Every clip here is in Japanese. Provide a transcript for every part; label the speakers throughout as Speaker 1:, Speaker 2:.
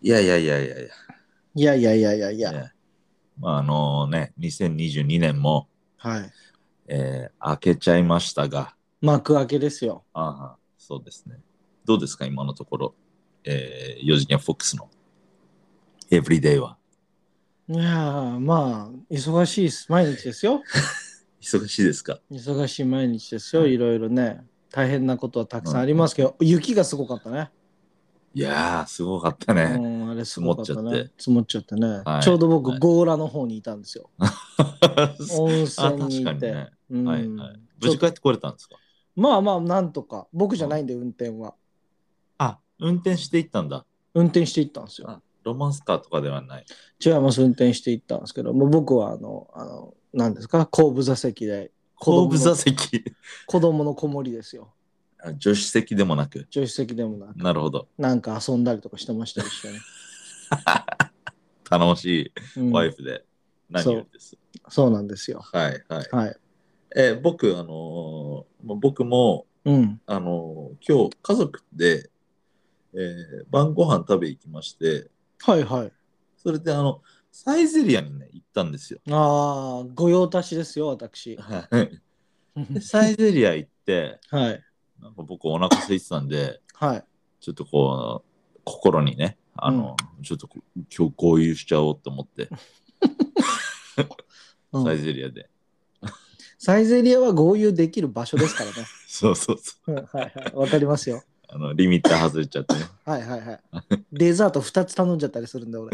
Speaker 1: いやいやいやいやいや。
Speaker 2: いやいやいやいやいや。
Speaker 1: ねまああのね、2022年も、
Speaker 2: はい。
Speaker 1: えー明けちゃいましたが、
Speaker 2: 幕開けですよ。
Speaker 1: ああ、そうですね。どうですか、今のところ、えー、4次元フォックスのエブリデイは。
Speaker 2: いやー、まあ、忙しいです。毎日ですよ。
Speaker 1: 忙しいですか
Speaker 2: 忙しい毎日ですよ。
Speaker 1: はい
Speaker 2: いろいろね。大変なことはたくさんありますけど、雪がすごかったね。
Speaker 1: いやー、すごかった
Speaker 2: う
Speaker 1: ね。
Speaker 2: ん、あれすごかった
Speaker 1: 積もっちゃっ
Speaker 2: ね
Speaker 1: て。
Speaker 2: 積もっちゃってね。
Speaker 1: はい
Speaker 2: ちょうど僕、
Speaker 1: はい
Speaker 2: 強羅の方にいたんですよ。温
Speaker 1: あ
Speaker 2: 泉に
Speaker 1: 確
Speaker 2: い
Speaker 1: かに
Speaker 2: て。
Speaker 1: ね。
Speaker 2: うん
Speaker 1: はいはい。無事帰ってこれたんですか
Speaker 2: まあまあ、なんとか。僕じゃないんで、運転は。
Speaker 1: あ、運転していったんだ。
Speaker 2: 運転していったんですよ。
Speaker 1: あロマンスカーとかではない。
Speaker 2: 違います運転していったんですけどもう僕はあのあの何ですか後部座席で
Speaker 1: 後部座
Speaker 2: の
Speaker 1: 席。
Speaker 2: 子供の子守りですよ
Speaker 1: あ助手席でもなく。
Speaker 2: 助手席でもなく
Speaker 1: なるほど。
Speaker 2: なんか遊んだりとかしてましたよ一緒に、
Speaker 1: 頼もし
Speaker 2: うん
Speaker 1: いワイフで。何よりです。
Speaker 2: そうなんですよ
Speaker 1: はいはい。
Speaker 2: はい
Speaker 1: えー僕、あのーまあ僕も、
Speaker 2: うん
Speaker 1: あのー今日家族で、えー晩ご飯食べ行きまして、
Speaker 2: はいはい
Speaker 1: それであの、サイゼリアにね、行ったんですよ。
Speaker 2: ああ御用達ですよ 私
Speaker 1: はいでサイゼリア行って、
Speaker 2: はい
Speaker 1: なんか僕お腹空いてたんで、
Speaker 2: はい
Speaker 1: ちょっとこう、心にね、あの、ちょっとこう今日合流しちゃおうと思って、
Speaker 2: うん
Speaker 1: サイゼリアで。
Speaker 2: サイゼリアは合流できる場所ですからね。
Speaker 1: そうそうそう。
Speaker 2: うん はいはい。わかりますよ。
Speaker 1: あの、リミッター外れちゃってね。
Speaker 2: はいはい はい。デザート2つ頼んじゃったりするんで、俺。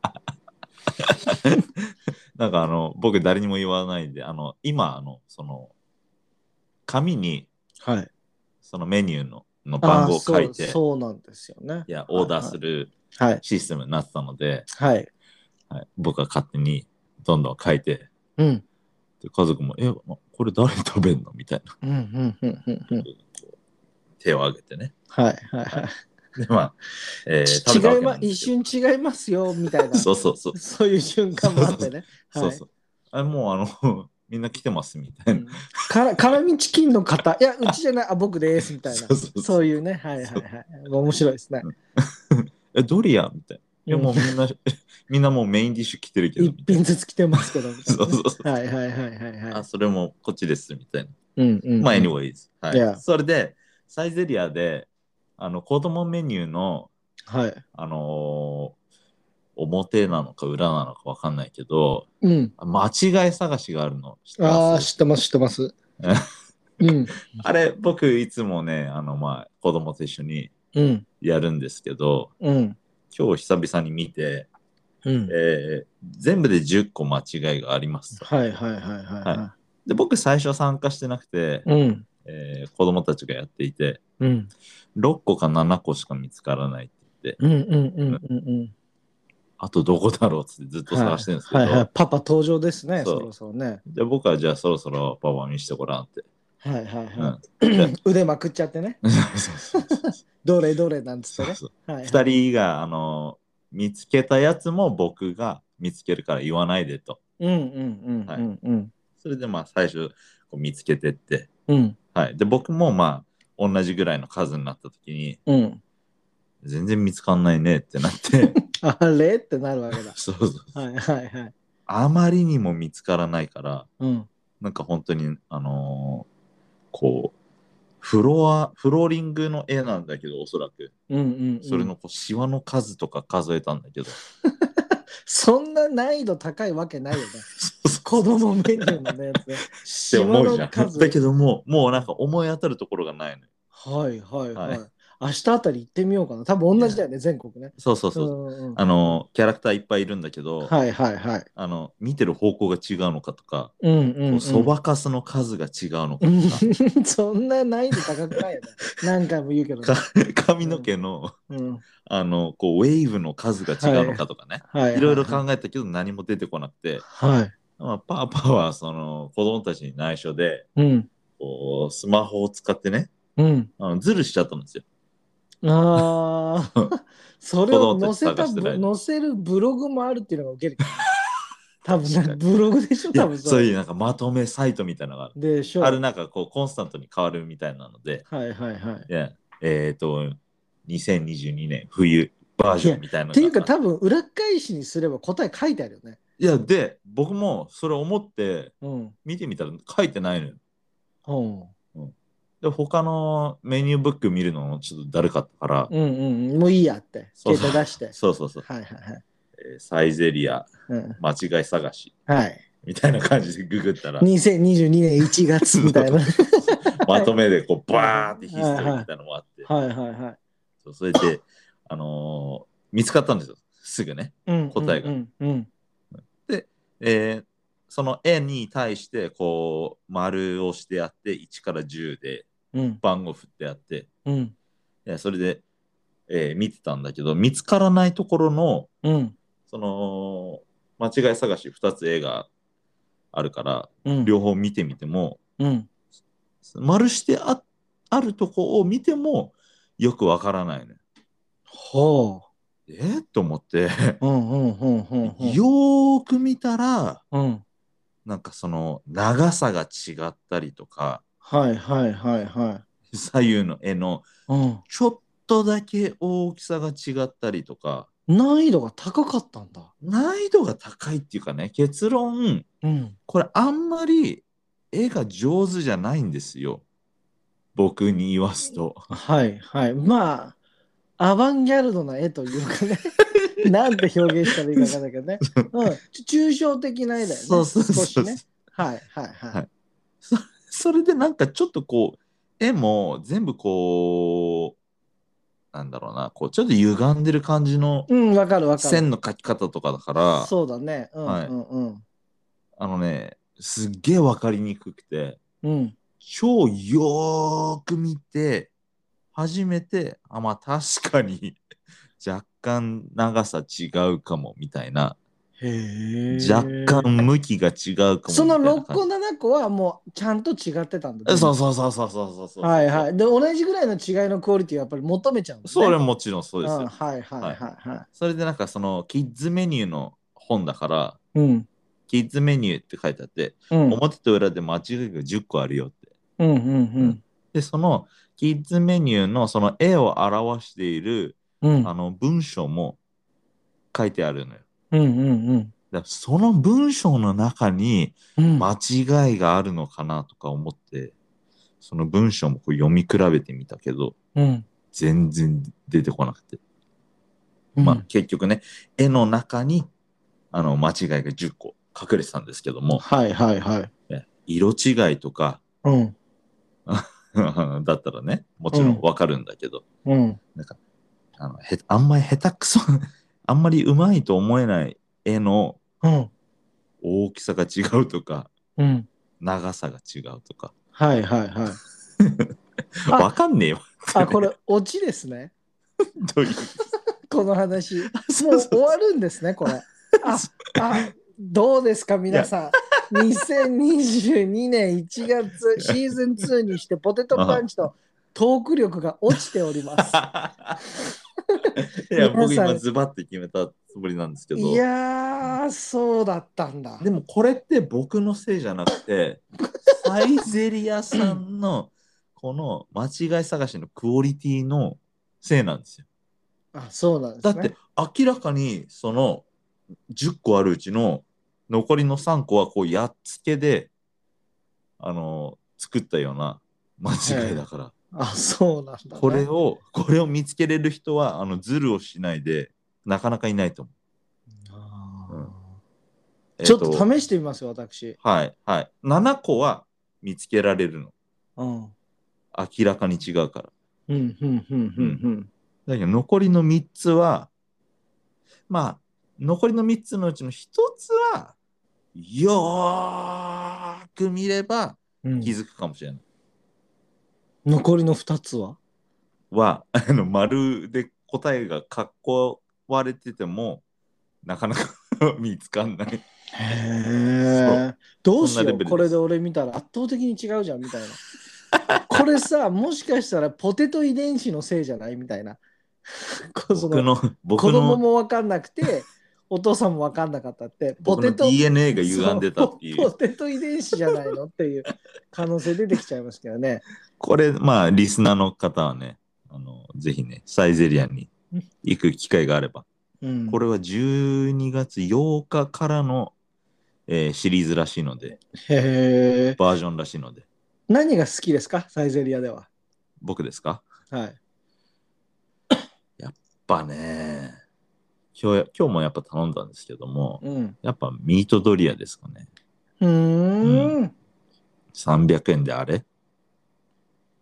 Speaker 1: なんかあの、僕誰にも言わないんで、あの、今、あの、その、紙に
Speaker 2: はい。
Speaker 1: そのメニューのの番号を書い
Speaker 2: あー
Speaker 1: て、
Speaker 2: そう
Speaker 1: い
Speaker 2: そうなんですよね。
Speaker 1: や、オーダーする
Speaker 2: はい。
Speaker 1: システムになってたので、
Speaker 2: はい。
Speaker 1: はい、僕は勝手にどんどん書いて、
Speaker 2: うん。
Speaker 1: で家族も、え、なこれ誰食べんのみたいな。
Speaker 2: うんうんうんうんうん。
Speaker 1: 手を挙げてね。
Speaker 2: はいはいはい。
Speaker 1: で、まあ、えー
Speaker 2: ち
Speaker 1: 食べた
Speaker 2: 違
Speaker 1: わけ
Speaker 2: い
Speaker 1: な
Speaker 2: ま
Speaker 1: んで
Speaker 2: 一
Speaker 1: すけど
Speaker 2: 瞬違いますよみ たいな。
Speaker 1: そうそうそう。
Speaker 2: そういう瞬間もあってね。は
Speaker 1: そ
Speaker 2: いう
Speaker 1: そう。あもうあの、 みんな来てますみた
Speaker 2: う
Speaker 1: いな。
Speaker 2: んから辛みチキンの方、いや、うちじゃない、あ、僕ですみたいな。
Speaker 1: そうそうそう
Speaker 2: そういうね、はいはいはい。面白いですね。
Speaker 1: え、ドリアみたいな。いや、もう
Speaker 2: う
Speaker 1: みんな、 みんなもうメインディッシュ来てるけ
Speaker 2: ん
Speaker 1: ど、
Speaker 2: 一
Speaker 1: みたい
Speaker 2: 品ずつ来てますけど。みたいなね
Speaker 1: そうそうそう
Speaker 2: はいはいはいはい
Speaker 1: な。
Speaker 2: は
Speaker 1: あ、それもこっちです、みたいな。
Speaker 2: い。うんうん。
Speaker 1: まあ、anyways、はい。
Speaker 2: Yeah.
Speaker 1: それで、サイゼリアで、あの、子供メニューの、
Speaker 2: はい。
Speaker 1: あのー表なのか裏なのかわかんないけど、
Speaker 2: うん。
Speaker 1: 間違い探しがあるの知って
Speaker 2: あ
Speaker 1: ま
Speaker 2: あ、
Speaker 1: す
Speaker 2: 知ってます知っ てます。うん
Speaker 1: あれ、僕いつもね、あの、まあ、子供と一緒に
Speaker 2: うん
Speaker 1: やるんですけど、
Speaker 2: うん
Speaker 1: 今日久々に見て、
Speaker 2: うん。
Speaker 1: えー全部で10個間違いがありますと。
Speaker 2: はいはいはいはいは
Speaker 1: で、僕最初参加してなくて、
Speaker 2: い。うん
Speaker 1: えー子供たちがやっていて、
Speaker 2: うん
Speaker 1: 6個か7個しか見つからないって言って、
Speaker 2: うんうんうんうんうん。
Speaker 1: あとどこだろうっつってずっと探してるんですけど、
Speaker 2: はいはいはい、パパ登場ですね、
Speaker 1: そう
Speaker 2: そろそろね。
Speaker 1: で僕はじゃあそろそろパパ見してごらんって。
Speaker 2: はいはい
Speaker 1: うん
Speaker 2: はい。腕まくっちゃってね、
Speaker 1: そうそうそうそ
Speaker 2: どれどれなんつって
Speaker 1: う
Speaker 2: ね。
Speaker 1: そう
Speaker 2: はいはい
Speaker 1: 二人があの見つけたやつも僕が見つけるから言わないでと。
Speaker 2: うんうんうんうんうん
Speaker 1: それでまあ最初こう見つけてって、
Speaker 2: うん
Speaker 1: はい、で僕もまあ同じぐらいの数になった時に
Speaker 2: うん。
Speaker 1: 全然見つかんないねってなって
Speaker 2: あれってなるわけだ。
Speaker 1: そうそう
Speaker 2: はいはいはい。
Speaker 1: あまりにも見つからないから
Speaker 2: うん
Speaker 1: なんか本当にあのーこうフロアフローリングの絵なんだけどおそらく
Speaker 2: うんうんうん。
Speaker 1: それのこうシワの数とか数えたんだけど、
Speaker 2: そんな難易度高いわけないよね。
Speaker 1: そうそう
Speaker 2: 子供メニューのねやつね。
Speaker 1: って思うじゃ
Speaker 2: 島の
Speaker 1: ん。
Speaker 2: 数
Speaker 1: だけどもう、もうなんか思い当たるところがないのよ。
Speaker 2: はいはいは
Speaker 1: はい
Speaker 2: い。明日あたり行ってみようかな。多分同じだよね、全国ね。
Speaker 1: そうそうそう。
Speaker 2: うんうん
Speaker 1: あの、キャラクターいっぱいいるんだけど、
Speaker 2: はいはいはい。
Speaker 1: あの、見てる方向が違うのかとか、
Speaker 2: うんうんうん。
Speaker 1: そば、かすの数が違うのかと
Speaker 2: うん そんな難易度高くないよね。何回も言うけどね、
Speaker 1: か、か 髪の毛の、
Speaker 2: うん
Speaker 1: あの、こう、ウェーブの数が違うのかとかね。
Speaker 2: はい
Speaker 1: ろいろ考えたけど何も出てこなくて、
Speaker 2: はい。
Speaker 1: まあ、パーパーはその子供たちに内緒で
Speaker 2: うん。
Speaker 1: こうスマホを使ってね
Speaker 2: うん。
Speaker 1: あのズルしちゃったんですよ。
Speaker 2: あ あ、それを載せ
Speaker 1: 子供た
Speaker 2: た、
Speaker 1: ち探してない
Speaker 2: 載せるブログもあるっていうのがウ ケるけどね。多分
Speaker 1: 確か
Speaker 2: ね、ブログでしょ、
Speaker 1: い
Speaker 2: 多
Speaker 1: や
Speaker 2: 分
Speaker 1: そういう
Speaker 2: う。
Speaker 1: なんかまとめサイトみたいなのがある。
Speaker 2: でしょ。
Speaker 1: あれなんかこうコンスタントに変わるみたいなので、
Speaker 2: はいはいはい。
Speaker 1: いやえっ、と、2022年冬、バージョンみたいなの
Speaker 2: っ
Speaker 1: が
Speaker 2: ていうか多分裏返しにすれば答え書いてあるよね。
Speaker 1: いやで僕もそれ思って
Speaker 2: うん。
Speaker 1: 見てみたら書いてないのよ
Speaker 2: うん。
Speaker 1: で他のメニューブック見るのもちょっとだるかったから、
Speaker 2: うんうん。もういいやって。
Speaker 1: そう
Speaker 2: 携
Speaker 1: そう
Speaker 2: 帯出して。
Speaker 1: そうそうそう、
Speaker 2: はいはいはい。
Speaker 1: えーサイゼリア
Speaker 2: うん。
Speaker 1: 間違い探し
Speaker 2: はい。
Speaker 1: みたいな感じでググったら
Speaker 2: 2022年1月みたいな。は
Speaker 1: まとめでこうバーってヒストリーみたいなのもあって、
Speaker 2: いはいはい。
Speaker 1: そうそれで、あのー見つかったんですよすぐね。
Speaker 2: うんうんうん
Speaker 1: 答えが
Speaker 2: うんうん。
Speaker 1: えーその絵に対してこう丸をしてあって1から10で
Speaker 2: うん
Speaker 1: 番号振ってあって
Speaker 2: うん
Speaker 1: でそれで、えー見てたんだけど見つからないところの
Speaker 2: うん
Speaker 1: その間違い探し2つ絵があるから
Speaker 2: うん。
Speaker 1: 両方見てみても
Speaker 2: うん。
Speaker 1: 丸してああるとこを見てもよくわからないね。
Speaker 2: ほ
Speaker 1: えーと思って、
Speaker 2: う。うんうんうんうんうん。
Speaker 1: よーく見たら
Speaker 2: うん。
Speaker 1: なんかその長さが違ったりとか
Speaker 2: はいはいはいはい。
Speaker 1: 左右の絵の
Speaker 2: うん。
Speaker 1: ちょっとだけ大きさが違ったりとか
Speaker 2: 難易度が高かったんだ。
Speaker 1: 難易度が高いっていうかね結論
Speaker 2: うん。
Speaker 1: これあんまり絵が上手じゃないんですよ僕に言わすと
Speaker 2: はいはい。まあ、アバンギャルドな絵というか ね。なんて表現したらいいか分かんないけどね。うん。抽象的な絵だよね。
Speaker 1: そうそうそう
Speaker 2: 少しね。はいはいは
Speaker 1: はいい。それでなんかちょっとこう絵も全部こうなんだろうなこうちょっと歪んでる感じの
Speaker 2: うん、わかるわかる。
Speaker 1: 線の描き方とかだから
Speaker 2: そうだね。うん
Speaker 1: はい
Speaker 2: うんうん。
Speaker 1: あのねすっげえ分かりにくくて
Speaker 2: うん。
Speaker 1: 超よーく見て初めてあまあ確かに 若干長さ違うかもみたいな
Speaker 2: へえ。
Speaker 1: 若干。向きが違うかもみたいな
Speaker 2: その6個
Speaker 1: 感
Speaker 2: 7個はもうちゃんと違ってたんだ
Speaker 1: じ
Speaker 2: ね。
Speaker 1: そうそうそうそうそうそうそう
Speaker 2: はいはい。で、同じぐらいの違いのクオリティをやっぱり求めちゃうんだね。
Speaker 1: それもちろんそうです
Speaker 2: うん
Speaker 1: よ
Speaker 2: はいはいはいは
Speaker 1: それでなんかそのキッズメニューの本だから
Speaker 2: い。うん。
Speaker 1: キッズメニューって書いてあって、
Speaker 2: うん。
Speaker 1: 表と裏で間違いが10個あるよって
Speaker 2: うんうん
Speaker 1: でそのキッズメニューのその絵を表している
Speaker 2: うん。うん
Speaker 1: あの文章も書いてあるのよ。
Speaker 2: うんうんうん
Speaker 1: だからその文章の中に
Speaker 2: うん。
Speaker 1: 間違いがあるのかなとか思って、その文章もこう読み比べてみたけど、
Speaker 2: うん。
Speaker 1: 全然出てこなくて。
Speaker 2: うん
Speaker 1: まあ結局ね、絵の中にあの間違いが10個隠れてたんですけども、
Speaker 2: はいはいはい。
Speaker 1: 色違いとか
Speaker 2: うん。
Speaker 1: だったらね、もちろんわかるんだけど、
Speaker 2: うん。
Speaker 1: あのへあんまり下手くそ、 あんまりうまいと思えない絵の
Speaker 2: うん。
Speaker 1: 大きさが違うとか、
Speaker 2: うん。
Speaker 1: 長さが違うとか、
Speaker 2: はいはいはい。あ
Speaker 1: わかんねえよ。
Speaker 2: あ、 これ、オチですね。
Speaker 1: という
Speaker 2: この話。
Speaker 1: そ
Speaker 2: もう
Speaker 1: うそ
Speaker 2: 終
Speaker 1: う
Speaker 2: わるんですね、これ。あ、あどうですか、皆さん。2022年1月、シーズン2にして、ポテトパンチとトーク力が落ちてお ります。
Speaker 1: いや、
Speaker 2: 皆
Speaker 1: 僕
Speaker 2: さん
Speaker 1: 今ズバッて決めたつもりなんですけど
Speaker 2: い、やー、そうだったんだ。
Speaker 1: でもこれって僕のせいじゃなくて、サイゼリアさんのこの間違い探しのクオリティのせいなんですよ。
Speaker 2: あ、そうなんです
Speaker 1: だ
Speaker 2: ね。
Speaker 1: って明らかにその10個あるうちの残りの3個はこうやっつけで、あの、作ったような間違いだから。
Speaker 2: あ、そうなんだ、ね。
Speaker 1: これを、これを見つけれる人は、あの、ズルをしないで、なかなかいないと思う。
Speaker 2: あー
Speaker 1: うんえ
Speaker 2: ちょっと
Speaker 1: め
Speaker 2: 試してみますよ、私。
Speaker 1: はい、はい。7個は見つけられるの。
Speaker 2: うん。
Speaker 1: 明らかに違うから。
Speaker 2: うん、うん、うん、うん、
Speaker 1: だけど、残りの3つは、まあ、残りの3つのうちの1つは、よーく見れば
Speaker 2: うん
Speaker 1: 気。づくかもしれない。
Speaker 2: 残りの2つは
Speaker 1: は、あの、丸で答えがかっこ割れてても、なかなか 見つかんない。
Speaker 2: へえ。どうし
Speaker 1: そんな
Speaker 2: よ
Speaker 1: レベルで
Speaker 2: う、
Speaker 1: す
Speaker 2: これで俺見たら圧倒的に違うじゃんみたいな。 これさ、もしかしたらポテト遺伝子のせいじゃないみたいな。 こそ
Speaker 1: 僕
Speaker 2: の
Speaker 1: の、僕
Speaker 2: 子供
Speaker 1: の
Speaker 2: も分かんなくて、お父さんも分かんなかったって、
Speaker 1: 僕の DNA が歪んでたってい
Speaker 2: そうポテト遺伝子じゃないのっていう 可能性出てきちゃいますけどね。
Speaker 1: これまあリスナーの方はねあのぜひねサイゼリアに行く機会があれば。
Speaker 2: うん、
Speaker 1: これは12月8日からの、えーシリーズらしいので、
Speaker 2: へえ。
Speaker 1: バージョンらしいので、
Speaker 2: 何が好きですかサイゼリアでは。
Speaker 1: 僕ですか
Speaker 2: はい。
Speaker 1: やっぱね、今日や今日もやっぱ頼んだんですけども、
Speaker 2: うん。
Speaker 1: やっぱミートドリアですかね。
Speaker 2: うーん。
Speaker 1: 300円であれ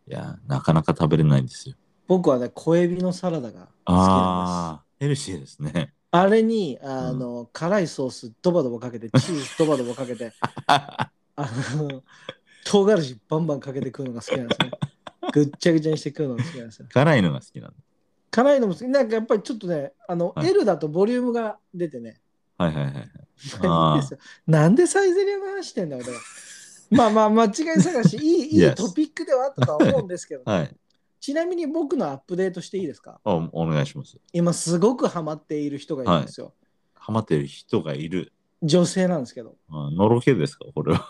Speaker 1: いや、なかなか食べれないんですよ。
Speaker 2: 僕はね、小エビのサラダが好きなんです。あ
Speaker 1: ああ、ヘルシーですね。
Speaker 2: れに、あの、辛いソースドバドバか けて、チーズドバドバかけて、あの、唐辛子バンバンかけて食うのが好きなんです ね。ぐっちゃぐちゃにして食うのが好きなんですよ。
Speaker 1: 辛いのが好きなんだ。
Speaker 2: 辛いのも好き。なんかやっぱりちょっとね、あの、
Speaker 1: はい
Speaker 2: L だとボリュームが出てね、
Speaker 1: はいはい はい。
Speaker 2: まあいいですよなんでサイゼリアの話してんだ俺は。まあまあ間 違い探し、いいいい
Speaker 1: Yes.
Speaker 2: トピックではあったとは思うんですけど、
Speaker 1: はい。
Speaker 2: ちなみに僕のアップデートしていいですか
Speaker 1: おお願いします。
Speaker 2: 今すごくハマっている人がいるんですよ。
Speaker 1: ハマってる人がいる。
Speaker 2: 女性なんですけど、
Speaker 1: あのろけですかこれは。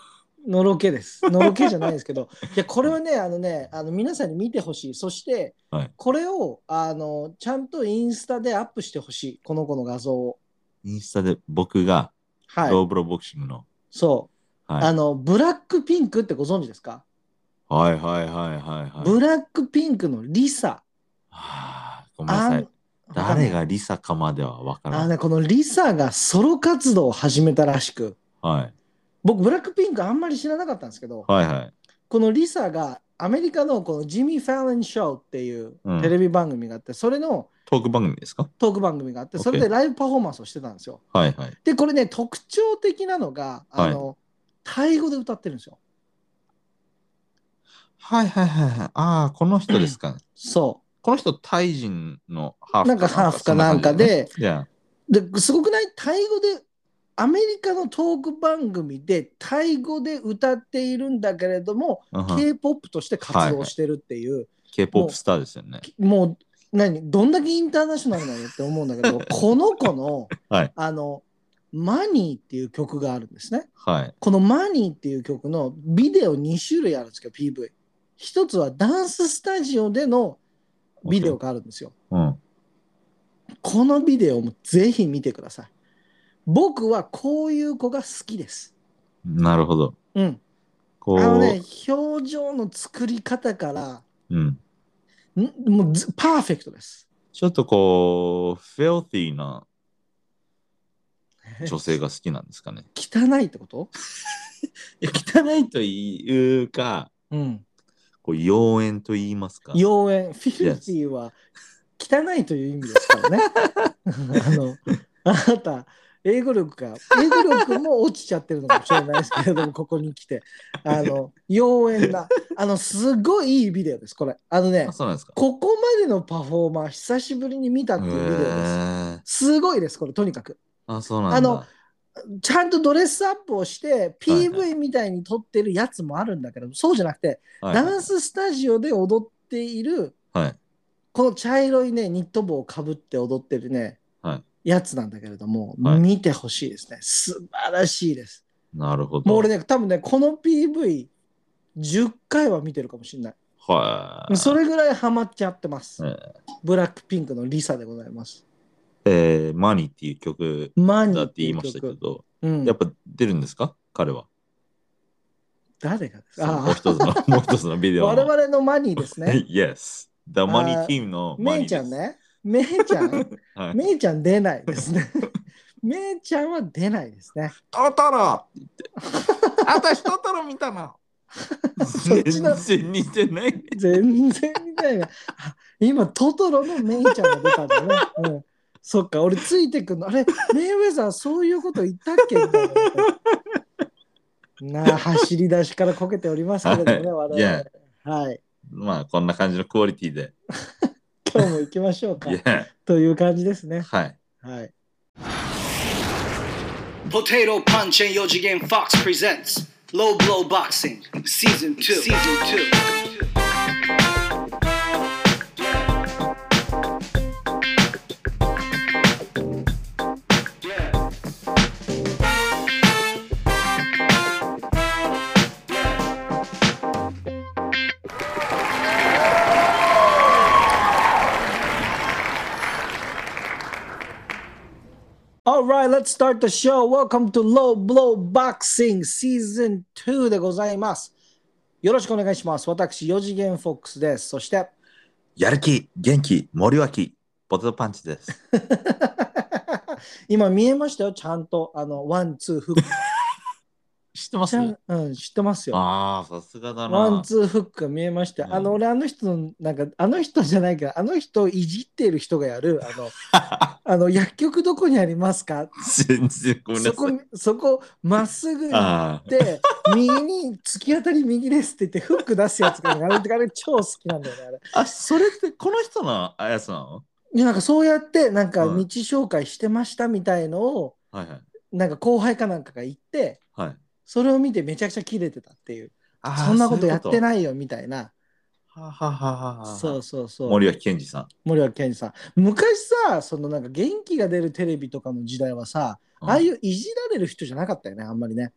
Speaker 2: のろ けです。のろけじゃないですけど、いやこれはね、あのね、あの皆さんに見てほしい。そして、
Speaker 1: はい
Speaker 2: これをあのちゃんとインスタでアップしてほしい。この子の画像を。
Speaker 1: インスタで僕が
Speaker 2: は
Speaker 1: ロ
Speaker 2: い。
Speaker 1: ーブロボクシングの。
Speaker 2: そう。
Speaker 1: は
Speaker 2: あ
Speaker 1: い。
Speaker 2: の、ブラックピンクってご存知ですか、
Speaker 1: はいはいはいはいはい。
Speaker 2: ブラックピンクのリサ。
Speaker 1: はあごめんな
Speaker 2: あ
Speaker 1: さ
Speaker 2: ん
Speaker 1: い。誰がリサかまでは分か
Speaker 2: あ
Speaker 1: ら
Speaker 2: の
Speaker 1: ない。
Speaker 2: ね、このリサがソロ活動を始めたらしく、
Speaker 1: はい。
Speaker 2: 僕、ブラックピンクあんまり知らなかったんですけど、
Speaker 1: はいはい。
Speaker 2: このリサがアメリカのこのジミー・ファーレン・ショーっていう
Speaker 1: うん
Speaker 2: テレビ番組があって、それの
Speaker 1: トーク番組ですか
Speaker 2: トーク番組があって、
Speaker 1: OK
Speaker 2: それでライブパフォーマンスをしてたんですよ。
Speaker 1: はいはい。
Speaker 2: で、これね、特徴的なのが、あ
Speaker 1: はい
Speaker 2: の、タイ語で歌ってるんですよ。
Speaker 1: はいはいはいはい。ああ、この人ですかね。
Speaker 2: そ
Speaker 1: この人、タイ人のハーフ
Speaker 2: なんかハーフかなんかで
Speaker 1: そんな感
Speaker 2: う。で、すごくないタイ語で、アメリカのトーク番組でタイ語で歌っているんだけれども、
Speaker 1: じねいや。うん
Speaker 2: K-POP として活動してるっていう。
Speaker 1: K-POP スターですよね。
Speaker 2: もう何どんだけインターナショナルなのって思うんだけどこの子の、
Speaker 1: はい
Speaker 2: あの「マニー」っていう曲があるんですね。
Speaker 1: はい。
Speaker 2: この「マニー」っていう曲のビデオ2種類あるんですけど PV。一つはダンススタジオでのビデオがあるんですよ。
Speaker 1: うん。
Speaker 2: このビデオもぜひ見てください。僕はこういう子が好きです。
Speaker 1: なるほど。
Speaker 2: うん、
Speaker 1: こ
Speaker 2: あの
Speaker 1: う、
Speaker 2: ね表情の作り方から
Speaker 1: うん。
Speaker 2: んもうずパーフェクトです。
Speaker 1: ちょっとこう、フェルティーな女性が好きなんですかね。
Speaker 2: 汚いってこと、
Speaker 1: いや汚いというか、
Speaker 2: うん、
Speaker 1: こう妖艶と言いますか。
Speaker 2: 妖艶フィルティは汚いという意味ですから ねあのあなた英語力が英語力も落ちちゃってるのかもしれないですけれどもここに来てあの妖艶なあのすごいいいビデオですこれあのね
Speaker 1: あそうなんですか。
Speaker 2: ここまでのパフォーマー久しぶりに見たっていうビデオです
Speaker 1: へー
Speaker 2: すごいですこれとにかく
Speaker 1: あ、そうなんだ。
Speaker 2: あのちゃんとドレスアップをして
Speaker 1: はいはい
Speaker 2: PV みたいに撮ってるやつもあるんだけどそうじゃなくて
Speaker 1: はい
Speaker 2: ダンススタジオで踊っている
Speaker 1: はい。
Speaker 2: この茶色いね、ニット帽をかぶって踊ってるね、
Speaker 1: は
Speaker 2: やつなんだけれども、
Speaker 1: はい
Speaker 2: 見てほしいですね。素晴らしいです。
Speaker 1: なるほど。
Speaker 2: もう俺ね、多分ね、この PV、10回は見てるかもしれない。
Speaker 1: はい。
Speaker 2: それぐらいハマっちゃってます。
Speaker 1: え
Speaker 2: ブラックピンクのリサでございます。
Speaker 1: えーマニーっていう曲
Speaker 2: マニ
Speaker 1: だ
Speaker 2: ー
Speaker 1: っ
Speaker 2: って
Speaker 1: て言
Speaker 2: い
Speaker 1: いうましたけ
Speaker 2: 曲。
Speaker 1: ど、
Speaker 2: うん
Speaker 1: やっ、ぱ出るんですか彼は。
Speaker 2: 誰がです
Speaker 1: そのもう
Speaker 2: か
Speaker 1: 一つの、 もう一つのビ
Speaker 2: あ
Speaker 1: デ
Speaker 2: 我
Speaker 1: オの。
Speaker 2: 々のマニーですね。
Speaker 1: yes。The Money Team のマ
Speaker 2: め
Speaker 1: ニーです
Speaker 2: いちゃん。ね。めいちゃん、
Speaker 1: はい、
Speaker 2: めいちゃん出ないです ね。めいちゃんは出ないですね。
Speaker 1: トトロって言 って。あたしトトロ見たの。
Speaker 2: そっちの
Speaker 1: 全然似てない。
Speaker 2: 全然みたいな。あ今、トトロのメイちゃんが出たんだね。うん、そっか、俺ついてくんの。あれ、メイウェザーそういうこと言ったっけみたいな。なあ、走り出しからこけておりますけれどもね、我々。
Speaker 1: Yeah
Speaker 2: はい。
Speaker 1: まあこんな感じのクオリティで。
Speaker 2: 今日も行きましょうか。
Speaker 1: Yeah
Speaker 2: という感じですね。
Speaker 1: はい。
Speaker 2: はい。
Speaker 3: Potato Punch and Yoji Game Fox presents Low Blow Boxing Season 2. Season 2.
Speaker 1: はい。
Speaker 4: All right, let's start the show. Welcome to Low Blow Boxing Season 2でございます。よろしくお願いします。私、4次元フォックスです。そして、
Speaker 1: やる気、元気、森脇、ポテトパンチ です。
Speaker 4: 今見えましたよ、ちゃんと。あの、ワン、ツー、フック。
Speaker 1: 知ってま
Speaker 4: ちゃんうん、知ってますよ。
Speaker 1: ああ、さすがだな。
Speaker 4: ワン、ツー、フックが見えました。
Speaker 1: うん
Speaker 4: あの、俺、あの人の、なんか、あの人じゃないけど、あの人をいじっている人がやる、あの、あの薬局どこにありますか
Speaker 1: 全然ごめんな
Speaker 4: そ
Speaker 1: さい。
Speaker 4: こ、そこ、まっすぐに
Speaker 1: ああ、
Speaker 4: で右に突き当たり右ですって言ってフック出すやつがねあれあれ超好きなんだよねあれ
Speaker 1: あ、それってこの人のあやさん
Speaker 4: いやなんかそうやってなんか道
Speaker 1: うん
Speaker 4: 紹介してましたみたいのを
Speaker 1: はいはい。
Speaker 4: なんか後輩かなんかが言って
Speaker 1: はい、
Speaker 4: それを見てめちゃくちゃキレてたっていう
Speaker 1: あー
Speaker 4: そんなことやって
Speaker 1: い
Speaker 4: ないよみたいな
Speaker 1: う。はははは
Speaker 4: そうそうそう
Speaker 1: 森脇健児さん。
Speaker 4: 森脇健児さん昔さそのなんか元気が出るテレビとかの時代はさああいうういじられる人じゃなかったよねあんまりね
Speaker 1: ん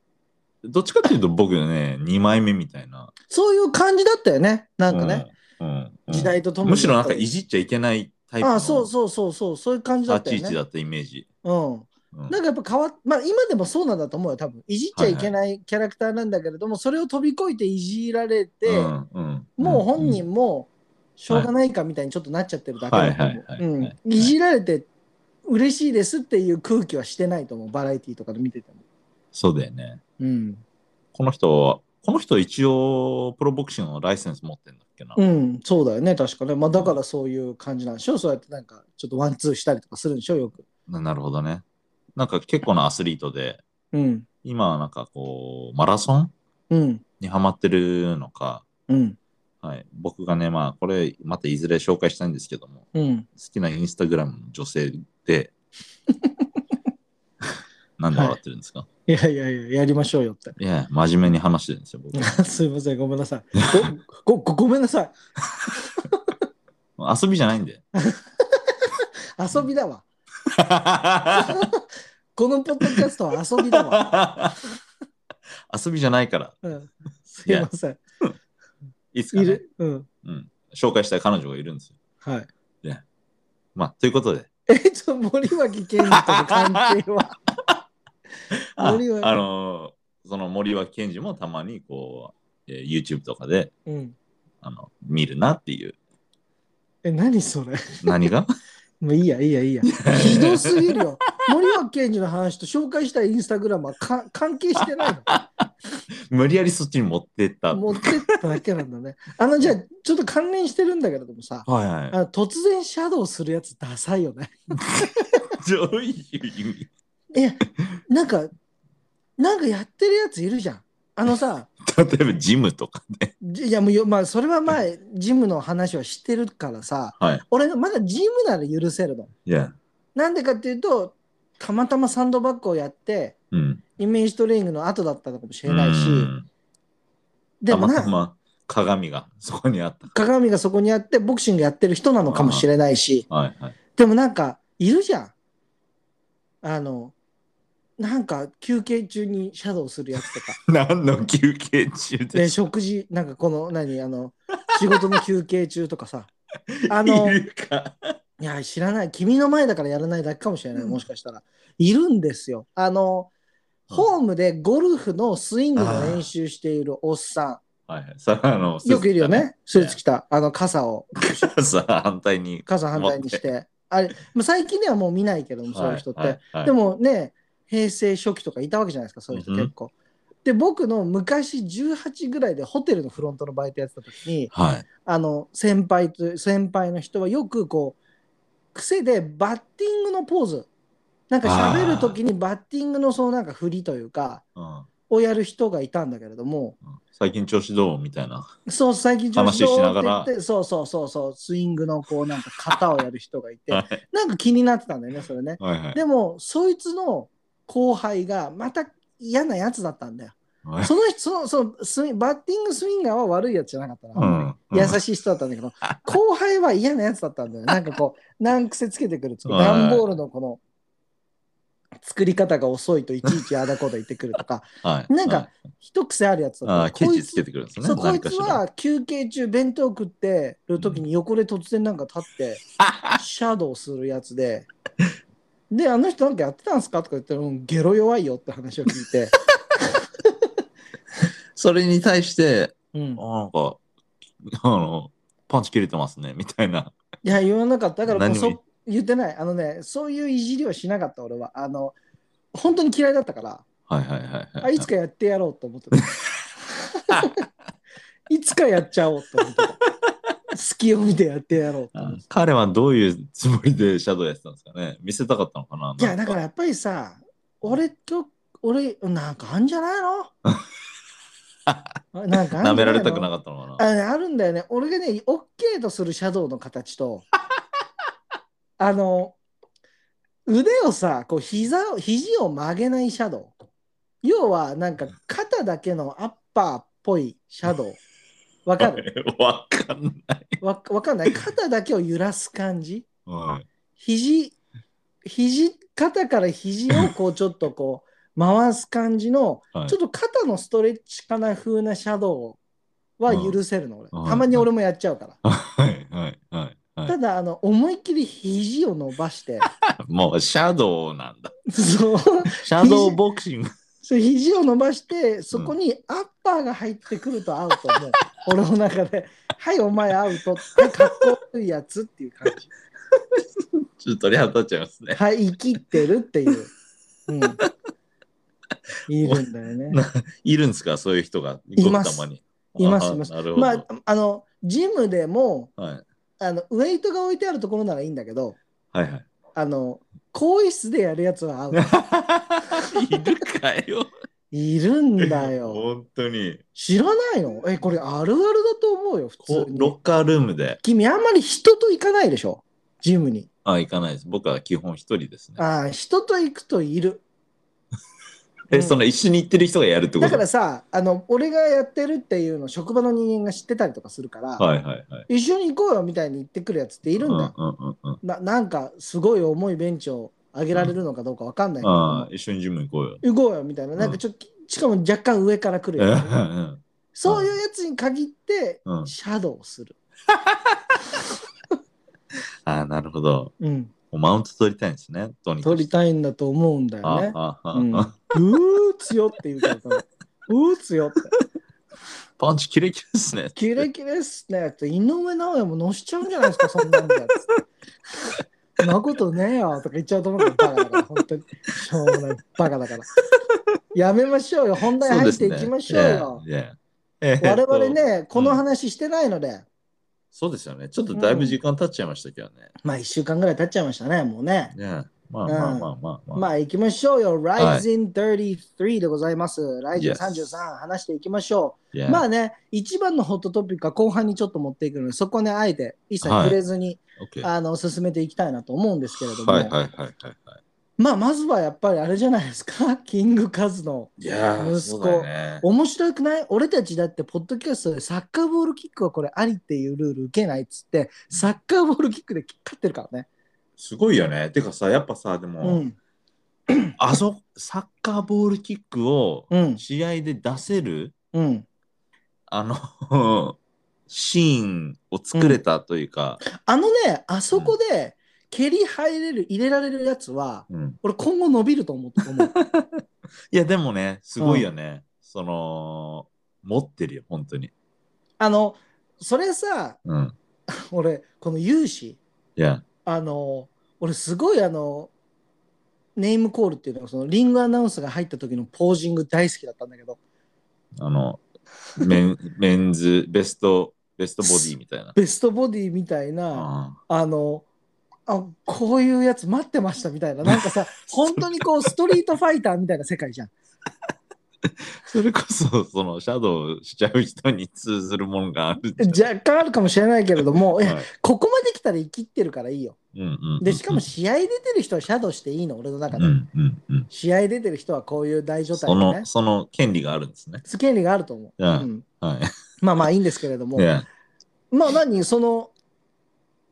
Speaker 1: どっちかっていうと僕ね、2枚目みたいな。
Speaker 4: そういう感じだったよねなんかね、
Speaker 1: うん。うんうん
Speaker 4: 時代とともに
Speaker 1: むしろなんかいじっちゃいけないタイプ
Speaker 4: あ
Speaker 1: の
Speaker 4: あそうそうそうそうそういう感じだっ
Speaker 1: 立
Speaker 4: た
Speaker 1: ち
Speaker 4: よね
Speaker 1: 位置だったイメージ。
Speaker 4: うん
Speaker 1: うん
Speaker 4: なんかやっぱ変わっ、まあ今でもそうなんだと思うよ、多分。いじっちゃいけないキャラクターなんだけれども、それを飛び越えていじられて、
Speaker 1: うんうん
Speaker 4: もう本人もしょうがないかみたいにちょっとなっちゃってるだけだと
Speaker 1: は
Speaker 4: 思う
Speaker 1: いはいはいは
Speaker 4: う
Speaker 1: い
Speaker 4: ん。いじられて嬉しいですっていう空気はしてないと思う、バラエティーとかで見てても。
Speaker 1: そうだよね。
Speaker 4: うん。
Speaker 1: この人は、この人は一応プロボクシングのライセンス持ってんだっけな。
Speaker 4: うん、そうだよね、確かね。まあだからそういう感じなんでしょ、そうやってなんかちょっとワンツーしたりとかするんでしょ、よく。
Speaker 1: ななるほどね。なんか結構なアスリートで、
Speaker 4: うん、
Speaker 1: 今はなんかこう、マラソン
Speaker 4: うん、
Speaker 1: にハマってるのか、
Speaker 4: うん、
Speaker 1: はい、僕がね、まあこれまたいずれ紹介したいんですけども、
Speaker 4: うん。
Speaker 1: 好きなインスタグラムの女性 で、なんで笑ってるんですか、
Speaker 4: いやいやいや、やりましょうよって。
Speaker 1: い、や、真面目に話してるんですよ、僕。
Speaker 4: すいません、ごめんなさい。ご、 ご、ごめんなさい。
Speaker 1: 遊びじゃないんで。
Speaker 4: 遊びだわ。このポッドキャストは遊びだ わ。
Speaker 1: 遊びじゃないから。
Speaker 4: うん、すいません。
Speaker 1: いつか、
Speaker 4: い
Speaker 1: ね、
Speaker 4: る。うん。
Speaker 1: うん、紹介したい彼女がいるんですよ。
Speaker 4: はい。
Speaker 1: まあ、ということで、
Speaker 4: え、ちょ、森脇健児との関係は。
Speaker 1: あ
Speaker 4: 森脇
Speaker 1: あのーその森脇健児もたまにこう、えー YouTube とかで
Speaker 4: うん。
Speaker 1: あの見るなっていう。
Speaker 4: え、何それ。
Speaker 1: 何が
Speaker 4: もういいや、いいや、いいや。ひどすぎるよ。森脇健児の話と紹介したいインスタグラムはか関係してない
Speaker 1: 無理やりそっちに持ってった。
Speaker 4: の。持ってっただけなんだね。あの、じゃあ、ちょっと関連してるんだけれどもさ。
Speaker 1: はいはい
Speaker 4: あ。の突然シャドウするやつダサいよね。
Speaker 1: どういう意味
Speaker 4: いや、なんか、なんかやってるやついるじゃん。あのさ、
Speaker 1: 例えばジムとかね。
Speaker 4: じいやもうよ、まあ、それは前、ジムの話はしてるからさ、
Speaker 1: はい。
Speaker 4: 俺、まだジムなら許せるの。
Speaker 1: いや。
Speaker 4: なんでかっていうと、たまたまサンドバッグをやって、
Speaker 1: うん。
Speaker 4: イメージトレーニングの後だったのかもしれないし、
Speaker 1: うん
Speaker 4: でも
Speaker 1: たま
Speaker 4: な、
Speaker 1: たま鏡がそこにあった。
Speaker 4: 鏡がそこにあって、ボクシングやってる人なのかもしれないし、
Speaker 1: はいはい。
Speaker 4: でもなんか、いるじゃん。あの、なんか休憩中にシャドウするやつ とか、
Speaker 1: 何の休憩中
Speaker 4: で
Speaker 1: でし
Speaker 4: 食事、なんかこの、何、あの、仕事の休憩中とかさ、あ
Speaker 1: ょ
Speaker 4: の
Speaker 1: い、るか。
Speaker 4: いや、知らない。君の前だからやらないだけかもしれない。もしかしたら。いるんですよ。あの、ホームでゴルフのスイングの練習しているおっさ
Speaker 1: はいはい。さあ、あの、
Speaker 4: ん。よくいるよね。ス
Speaker 1: ス
Speaker 4: ー
Speaker 1: ー
Speaker 4: ツ
Speaker 1: ツ
Speaker 4: 着た。あの、傘を、
Speaker 1: さあ、反対に。
Speaker 4: 傘反対にして。あれ、まあ最近ではもう見ないけども、そういう人って。
Speaker 1: はいはいはい
Speaker 4: でもね、平成初期とかいたわけじゃないですか、そういう人
Speaker 1: うんうん
Speaker 4: 結構。で、僕の昔18ぐらいでホテルのフロントのバイトやってた時に、
Speaker 1: はい。
Speaker 4: あの先輩と先輩の人はよくこう癖でバッティングのポーズなんか喋る時にバッティングのそのなんか振りというか
Speaker 1: うん
Speaker 4: をやる人がいたんだけれども
Speaker 1: うん最近調子どうみたいな。
Speaker 4: そう最近調子
Speaker 1: 話しな
Speaker 4: ど
Speaker 1: が
Speaker 4: うって言
Speaker 1: ら
Speaker 4: ってそうそうそうそうスイングのこうなんか型をやる人がいて
Speaker 1: は
Speaker 4: なんか気になってたんだよねそれね
Speaker 1: はいはい
Speaker 4: でもそいつの後輩がまた嫌なやつだったんだよ
Speaker 1: はい。
Speaker 4: その人そのそのスイバッティングスインガーは悪いやつじゃなかったな、
Speaker 1: うん
Speaker 4: 優しい人だったんだけど、後輩は嫌なやつだったんだ よ。なんかこう、難癖つけてくる。
Speaker 1: はい
Speaker 4: 段ボールのこの、作り方が遅いといちいちあだこだ言ってくると か、
Speaker 1: はい。
Speaker 4: なん
Speaker 1: は
Speaker 4: か
Speaker 1: い、、
Speaker 4: 一癖あるやつだ
Speaker 1: あ
Speaker 4: っ
Speaker 1: あ、
Speaker 4: た。
Speaker 1: ケ
Speaker 4: こい
Speaker 1: チ
Speaker 4: つ
Speaker 1: つけてくるんですね。
Speaker 4: そうこい
Speaker 1: 何
Speaker 4: つ
Speaker 1: かしら、
Speaker 4: は休憩中弁当食って る時に横で突然なんか立って、シャドウするやつで、で、あの人なんかやってたんですかとか言ったら、うん、ゲロ弱いよって話を聞い て、
Speaker 1: それに対して、
Speaker 4: うん、
Speaker 1: あなんか、あの、パンチ切れてますね、みたいな。
Speaker 4: いや、言わなかった。だからこ
Speaker 1: 何
Speaker 4: そ
Speaker 1: も
Speaker 4: 言ってない。あのね、そういういじりはしなかった、俺は。あの、本当に嫌いだったから、
Speaker 1: はいはいはい、はい。
Speaker 4: あいつかやってやろうと思っ てた。いつかやっちゃおうと思ってた。隙を見てやってやろうと思
Speaker 1: あ
Speaker 4: ってた
Speaker 1: 彼はどういうつもりでシャドウやってたんですかね見せたかったのかない
Speaker 4: や、だからやっぱりさ、俺と、俺、なんかあんじゃな いのなんかあんじゃないの
Speaker 1: 舐められたくなかったのかな
Speaker 4: あねあるんだよね。俺がね、OK とするシャドウの 形と、あの、腕をさ、こう膝を、肘を曲げないシャドウ。要は、なんか肩だけのアッパーっぽいシャドウ。わかる
Speaker 1: わかんない。
Speaker 4: わわかんない。肩だけを揺らす感じ。
Speaker 1: はい
Speaker 4: 肘、肘、肩から肘をこ うちょっとこう回す感じの、
Speaker 1: はい
Speaker 4: ちょっと肩のストレッチかな風なシャドウは許せるの、
Speaker 1: うん
Speaker 4: 俺。たまに俺もやっちゃうから。
Speaker 1: はいはいはいは
Speaker 4: た
Speaker 1: い。
Speaker 4: だ、あの、思いっきり肘を伸 ばして、
Speaker 1: もうシャドウなんだ。
Speaker 4: そう、
Speaker 1: シャドウボクシング。
Speaker 4: そう肘を伸ばして、そこにアッパーが入ってくるとアウトもう、 俺の中で、はい、お前アウトって、かっこ悪いやつっていう感 じ。
Speaker 1: ちょっと鳥肌立っちゃいますね。
Speaker 4: はい、生きってるっていう。うん。 いるんだよね。
Speaker 1: いるんですかそういう人が。
Speaker 4: います
Speaker 1: ごくたまに。
Speaker 4: います
Speaker 1: あ
Speaker 4: います
Speaker 1: なるほど。
Speaker 4: まあ、あの、ジムでも、
Speaker 1: はい
Speaker 4: あの、ウェイトが置いてあるところならいいんだけど、
Speaker 1: はいはい。
Speaker 4: あの、更衣室でやるやつは アウト。
Speaker 1: いるかよ。
Speaker 4: いるんだよ。
Speaker 1: 本当に。
Speaker 4: 知らないのえ、これあるあるだと思うよ、普
Speaker 1: こ
Speaker 4: 通
Speaker 1: うロ
Speaker 4: に。
Speaker 1: ッカールームで。
Speaker 4: 君、あんまり人と行かないでしょジムに。
Speaker 1: あ、行かないです。僕は基本一人ですね。
Speaker 4: ああ、人と行くといる。う
Speaker 1: え、
Speaker 4: ん
Speaker 1: その一緒に行ってる人がやるってこ
Speaker 4: だ
Speaker 1: と
Speaker 4: からさ、あの、俺がやってるっていうの、職場の人間が知ってたりとかするから、
Speaker 1: はいはいはい。
Speaker 4: 一緒に行こうよみたいに言ってくるやつっているんだよ。
Speaker 1: うんうんうんうん。
Speaker 4: ななんか、すごい重いベンチを上げられるのかどうかわかんないけど、
Speaker 1: ああ、一緒にジム行こうよ。
Speaker 4: 行こうよみたいな。なんかちょっと、しかも若干上から来るやつ。そういうやつに限って、
Speaker 1: うんうん
Speaker 4: シャドウする。
Speaker 1: ああ、なるほど。
Speaker 4: うん。
Speaker 1: マウント取りたいんですね。とにかく
Speaker 4: 取りたいんだと思うんだよね。
Speaker 1: ああああ
Speaker 4: うん、う
Speaker 1: あ
Speaker 4: ー強って言うから多分、うー強って。
Speaker 1: パンチキレキレですね。
Speaker 4: キレキレっすねって、井上尚弥も乗しちゃうんじゃないですか、そんなんじゃつって。そんなことねえよとか言っちゃうと思うけど、バカだから、本当に。しょうもない、バカだから。やめましょうよ、本題入っていきましょうよ。
Speaker 1: いやいやえーっ
Speaker 4: 我
Speaker 1: と
Speaker 4: 々ね、この話してないので、
Speaker 1: そうですよね。ちょっとだいぶ時間経っちゃいましたけどね。
Speaker 4: まあ1週間ぐらい経っちゃいましたね、もうね。
Speaker 1: ねまあまあまあまあ
Speaker 4: ま
Speaker 1: まあ。
Speaker 4: あ行きましょうよ。
Speaker 1: はい
Speaker 4: Rising33 でございます。来週
Speaker 1: Yes
Speaker 4: 33話していきましょ。
Speaker 1: いうや
Speaker 4: まあね、一番のホットトピックは後半にちょっと持っていくので、そこね、あえて一切触れずに、
Speaker 1: OK
Speaker 4: あの進めていきたいなと思うんですけれども、
Speaker 1: はいはいはいはいはい。
Speaker 4: まあまずはやっぱりあれじゃないですか、 キングカズの。
Speaker 1: いやー、
Speaker 4: 息子
Speaker 1: そうだよね。
Speaker 4: 面白くない俺たちだって、ポッドキャストでサッカーボールキックはこれありっていうルール受けないっつって、サッカーボールキックで勝ってるからね。
Speaker 1: すごいよね。てかさ、やっぱさ、で
Speaker 4: う
Speaker 1: も、
Speaker 4: ん。
Speaker 1: あそ、サッカーボールキックを
Speaker 4: うん。
Speaker 1: 試合で出せる、
Speaker 4: うん。
Speaker 1: あの、シーンを作れたというか、
Speaker 4: あのね、あそこで蹴り入れる、入れられるやつは、
Speaker 1: うん
Speaker 4: 俺今後伸びると思う。思う
Speaker 1: いや、でもね、すごいよね。その、持ってるよ、本当に。
Speaker 4: あの、それさ、
Speaker 1: うん。
Speaker 4: 俺、この勇士、
Speaker 1: いや、
Speaker 4: あの、俺すごいあの、ネームコールっていうのが、そのリングアナウンスが入った時のポージング大好きだったんだけど、
Speaker 1: あの、メンメンズ、ベスト、ベストボディみたいな。
Speaker 4: ベストボディみたいな、
Speaker 1: あ
Speaker 4: あの、あこういうやつ待ってましたみたいな、なん かさ、本当にこう、ストリートファイターみたいな世界じゃん。
Speaker 1: あそれこそ、その、シャドウしちゃう人に通ずるものがあるんじゃ
Speaker 4: 若干あるかもしれないけれども、いや
Speaker 1: はい
Speaker 4: ここまで来たら生きってるからいいよ。
Speaker 1: うんうんうん
Speaker 4: で、しかも試合出てる人はシャドウしていいの、俺の中
Speaker 1: うん
Speaker 4: で。
Speaker 1: うんうん。
Speaker 4: 試合出てる人はこういう大所
Speaker 1: そ
Speaker 4: 帯でね
Speaker 1: の、。その権利があるんですね。
Speaker 4: 権利があると思う。
Speaker 1: うん
Speaker 4: ん
Speaker 1: は
Speaker 4: まあまあいいんですけれど
Speaker 1: い。
Speaker 4: も、
Speaker 1: ね
Speaker 4: まあ何、その、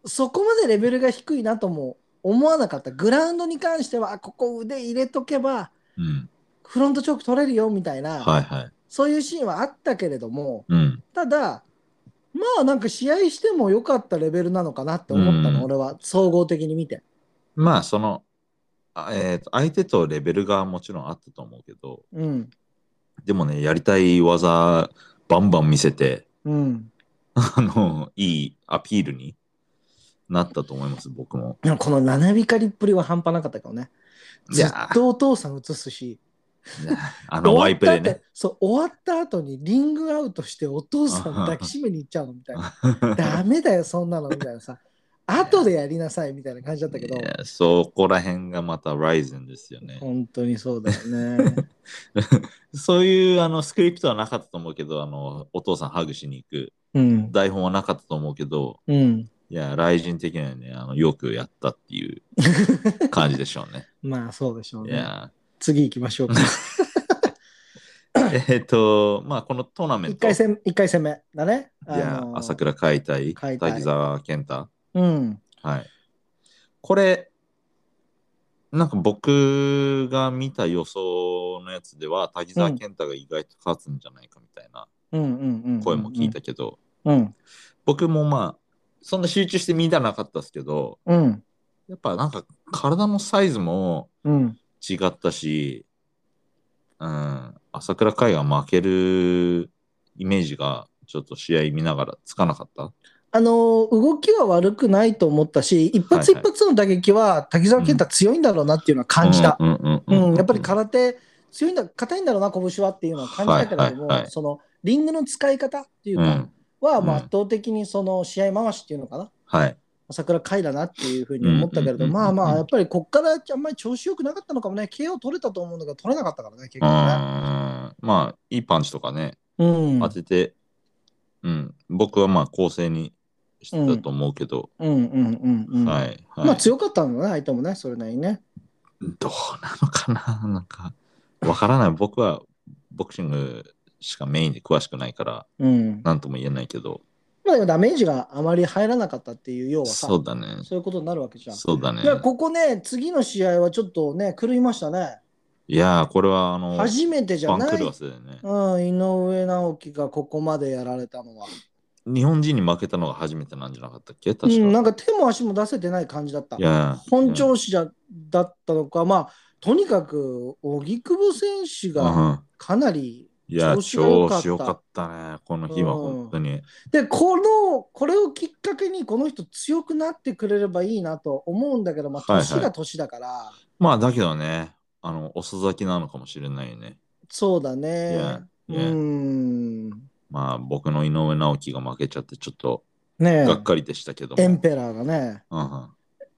Speaker 4: そこまでレベルが低いなとも思わなかった。グラウンドに関しては、あここ腕入れとけば、
Speaker 1: うん。
Speaker 4: フロントチョーク取れるよみたいな、
Speaker 1: はいはい。
Speaker 4: そういうシーンはあったけれども、
Speaker 1: うん。
Speaker 4: ただ、まあなんか試合しても良かったレベルなのかなって思ったの、
Speaker 1: うん
Speaker 4: 俺は総合的に見て。
Speaker 1: まあ、その、あえーと相手とレベルがもちろんあったと思うけど、
Speaker 2: うん。
Speaker 1: でもね、やりたい技、バンバン見せて、
Speaker 2: うん。
Speaker 1: あの、いいアピールになったと思います、僕も。
Speaker 2: でもこの七光りっぷりは半端なかったけどね。
Speaker 1: い
Speaker 2: ずっ
Speaker 1: や
Speaker 2: とお父さん映すし、
Speaker 1: あのワイプでね。
Speaker 2: 終わった後そう、終わった後にリングアウトしてお父さん抱きしめに行っちゃうのみたいな。 ダメだよ、そんなのみたいなさ。後でやりなさいみたいな感じだったけ ど
Speaker 1: い、やそこら辺がまた Ryzen ですよね。
Speaker 2: 本当にそうだよね。
Speaker 1: そういうあのスクリプトはなかったと思うけど、あのお父さんハグしに行く
Speaker 2: うん。
Speaker 1: 台本はなかったと思うけど、
Speaker 2: うん。
Speaker 1: いや、Ryzen 的にはねあの、よくやったっていう 感じでしょうね。
Speaker 2: まあそうでしょう
Speaker 1: い
Speaker 2: ね。
Speaker 1: や、
Speaker 2: 次行きましょうか。
Speaker 1: えっ、と、まあ、このトーナメン
Speaker 2: 一
Speaker 1: ト、
Speaker 2: 回
Speaker 1: い
Speaker 2: 戦、一回戦目だね。
Speaker 1: や
Speaker 2: あの、ー
Speaker 1: 朝倉解体、
Speaker 2: 解体
Speaker 1: 滝沢健太。
Speaker 2: うん。
Speaker 1: はい。これ、なんか僕が見た予想のやつでは、滝沢健太が意外と勝つんじゃないかみたいな
Speaker 2: うんうんうんうんうん。
Speaker 1: 声も聞いたけど、
Speaker 2: うん。
Speaker 1: 僕もまあ、そんな集中して見たなかったですけど、
Speaker 2: うん。
Speaker 1: やっぱなんか体のサイズも
Speaker 2: うん。
Speaker 1: 違ったし、うん、朝倉海が負けるイメージがちょっと試合見ながらつかなかった。
Speaker 2: あのー動きは悪くないと思ったし、一発
Speaker 1: は
Speaker 2: 一
Speaker 1: いはい
Speaker 2: 発の打撃は滝沢健太強いんだろうなっていうのは感じた。
Speaker 1: うんうん
Speaker 2: う
Speaker 1: うんん、
Speaker 2: やっぱり空手強いんだ、硬いんだろうな、拳はっていうのは感じたけれど
Speaker 1: は
Speaker 2: も、
Speaker 1: いはいはい
Speaker 2: そのリングの使い方ってい
Speaker 1: う
Speaker 2: うか
Speaker 1: ん、
Speaker 2: は、
Speaker 1: うん
Speaker 2: まあ、圧倒的にその試合回しっていうのかな、
Speaker 1: はい。
Speaker 2: 朝倉海だなっていうふうに思ったけれど、
Speaker 1: うんうんうん
Speaker 2: まあ
Speaker 1: うん
Speaker 2: まあ、やっぱりこっからあんまり調子よくなかったのかもね、KO 取れたと思うんだけど、取れなかったからね、結
Speaker 1: う
Speaker 2: 局
Speaker 1: ん
Speaker 2: ね。
Speaker 1: まあ、いいパンチとかね、
Speaker 2: うん。
Speaker 1: 当てて、うん、僕はまあ、構成にしてたと思うけど、
Speaker 2: うんうんうんうん。
Speaker 1: はい、はい。
Speaker 2: まあ、強かったんだね、相手もね、それなりにね。
Speaker 1: どうなのかななんか、わからない。僕はボクシングしかメインで詳しくないから、
Speaker 2: うん。
Speaker 1: なんとも言えないけど、
Speaker 2: まあ、でもダメージがあまり入らなかったっていう、要はさ、
Speaker 1: そうだね。
Speaker 2: そういうことになるわけじゃん。
Speaker 1: そうだね
Speaker 2: だ。からここね、次の試合はちょっとね、狂いましたね。
Speaker 1: いやー、これはあの、
Speaker 2: 初めてじゃ
Speaker 1: バン
Speaker 2: な
Speaker 1: ク
Speaker 2: い
Speaker 1: ルワ。スだよね。
Speaker 2: うん、井上直樹がここまでやられたのは。
Speaker 1: 日本人に負けたのが初めてなんじゃなかったっけ
Speaker 2: う
Speaker 1: 確か。
Speaker 2: ん、なん
Speaker 1: か
Speaker 2: か手も足も出せてない感じだった
Speaker 1: い。やー
Speaker 2: 本調子じゃだったのか、まあ、とにかく荻窪選手
Speaker 1: うん
Speaker 2: が
Speaker 1: うん
Speaker 2: かなり、
Speaker 1: いやー、調
Speaker 2: 調子
Speaker 1: 子
Speaker 2: 良
Speaker 1: 良
Speaker 2: か
Speaker 1: か
Speaker 2: っ
Speaker 1: ったね。この日は本当に。
Speaker 2: で、この、これをきっかけに、この人強くなってくれればいいなと思うんだけど、まあ、
Speaker 1: はいはい
Speaker 2: 年が年だから、
Speaker 1: まあ、だけどね、あの、遅咲きなのかもしれないよね。
Speaker 2: そうだ
Speaker 1: いや
Speaker 2: ね。
Speaker 1: ー、
Speaker 2: う
Speaker 1: いやー
Speaker 2: ん。
Speaker 1: まあ、僕の井上直樹が負けちゃって、ちょっと
Speaker 2: ね
Speaker 1: がっかりでしたけども。
Speaker 2: え、エンペラーがね、
Speaker 1: うんうん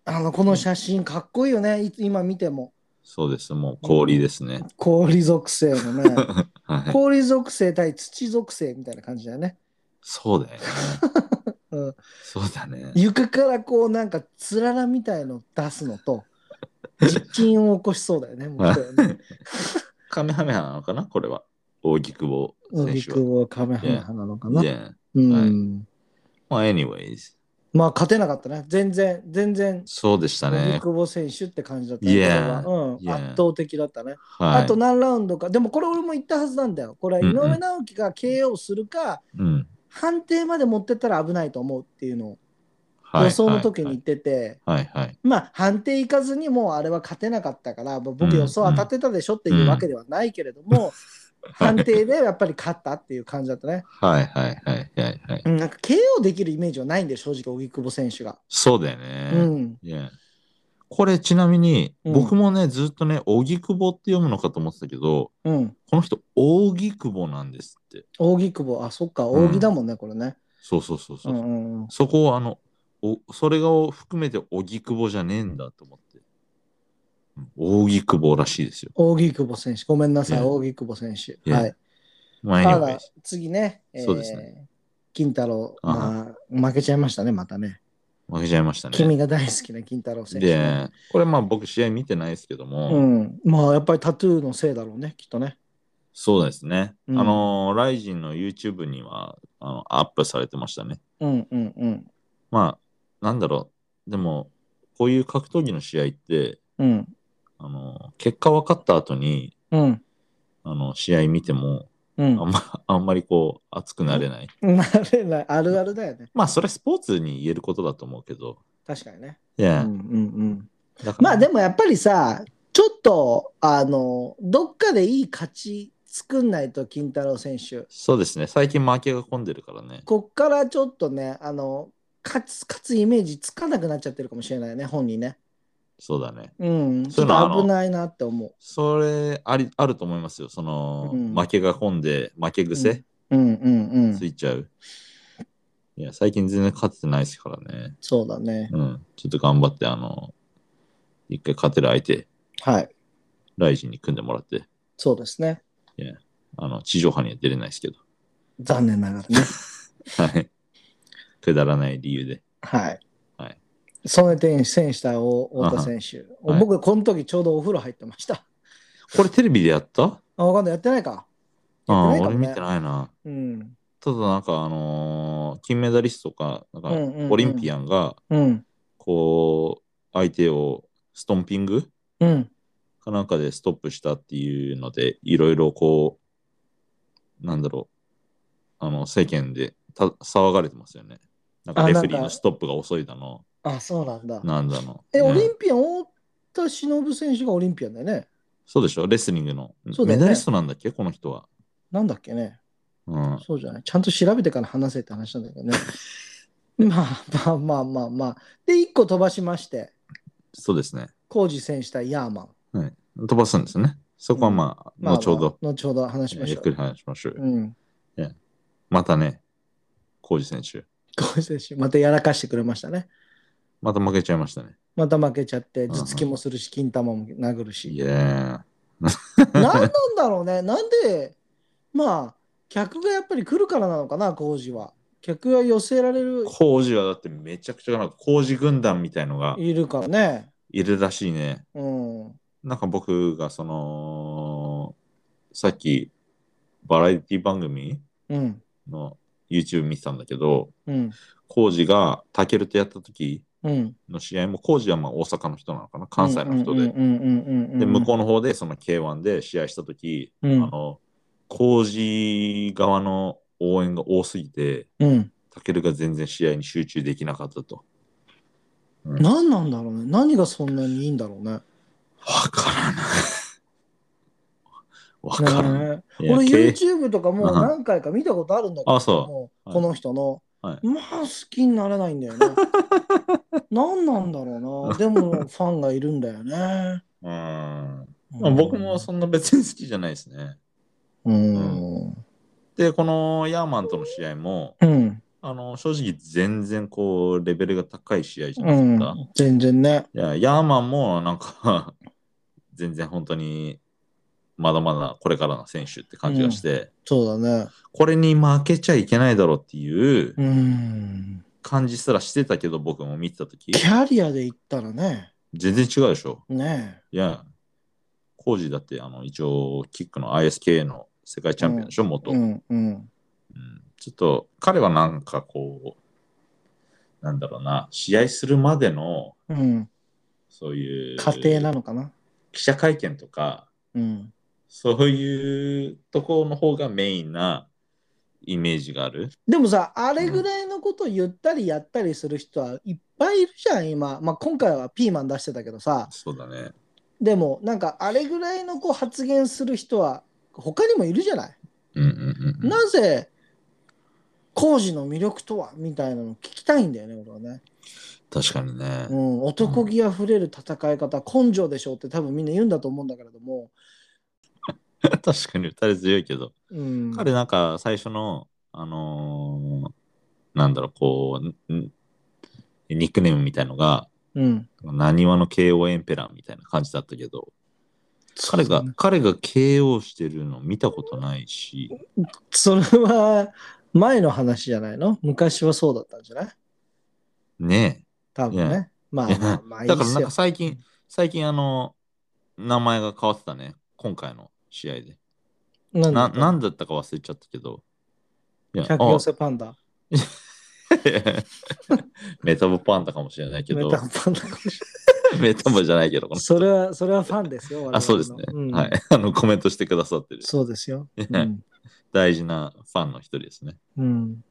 Speaker 2: あの、この写真かっこいいよね、い今見ても。
Speaker 1: そうです、もう氷ですね。
Speaker 2: 氷属性のね。
Speaker 1: はい、
Speaker 2: 氷属性対土属性みたいな感じだよね。
Speaker 1: そうだよね。
Speaker 2: うん、
Speaker 1: そうだね。
Speaker 2: 床からこうなんかつららみたいの出す のと実験を起こしそうだよね。もう一人ね
Speaker 1: カメハメハなのかな、これは。大木久保選
Speaker 2: 荻
Speaker 1: 手は。
Speaker 2: 窪はカメハメハなのかな。
Speaker 1: Yeah.
Speaker 2: うん
Speaker 1: まあ、anyways。
Speaker 2: まあ勝てなかったね。全然全然
Speaker 1: そうでした
Speaker 2: 荻
Speaker 1: ね。
Speaker 2: 窪選手って感じだったね。
Speaker 1: Yeah.
Speaker 2: これはうん
Speaker 1: Yeah.
Speaker 2: 圧倒的だったね。
Speaker 1: はい。
Speaker 2: あと何ラウンドか。でもこれ俺も言ったはずなんだよ。これは井上直樹が KO するか、
Speaker 1: うん。
Speaker 2: 判定まで持ってったら危ないと思うっていうのを
Speaker 1: はい
Speaker 2: 予想の時に
Speaker 1: は
Speaker 2: 言っ
Speaker 1: い
Speaker 2: てて。
Speaker 1: はいはい。
Speaker 2: まあ、判定いかずにもうあれは勝てなかったから、まあ
Speaker 1: う
Speaker 2: 僕
Speaker 1: ん
Speaker 2: 予想当たってたでしょっていうわけではないけれど も、判定でやっぱり勝ったっていう感じだったね。
Speaker 1: はいはいはいはいはい。
Speaker 2: うんなんか KO できるイメージはないんで、正直、荻窪選手が。
Speaker 1: そうだよ
Speaker 2: う
Speaker 1: ね。
Speaker 2: ん。
Speaker 1: Yeah. これちなみに、
Speaker 2: うん
Speaker 1: 僕もね、ずっとね、荻窪って読むのかと思ってたけど、
Speaker 2: うん。
Speaker 1: この人、荻窪なんですって。
Speaker 2: 荻窪、あ、そっか、扇だもんね、これね。
Speaker 1: そうそうそうそうう。
Speaker 2: んうんうん。
Speaker 1: そこをあの、おそれを含めて荻窪じゃねえんだと思って。うん荻窪らしいですよ。
Speaker 2: 荻窪選手、ごめんなさい、
Speaker 1: Yeah.
Speaker 2: 荻窪選手。
Speaker 1: Yeah.
Speaker 2: はい。
Speaker 1: まあ、
Speaker 2: ただ
Speaker 1: anyways、
Speaker 2: 次ね、えー
Speaker 1: そうですね
Speaker 2: 金太郎、まあ、負けちゃいましたね、またね。
Speaker 1: 負けちゃいましたね。
Speaker 2: 君が大好きな金太郎選手ね。
Speaker 1: で、これまあ僕試合見てないですけども、
Speaker 2: うん。まあ、やっぱりタトゥーのせいだろうね、きっとね。
Speaker 1: そうですね。
Speaker 2: うん
Speaker 1: あの、ライジンの YouTube にはあのアップされてましたね。
Speaker 2: うんうんうん。
Speaker 1: まあ、なんだろう。でも、こういう格闘技の試合って、
Speaker 2: うん。
Speaker 1: あの、結果分かった後に、
Speaker 2: うん。
Speaker 1: あの、試合見ても、
Speaker 2: うん
Speaker 1: あんま、あんまりこう、熱くなれない。
Speaker 2: なれない。あるあるだよね。
Speaker 1: まあ、それはスポーツに言えることだと思うけど、
Speaker 2: 確かにね。
Speaker 1: いうや
Speaker 2: んうんうん。
Speaker 1: だから
Speaker 2: まあでもやっぱりさ、ちょっと、あの、どっかでいい勝ち作んないと、金太郎選手。
Speaker 1: そうですね。最近負けが込んでるからね。
Speaker 2: こっからちょっとね、あの、勝つ、勝つイメージつかなくなっちゃってるかもしれないね、本人ね。
Speaker 1: そうだね。
Speaker 2: うん。ち
Speaker 1: そ
Speaker 2: ょ
Speaker 1: うい
Speaker 2: っ
Speaker 1: うのあの
Speaker 2: と危ないなって思
Speaker 1: それあり、あると思いますよ。その、
Speaker 2: うん
Speaker 1: 負けが込んで、負け癖、
Speaker 2: う。うんうんうん
Speaker 1: つ。いちゃう。いや、最近全然勝ってないですからね。
Speaker 2: そうだね。
Speaker 1: うん。ちょっと頑張って、あの、一回勝てる相手、
Speaker 2: はい。
Speaker 1: ライジンに組んでもらって、
Speaker 2: そうですね。
Speaker 1: あの、地上波には出れないですけど。
Speaker 2: 残念な がらね。
Speaker 1: はい。くだらない理由で。
Speaker 2: はい。
Speaker 1: はい。
Speaker 2: ソネテン選手対大太田選手。
Speaker 1: はい
Speaker 2: 僕、この時ちょうどお風呂入ってました。
Speaker 1: これテレビでやった
Speaker 2: あ、わかんない。やってないか。
Speaker 1: う
Speaker 2: や
Speaker 1: ん、
Speaker 2: ってないかもね
Speaker 1: 俺見てないな。
Speaker 2: うん。
Speaker 1: ただなんかあのー金メダリストか、なんか
Speaker 2: うんうんうん
Speaker 1: オリンピアンが、
Speaker 2: うん。
Speaker 1: こう、相手をストンピング
Speaker 2: うん。
Speaker 1: かなんかでストップしたっていうので、いろいろこう、なんだろう、あの、世間でた騒がれてますよね。なんか
Speaker 2: あ
Speaker 1: レフェリー
Speaker 2: なん
Speaker 1: の
Speaker 2: か
Speaker 1: ストップが遅いだの、
Speaker 2: あ、そうなんだ。
Speaker 1: なんだの。
Speaker 2: え、
Speaker 1: ね
Speaker 2: オリンピアン、太田忍選手がオリンピアンだよね。
Speaker 1: そうでしょレスリングの。
Speaker 2: そうだ
Speaker 1: メ
Speaker 2: よね
Speaker 1: ダリストなんだっけこの人は。
Speaker 2: なんだっけね。
Speaker 1: うん。
Speaker 2: そうじゃない。ちゃんと調べてから話せって話なんだけどね。 まあまあまあまあまあ。で、1個飛ばしまして、
Speaker 1: そうですね。
Speaker 2: コージ選手対ヤーマン。
Speaker 1: 飛ばすんですね。そこはまあ、
Speaker 2: まあまあ
Speaker 1: 後ほど、
Speaker 2: 後ほど話しまし
Speaker 1: ゆっ
Speaker 2: ょ
Speaker 1: く
Speaker 2: う。
Speaker 1: り話しましょう。
Speaker 2: うん。
Speaker 1: またね、浩二選手、
Speaker 2: コージ選手、またやらかしてくれましたね。
Speaker 1: また負けちゃいましたね。
Speaker 2: また負けちゃって、
Speaker 1: ん
Speaker 2: 頭突きもするし、金玉も殴る
Speaker 1: い
Speaker 2: し。
Speaker 1: やー、
Speaker 2: 何なんだろうね。なんで、まあ、客がやっぱり来るからなのかな、工事は。客が寄せられる、
Speaker 1: 浩二はだってめちゃくちゃなんか浩二軍団みたいのが
Speaker 2: いるからね。
Speaker 1: いるらしいね。
Speaker 2: うん。
Speaker 1: なんか僕がその、さっきバラエティ番組
Speaker 2: うん。
Speaker 1: の YouTube 見てたんだけど、
Speaker 2: うん。
Speaker 1: 浩二がタケルとやった時
Speaker 2: うん。
Speaker 1: の試合も浩二はまあ大阪の人なのかな、関西の人で。で、
Speaker 2: で
Speaker 1: 向こうの方でその K1 で試合した時、
Speaker 2: う
Speaker 1: あ
Speaker 2: ん。
Speaker 1: の、工事側の応援が多すぎて、
Speaker 2: うん。
Speaker 1: タケルが全然試合に集中できなかったと。
Speaker 2: 何なんだろうね。何がそんなにいいんだろうね。
Speaker 1: わからない。 わからない。
Speaker 2: ね
Speaker 1: いや
Speaker 2: 俺
Speaker 1: け
Speaker 2: YouTube とかもう何回か見たことあるんだけど、
Speaker 1: あそう
Speaker 2: もう
Speaker 1: はい
Speaker 2: この人の、
Speaker 1: はい
Speaker 2: まあ好きになれないんだ よね。何なんだろうな。でもファンがいるんだよね。
Speaker 1: うんまあ僕もそんな別に好きじゃないですね。
Speaker 2: うん。うん。
Speaker 1: で、このヤーマンとの試合も、
Speaker 2: うん。
Speaker 1: あの正直全然こう、レベルが高い試合じゃないですか。
Speaker 2: 全然ね。
Speaker 1: いや、ヤーマンもなんか、 全然本当に、まだまだこれからの選手って感じがして、
Speaker 2: そうだね。
Speaker 1: これに負けちゃいけないだろうっていう
Speaker 2: うん。
Speaker 1: 感じすらしてたけど、僕も見てたとき
Speaker 2: キ、ャリアで言ったらね。
Speaker 1: 全然違うでしょ。
Speaker 2: ね
Speaker 1: いや、コージだって、あの、一応、キックの ISK の世界チャンピオンでしょ、元、
Speaker 2: う
Speaker 1: うん
Speaker 2: んうん。
Speaker 1: ちょっと、彼はなんかこう、なんだろうな、試合するまでの、
Speaker 2: うん。
Speaker 1: そういう、
Speaker 2: 家庭なのかな。
Speaker 1: 記者会見とか、
Speaker 2: うん。
Speaker 1: そういうところの方がメインなイメージがある。
Speaker 2: でもさ、あれぐらいのことを言ったりやったりする人はいっぱいいるじゃん、今。まあ、今回はピーマン出してたけどさ、
Speaker 1: そうだね。
Speaker 2: でも、なんか、あれぐらいのこう発言する人は、他にもいるじゃない。
Speaker 1: うんうんうんうん。
Speaker 2: なぜ、工事の魅力とはみたいなの聞きたいんだよね、俺はね。
Speaker 1: 確かにね。
Speaker 2: うん、男気あふれる戦い方、根性でしょうって多分みんな言うんだと思うんだけれども、
Speaker 1: 確かに打たれ強いけど、
Speaker 2: うん、
Speaker 1: 彼なんか最初の、あのーなんだろう、こう、んんニックネームみたいのが、
Speaker 2: うん、
Speaker 1: なにわの KO エンペラーみたいな感じだったけど、彼が、
Speaker 2: そうね
Speaker 1: 彼が KO してるの見たことないし、
Speaker 2: それは前の話じゃないの昔はそうだったんじゃない
Speaker 1: ね
Speaker 2: 多分
Speaker 1: い
Speaker 2: ね。まあ
Speaker 1: え。
Speaker 2: まあまあいい
Speaker 1: だ
Speaker 2: っ
Speaker 1: から
Speaker 2: す
Speaker 1: なん
Speaker 2: よ
Speaker 1: か。最近、最近あの、名前が変わってたね、今回の試合で。
Speaker 2: なん
Speaker 1: な、
Speaker 2: だ
Speaker 1: なんだったか忘れちゃったけど。いや、
Speaker 2: 客寄せパンダ。
Speaker 1: あ メタボパンダかもしれないけ
Speaker 2: メ
Speaker 1: ど
Speaker 2: タ、ボパンダかもしれ
Speaker 1: メタボじゃないけど、こ
Speaker 2: ない
Speaker 1: の
Speaker 2: それは、それはファンですよ。我々の
Speaker 1: あ、そうですね。
Speaker 2: ん
Speaker 1: はい。 あの、コメントしてくださってる。
Speaker 2: そうですよ。
Speaker 1: ね
Speaker 2: うん
Speaker 1: 大事なファンの一人ですね。
Speaker 2: うん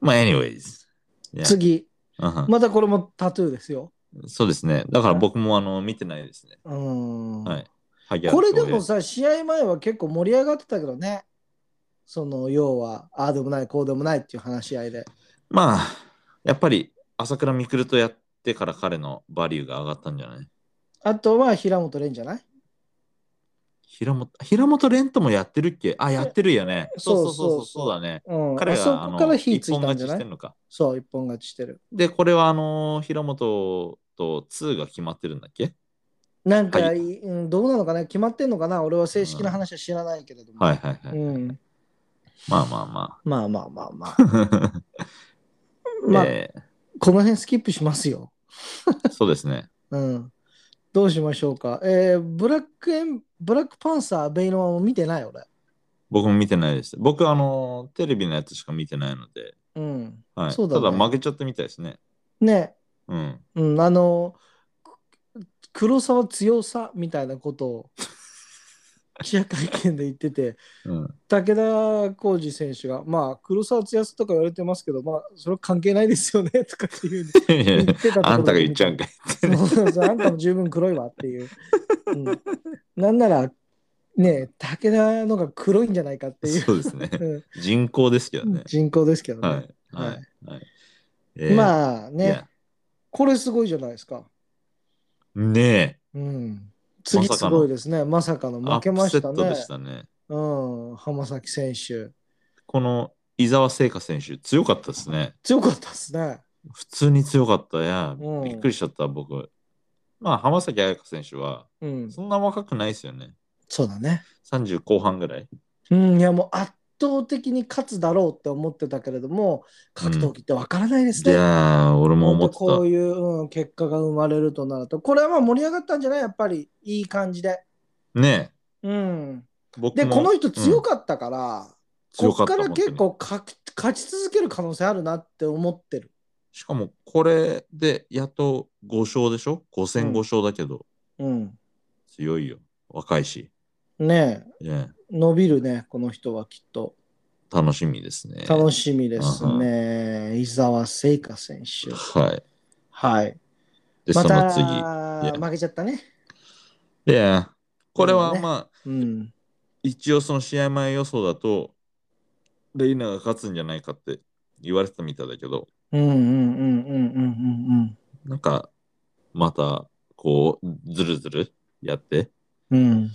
Speaker 1: まあ、anyways.
Speaker 2: 次、
Speaker 1: うんうん
Speaker 2: またこれもタトゥーですよ。
Speaker 1: そうですね。だから僕もあの見てないですね。
Speaker 2: うん
Speaker 1: はい萩原
Speaker 2: これでも
Speaker 1: 恭平
Speaker 2: さ、試合前は結構盛り上がってたけどね。その要は、ああでもない、こうでもないっていう話し合いで。
Speaker 1: まあ、やっぱり朝倉未来とやってから彼のバリューが上がったんじゃない
Speaker 2: あとは平本蓮じゃない
Speaker 1: 平本平本蓮ともやってるっけあ、やってるよね。
Speaker 2: そう
Speaker 1: そうそう
Speaker 2: そうそう
Speaker 1: そうだね。
Speaker 2: うん、
Speaker 1: 彼
Speaker 2: あ
Speaker 1: が
Speaker 2: そ
Speaker 1: あ
Speaker 2: こ
Speaker 1: の
Speaker 2: から火つ
Speaker 1: 一
Speaker 2: い
Speaker 1: 本
Speaker 2: たん
Speaker 1: 勝
Speaker 2: じ
Speaker 1: ち
Speaker 2: ゃ
Speaker 1: し
Speaker 2: な
Speaker 1: て
Speaker 2: い
Speaker 1: るのか。
Speaker 2: そう、一本勝ちしてる。
Speaker 1: で、これはあの平本と2が決まってるんだっけ
Speaker 2: なんか、
Speaker 1: はい
Speaker 2: うん、どうなのかな決まってんのかな俺は正式な話は知らないけれども。
Speaker 1: はいはいはい。
Speaker 2: うん、
Speaker 1: まあまあま
Speaker 2: まあまあまあまあ。
Speaker 1: あ。
Speaker 2: まあ、
Speaker 1: えー
Speaker 2: この辺スキップしますよ。
Speaker 1: そうですね。
Speaker 2: うん。どうしましょうか。えーブラックエン、ブラックパンサー、ベイノアも見てない俺。
Speaker 1: 僕も見てないです。僕、あのテレビのやつしか見てないので、
Speaker 2: うん。
Speaker 1: はい
Speaker 2: そうだ
Speaker 1: た
Speaker 2: ね
Speaker 1: だ負けちゃったみたいですね。
Speaker 2: ね、
Speaker 1: うん。
Speaker 2: うん、あの、く黒沢強さみたいなことを 記者会見で言ってて、
Speaker 1: うん、
Speaker 2: 武田浩二選手が、まあ、黒沢強さとか言われてますけど、まあ、それは関係ないですよねとかっていう言ってたところ
Speaker 1: あんたが言っちゃうん
Speaker 2: か
Speaker 1: かい。
Speaker 2: そうそうあんたも十分黒いわっていう。 うん、なんなら、ね、武田のが黒いんじゃないか っていう。
Speaker 1: そうですね。
Speaker 2: うん
Speaker 1: 人口ですけどね。
Speaker 2: 人口ですけどね。
Speaker 1: はい。はい。はいえー
Speaker 2: まあね、
Speaker 1: いや
Speaker 2: これすごいじゃないですか。
Speaker 1: ね
Speaker 2: うん、
Speaker 1: ま
Speaker 2: 次
Speaker 1: さ
Speaker 2: す
Speaker 1: かの
Speaker 2: ごいですね。まさかの
Speaker 1: え、
Speaker 2: 負けました
Speaker 1: アップセット
Speaker 2: ね
Speaker 1: で。したね。
Speaker 2: うん、浜崎選手。
Speaker 1: この伊沢聖華選手、強かったですね。
Speaker 2: 強かったですね。
Speaker 1: 普通に強かったや、
Speaker 2: うん
Speaker 1: びっくりしちゃった、僕。まあ、浜崎彩香選手は、
Speaker 2: うん、
Speaker 1: そんな若くないですよね。
Speaker 2: そうだね。
Speaker 1: 30後半ぐらい。
Speaker 2: うん、いやもう圧倒的に勝つだろうって思ってたけれども、格闘技ってわからないです
Speaker 1: い
Speaker 2: ね。
Speaker 1: やー、俺も思
Speaker 2: 本
Speaker 1: っ
Speaker 2: 当
Speaker 1: てた。
Speaker 2: こういう、うん結果が生まれるとなると、これはまあ盛り上がったんじゃないやっぱりいい感じで。
Speaker 1: ね
Speaker 2: うん、
Speaker 1: え、僕
Speaker 2: で、
Speaker 1: も
Speaker 2: この人強かったから、
Speaker 1: 強か
Speaker 2: こっ
Speaker 1: った
Speaker 2: から
Speaker 1: 本
Speaker 2: 結
Speaker 1: 当に
Speaker 2: 構か勝ち続ける可能性あるなって思ってる。
Speaker 1: しかも、これでやっと5勝でしょ ?5
Speaker 2: う
Speaker 1: 戦
Speaker 2: ん
Speaker 1: 5勝だけど、
Speaker 2: うん、
Speaker 1: 強いよ。若いし。
Speaker 2: ねえ
Speaker 1: ねえ
Speaker 2: 伸びるね、この人はきっと。
Speaker 1: 楽しみですね。
Speaker 2: 楽しみですね。伊沢聖華選手。
Speaker 1: はい。
Speaker 2: はい。
Speaker 1: で、
Speaker 2: ま
Speaker 1: その次。
Speaker 2: た負けちゃったね。
Speaker 1: いや、これは
Speaker 2: ね
Speaker 1: まあ、
Speaker 2: うん。
Speaker 1: 一応その試合前予想だと、レイナが勝つんじゃないかって言われてたみたいだけど、
Speaker 2: うんうんうんうんうんうん
Speaker 1: なんか、また、こう、ずるずるやって、
Speaker 2: うん。うん。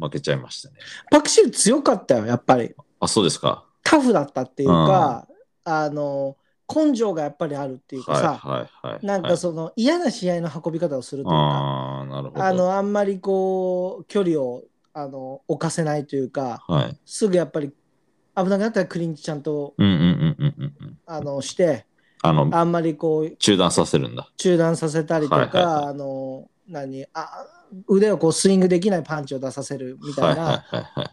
Speaker 1: 負けちゃいましたね。
Speaker 2: パクシル強かったよ、やっぱり。
Speaker 1: あ、そうですか。
Speaker 2: タフだったっていうか、あの、根性がやっぱりあるっていうか
Speaker 1: はい
Speaker 2: さ、
Speaker 1: はいはい。
Speaker 2: なんかその、嫌な試合の運び方をするというか、
Speaker 1: ああー、なるほど。
Speaker 2: あの、あんまりこう、距離を、あの、置かせないというか、
Speaker 1: はい。
Speaker 2: すぐやっぱり危なくなったらクリンチちゃんと、
Speaker 1: うんうんうんうんうんうん。
Speaker 2: あの、して、
Speaker 1: あの、
Speaker 2: あんまりこう、
Speaker 1: 中断させるんだ。
Speaker 2: 中断させたりとか、
Speaker 1: はいはいはい
Speaker 2: あの何あ腕をこうスイングできないパンチを出させるみた
Speaker 1: はいい
Speaker 2: な、
Speaker 1: はいはいはい。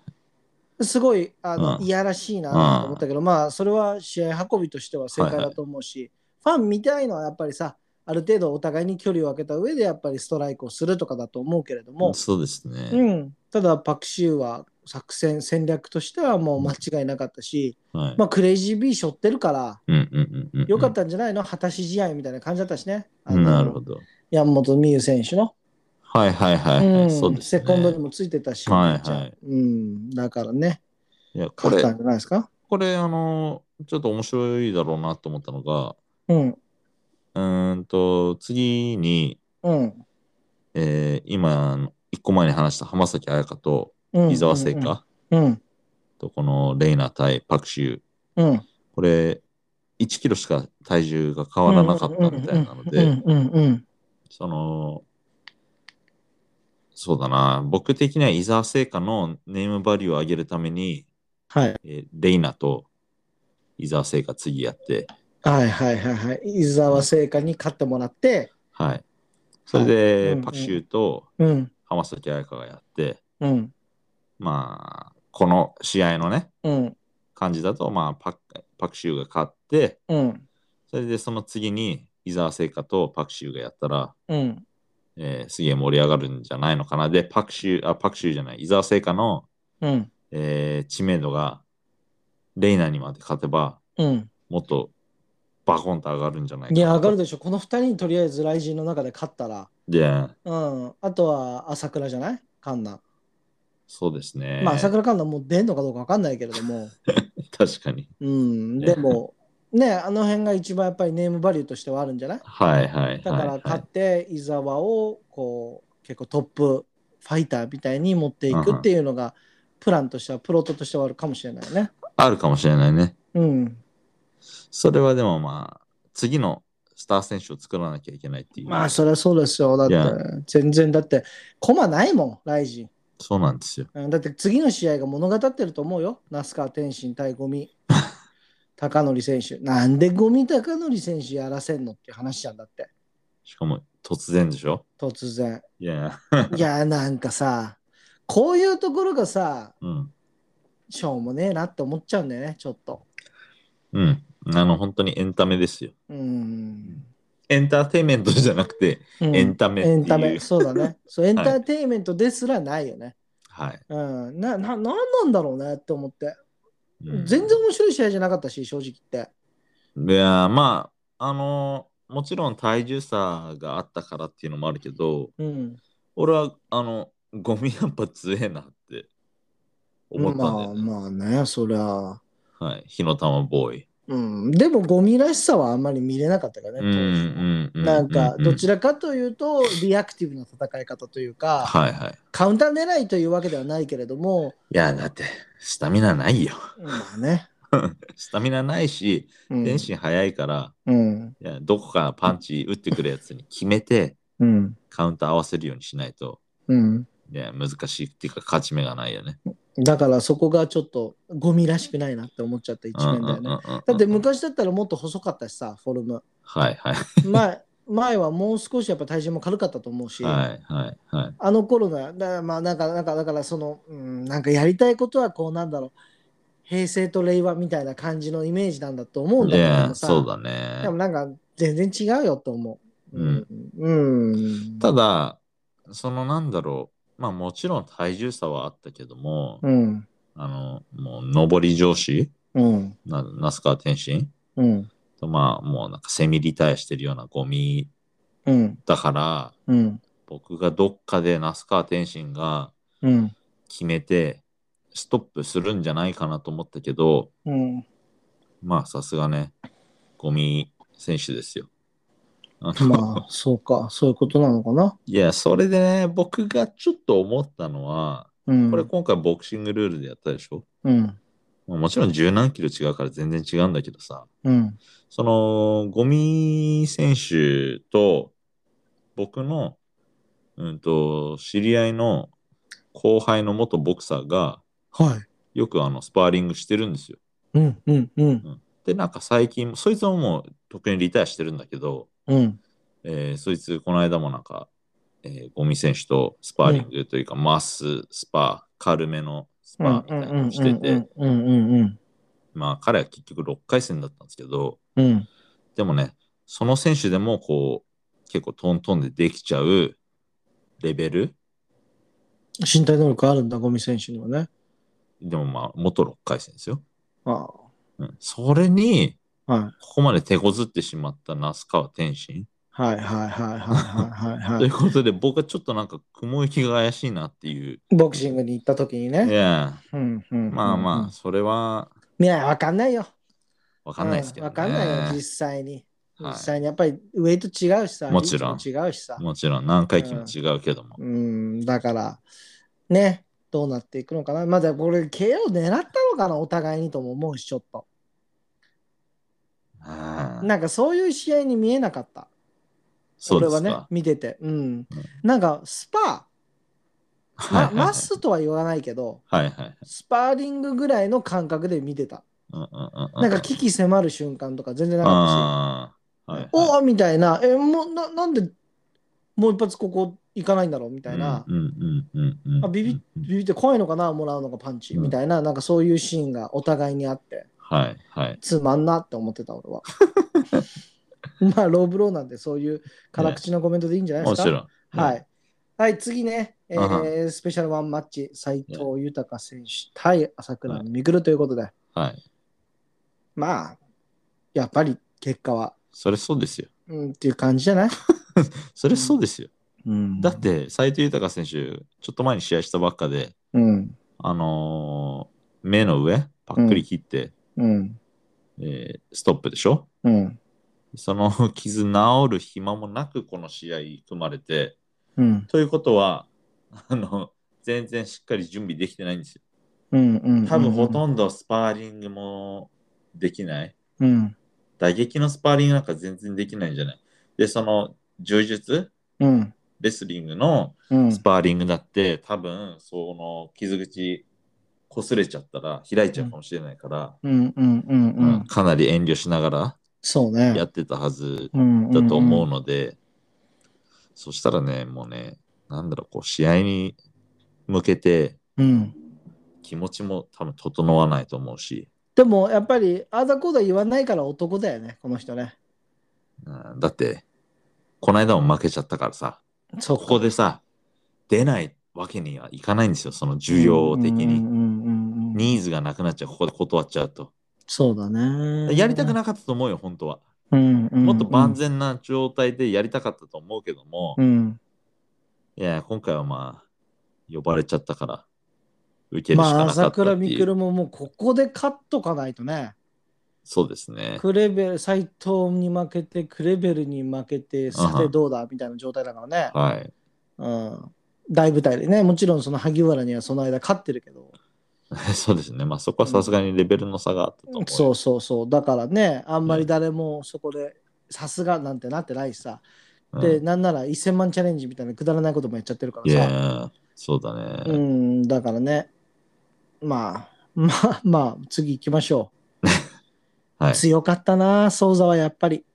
Speaker 2: すごいあの、
Speaker 1: うん
Speaker 2: いやらしいなと思ったけど、まあそれは試合運びとしては正解だと思うし、ファン見たいのはやっぱりさある程度お互いに距離を空けた上でやっぱりストライクをするとかだと思うけれども、
Speaker 1: そうですね。
Speaker 2: うんただパク・シューは作戦戦略としてはもう間違いなかったし、
Speaker 1: はい。
Speaker 2: まあ、クレイジー・ビー背負ってるから
Speaker 1: うんうんうんうん。
Speaker 2: 良かったんじゃないの果たし試合みたいな感じだったしね。あの
Speaker 1: なるほど。
Speaker 2: 山本美優選手の
Speaker 1: はいはいはいはい。そう
Speaker 2: うん、
Speaker 1: です
Speaker 2: セ
Speaker 1: ね。
Speaker 2: コンドにもついてたし、
Speaker 1: はいはい
Speaker 2: じゃあうん、だからね、
Speaker 1: いや、こ
Speaker 2: 勝っ
Speaker 1: れ
Speaker 2: た、んじゃないですか。
Speaker 1: これ、あの、ちょっと面白いだろうなと思ったのが、
Speaker 2: うん、
Speaker 1: うーんと、次に、
Speaker 2: うん、
Speaker 1: えー今、一個前に話した浜崎彩香と
Speaker 2: うん。
Speaker 1: 伊沢聖華
Speaker 2: うん、
Speaker 1: とこのレイナ対パクシュー。
Speaker 2: うん。
Speaker 1: これ、1キロしか体重が変わらなかったみたいなの
Speaker 2: う
Speaker 1: で、
Speaker 2: ん、うん、うん。
Speaker 1: その、そうだな、僕的には伊沢聖華のネームバリューを上げるために、
Speaker 2: はい、
Speaker 1: えーレイナと伊沢聖華次やって、
Speaker 2: はい、はい、はい。はい伊沢聖華に勝ってもらって、
Speaker 1: はい。それで、
Speaker 2: うん
Speaker 1: パクシューと
Speaker 2: うん、
Speaker 1: 浜崎彩香がやって、
Speaker 2: うん、
Speaker 1: まあ、この試合のね、
Speaker 2: うん、
Speaker 1: 感じだと、まあパク、パクシューが勝って、
Speaker 2: うん、
Speaker 1: それでその次に伊沢聖華とパクシューがやったら、
Speaker 2: うん。
Speaker 1: えーすげえ盛り上がるんじゃないのかな。で、パクシュー、あ、パクシューじゃない、伊沢聖華の、
Speaker 2: うん、
Speaker 1: えー知名度がレイナにまで勝てば、
Speaker 2: うん。
Speaker 1: もっとバコンと上がるんじゃないか
Speaker 2: い
Speaker 1: な
Speaker 2: や、上がるでしょ。この二人にとりあえず雷神の中で勝ったら。
Speaker 1: Yeah
Speaker 2: うん。あとは朝倉じゃないカンナ。
Speaker 1: そうですね。
Speaker 2: まあ朝倉カンナもう出んのかどうかわかんないけれど も。
Speaker 1: 確かに。
Speaker 2: うん。でも、ね、あの辺が一番やっぱりネームバリューとしてはあるんじゃない
Speaker 1: はいはいはい。
Speaker 2: だから
Speaker 1: は
Speaker 2: 勝っ
Speaker 1: い、
Speaker 2: て伊沢をこう結構トップファイターみたいに持っていくっていうのがプランとしてはプロットとしてはあるかもしれないね。
Speaker 1: あるかもしれないね。
Speaker 2: うん。
Speaker 1: それはでもまあ、次のスター選手を作らなきゃいけないっていう。
Speaker 2: まあそりゃそうですよ。だっ
Speaker 1: いや
Speaker 2: て全然だってコマないもん、ライジン
Speaker 1: そうなんですよ。
Speaker 2: うんだって次の試合が物語ってると思うよ。那須川天心対ゴ ミ。高則選手。なんでゴミ高則選手やらせんのっていう話じゃんだって。
Speaker 1: しかも突然でしょ
Speaker 2: 突然。
Speaker 1: いや、
Speaker 2: いや、なんかさ、こういうところがさ、
Speaker 1: うん。
Speaker 2: しょうもねえなって思っちゃうんだよね、ちょっと。
Speaker 1: うん。あの、本当にエンタメですよ。
Speaker 2: うん。
Speaker 1: エンターテインメントじゃなくて、エン
Speaker 2: タ
Speaker 1: タメっていう。
Speaker 2: エンタメ。そう だね。そう、エンターテインメントですらないよね。
Speaker 1: はい。
Speaker 2: うん。な、な、なんなんだろうねって思って。
Speaker 1: うん
Speaker 2: 全然面白い試合じゃなかったし、正直言って。
Speaker 1: いや、まあ、あのもちろん体重差があったからっていうのもあるけど、
Speaker 2: うん。
Speaker 1: 俺は、あの、ゴミやっぱ強えなって思ったんだよね。
Speaker 2: まあまあね、そりゃ。
Speaker 1: はい。火の玉ボーイ。
Speaker 2: うん。でも、ゴミらしさはあんまり見れなかったからね。
Speaker 1: うんうん。
Speaker 2: なんか、どち
Speaker 1: ら
Speaker 2: らかというと、リアクティブな戦い方というか、
Speaker 1: はいはい。
Speaker 2: カウンター狙いというわけではないけれども、
Speaker 1: いや、だって、スタミナないよ。
Speaker 2: まあね。
Speaker 1: スタミナないし、
Speaker 2: うん
Speaker 1: 天心早いから、
Speaker 2: うん。
Speaker 1: いやどこかパンチ打ってくるやつに決めて、
Speaker 2: うん。
Speaker 1: カウンター合わせるようにしないと、
Speaker 2: うん。
Speaker 1: いや、難しいっていうか、勝ち目がないよね。
Speaker 2: だからそこがちょっとゴミらしくないなって思っちゃった一面だよ
Speaker 1: うんうんうん
Speaker 2: ね。
Speaker 1: うんうん
Speaker 2: だって、昔だったらもっと細かったしさ、フォルム。
Speaker 1: はいはい。
Speaker 2: 前前はもう少しやっぱ体重も軽かったと思うし、
Speaker 1: はいはいはい。
Speaker 2: あの頃の、だからまあなんか、なんか、だからその、うん、なんかやりたいことはこうなんだろう、平成と令和みたいな感じのイメージなんだと思うんだ
Speaker 1: い
Speaker 2: けど
Speaker 1: や、
Speaker 2: もさ、
Speaker 1: そうだね
Speaker 2: でも。なんか全然違うよと思う。
Speaker 1: うん。
Speaker 2: うん。
Speaker 1: ただ、そのなんだろう、まあもちろん体重差はあったけども、
Speaker 2: うん。
Speaker 1: あの、もう上り上司、
Speaker 2: うん。
Speaker 1: な那須川天心
Speaker 2: うん。
Speaker 1: と、まあもうなんかセミリタイアしてるようなゴミ
Speaker 2: うん。
Speaker 1: だから、
Speaker 2: うん。
Speaker 1: 僕がどっかで那須川天心が
Speaker 2: うん。
Speaker 1: 決めて、ストップするんじゃないかなと思ったけど、
Speaker 2: うん。
Speaker 1: まあさすがね、ゴミ選手ですよ。あの
Speaker 2: まあ、そうか、そういうことなのかな。
Speaker 1: いや、それでね、僕がちょっと思ったのは、
Speaker 2: うん。
Speaker 1: これ今回ボクシングルールでやったでしょ、
Speaker 2: うん。
Speaker 1: まあもちろん十何キロ違うから全然違うんだけどさ、
Speaker 2: うん。
Speaker 1: その、ゴミ選手と、僕の、うんと、知り合いの後輩の元ボクサーが、
Speaker 2: は
Speaker 1: よくあの、スパーリングしてるんですよ。
Speaker 2: い。うんうんうん
Speaker 1: で、なんか最近、そいつももう、特にリタイアしてるんだけど、
Speaker 2: うん
Speaker 1: えーそいつ、この間もなんか、えーゴミ選手とスパーリングというか、マス、スパ、軽めのス
Speaker 2: うん
Speaker 1: パみたいなのしてて、
Speaker 2: うんうんうん
Speaker 1: まあ、彼は結局6回戦だったんですけど、
Speaker 2: うん
Speaker 1: でもね、その選手でも、こう、結構トントンでできちゃうレベル、
Speaker 2: 身体能力あるんだ、ゴミ選手にはね。
Speaker 1: でもまあ、元6回戦ですよ。
Speaker 2: あ
Speaker 1: うん、それに、
Speaker 2: あはい
Speaker 1: ここまで手こずってしまった那須川天心。
Speaker 2: はいはいはいはいはい
Speaker 1: と
Speaker 2: はいいう
Speaker 1: ことで、僕はちょっとなんか雲行きが怪しいなっていう。
Speaker 2: ボクシングに行った時に
Speaker 1: い
Speaker 2: ね。
Speaker 1: や、
Speaker 2: うんうんうんうん
Speaker 1: まあまあ、。それは
Speaker 2: ねわかんないよ。
Speaker 1: わかんないですけど、ね。
Speaker 2: うんわかんないよ、実際に。
Speaker 1: はい
Speaker 2: 実際にやっぱりウェイト違うしさ、
Speaker 1: もちろん
Speaker 2: リーチも違うしさ。
Speaker 1: もちろん何回忌も違うけども。
Speaker 2: うん、だから、ね、どうなっていくのかな。まだこれ、KO 狙ったのかな、お互いにとも思うし、ちょっと。
Speaker 1: ああ
Speaker 2: なんかそういう試合に見えなかった。
Speaker 1: そうで
Speaker 2: 俺は
Speaker 1: す
Speaker 2: ね
Speaker 1: か。、
Speaker 2: 見てて。うん。なんかスパ、
Speaker 1: はい
Speaker 2: ま
Speaker 1: はいはい
Speaker 2: マッスとは言わないけど、
Speaker 1: はいはい。
Speaker 2: スパーリングぐらいの感覚で見てた。
Speaker 1: うんうんうんう
Speaker 2: なんか危機迫る瞬間とか全然なか
Speaker 1: ああ、はいは
Speaker 2: っ
Speaker 1: い
Speaker 2: たし、おおみたいな、え、もうななんでもう一発ここ行かないんだろうみたいな、
Speaker 1: うんうんうんうんうん。
Speaker 2: あビビ
Speaker 1: うん
Speaker 2: ビビって怖いのかな、もらうのがパンチ、
Speaker 1: うん
Speaker 2: みたいな、なんかそういうシーンがお互いにあって、
Speaker 1: はいはい。
Speaker 2: つまんなって思ってた 俺は。まあ、ローブローなんでそういう辛口のコメントでいいんじゃないで
Speaker 1: も
Speaker 2: すか。
Speaker 1: ちろん。
Speaker 2: はい。はい、次ね、え
Speaker 1: あ
Speaker 2: ースペシャルワンマッチ、斎藤豊選手対朝倉未来ということで、
Speaker 1: はい。
Speaker 2: まあ、やっぱり結果は。
Speaker 1: それそうですよ。
Speaker 2: うん、っていう感じじゃない、
Speaker 1: それそうですよ。
Speaker 2: うん、
Speaker 1: だっ、て、斎藤豊選手、ちょっと前に試合したばっかで、
Speaker 2: うん、
Speaker 1: あのー目の上、パックリ切って、
Speaker 2: うん、
Speaker 1: えーストップでしょ
Speaker 2: うん、
Speaker 1: その傷治る暇もなくこの試合組まれて、
Speaker 2: うん、
Speaker 1: ということは、 あの、全然しっかり準備できてないんですよ。
Speaker 2: うん、うん。
Speaker 1: 多分ほとんどスパーリングもできない。
Speaker 2: うん、
Speaker 1: 打撃のスパーリングなんか全然できないんじゃないで、その柔術、
Speaker 2: うん、
Speaker 1: レスリングの
Speaker 2: うん
Speaker 1: ス、パーリングだって、多分その傷口擦れちゃったら開いちゃうかもしれないから、
Speaker 2: うん、うん、うん、う
Speaker 1: うん
Speaker 2: ん。
Speaker 1: かなり遠慮しなが
Speaker 2: そう
Speaker 1: ら
Speaker 2: ね。
Speaker 1: やってたはず
Speaker 2: うん
Speaker 1: だと思う
Speaker 2: の。
Speaker 1: ので、そしたらね、もうね、なんだろう、こう試合に向けて
Speaker 2: うん。
Speaker 1: 気持ちも多分整わないと思うし、
Speaker 2: でも、やっぱり、あーだこーだ言わないから男だよね、この人ね。
Speaker 1: うんだって、この間も負けちゃったからさ、
Speaker 2: そう
Speaker 1: ここでさ、出ないわけにはいかないんですよ、その重要的
Speaker 2: うん
Speaker 1: に。
Speaker 2: うんうんうん
Speaker 1: ニーズがなくなっちゃう、ここで断っちゃうと。
Speaker 2: そうだね。
Speaker 1: やりたくなかったと思うよ、本当は。
Speaker 2: うんうん
Speaker 1: もっと万全な状態でやりたかったと思うけども、
Speaker 2: うん。
Speaker 1: いや、今回はまあ、呼ばれちゃったから、受けるし
Speaker 2: ま
Speaker 1: か
Speaker 2: あ、
Speaker 1: なか
Speaker 2: 朝
Speaker 1: ったって
Speaker 2: 倉
Speaker 1: い
Speaker 2: 未
Speaker 1: う。
Speaker 2: 来ももうここで勝っとかないとね。
Speaker 1: そうですね。
Speaker 2: クレベル、斎藤に負けて、クレベルに負けて、さ
Speaker 1: あ
Speaker 2: て
Speaker 1: は
Speaker 2: どうだみたいな状態だからね。
Speaker 1: はい。
Speaker 2: うん。大舞台でね、もちろんその萩原にはその間勝ってるけど。
Speaker 1: そうですね。まあそこはさすがにレベルの差があったと思う。。
Speaker 2: そううそうそう。だからね、あんまり誰もそこで、さすがなんてなってないしさ。で、なんなら1000万チャレンジみたいなくだらないこともやっちゃってるか
Speaker 1: い
Speaker 2: らさ。
Speaker 1: や、そうだね。
Speaker 2: うん、だからね、まあ、まあ、まあ、次行きましょ
Speaker 1: は
Speaker 2: う。
Speaker 1: い。
Speaker 2: 強かったな、ソ座はやっぱり。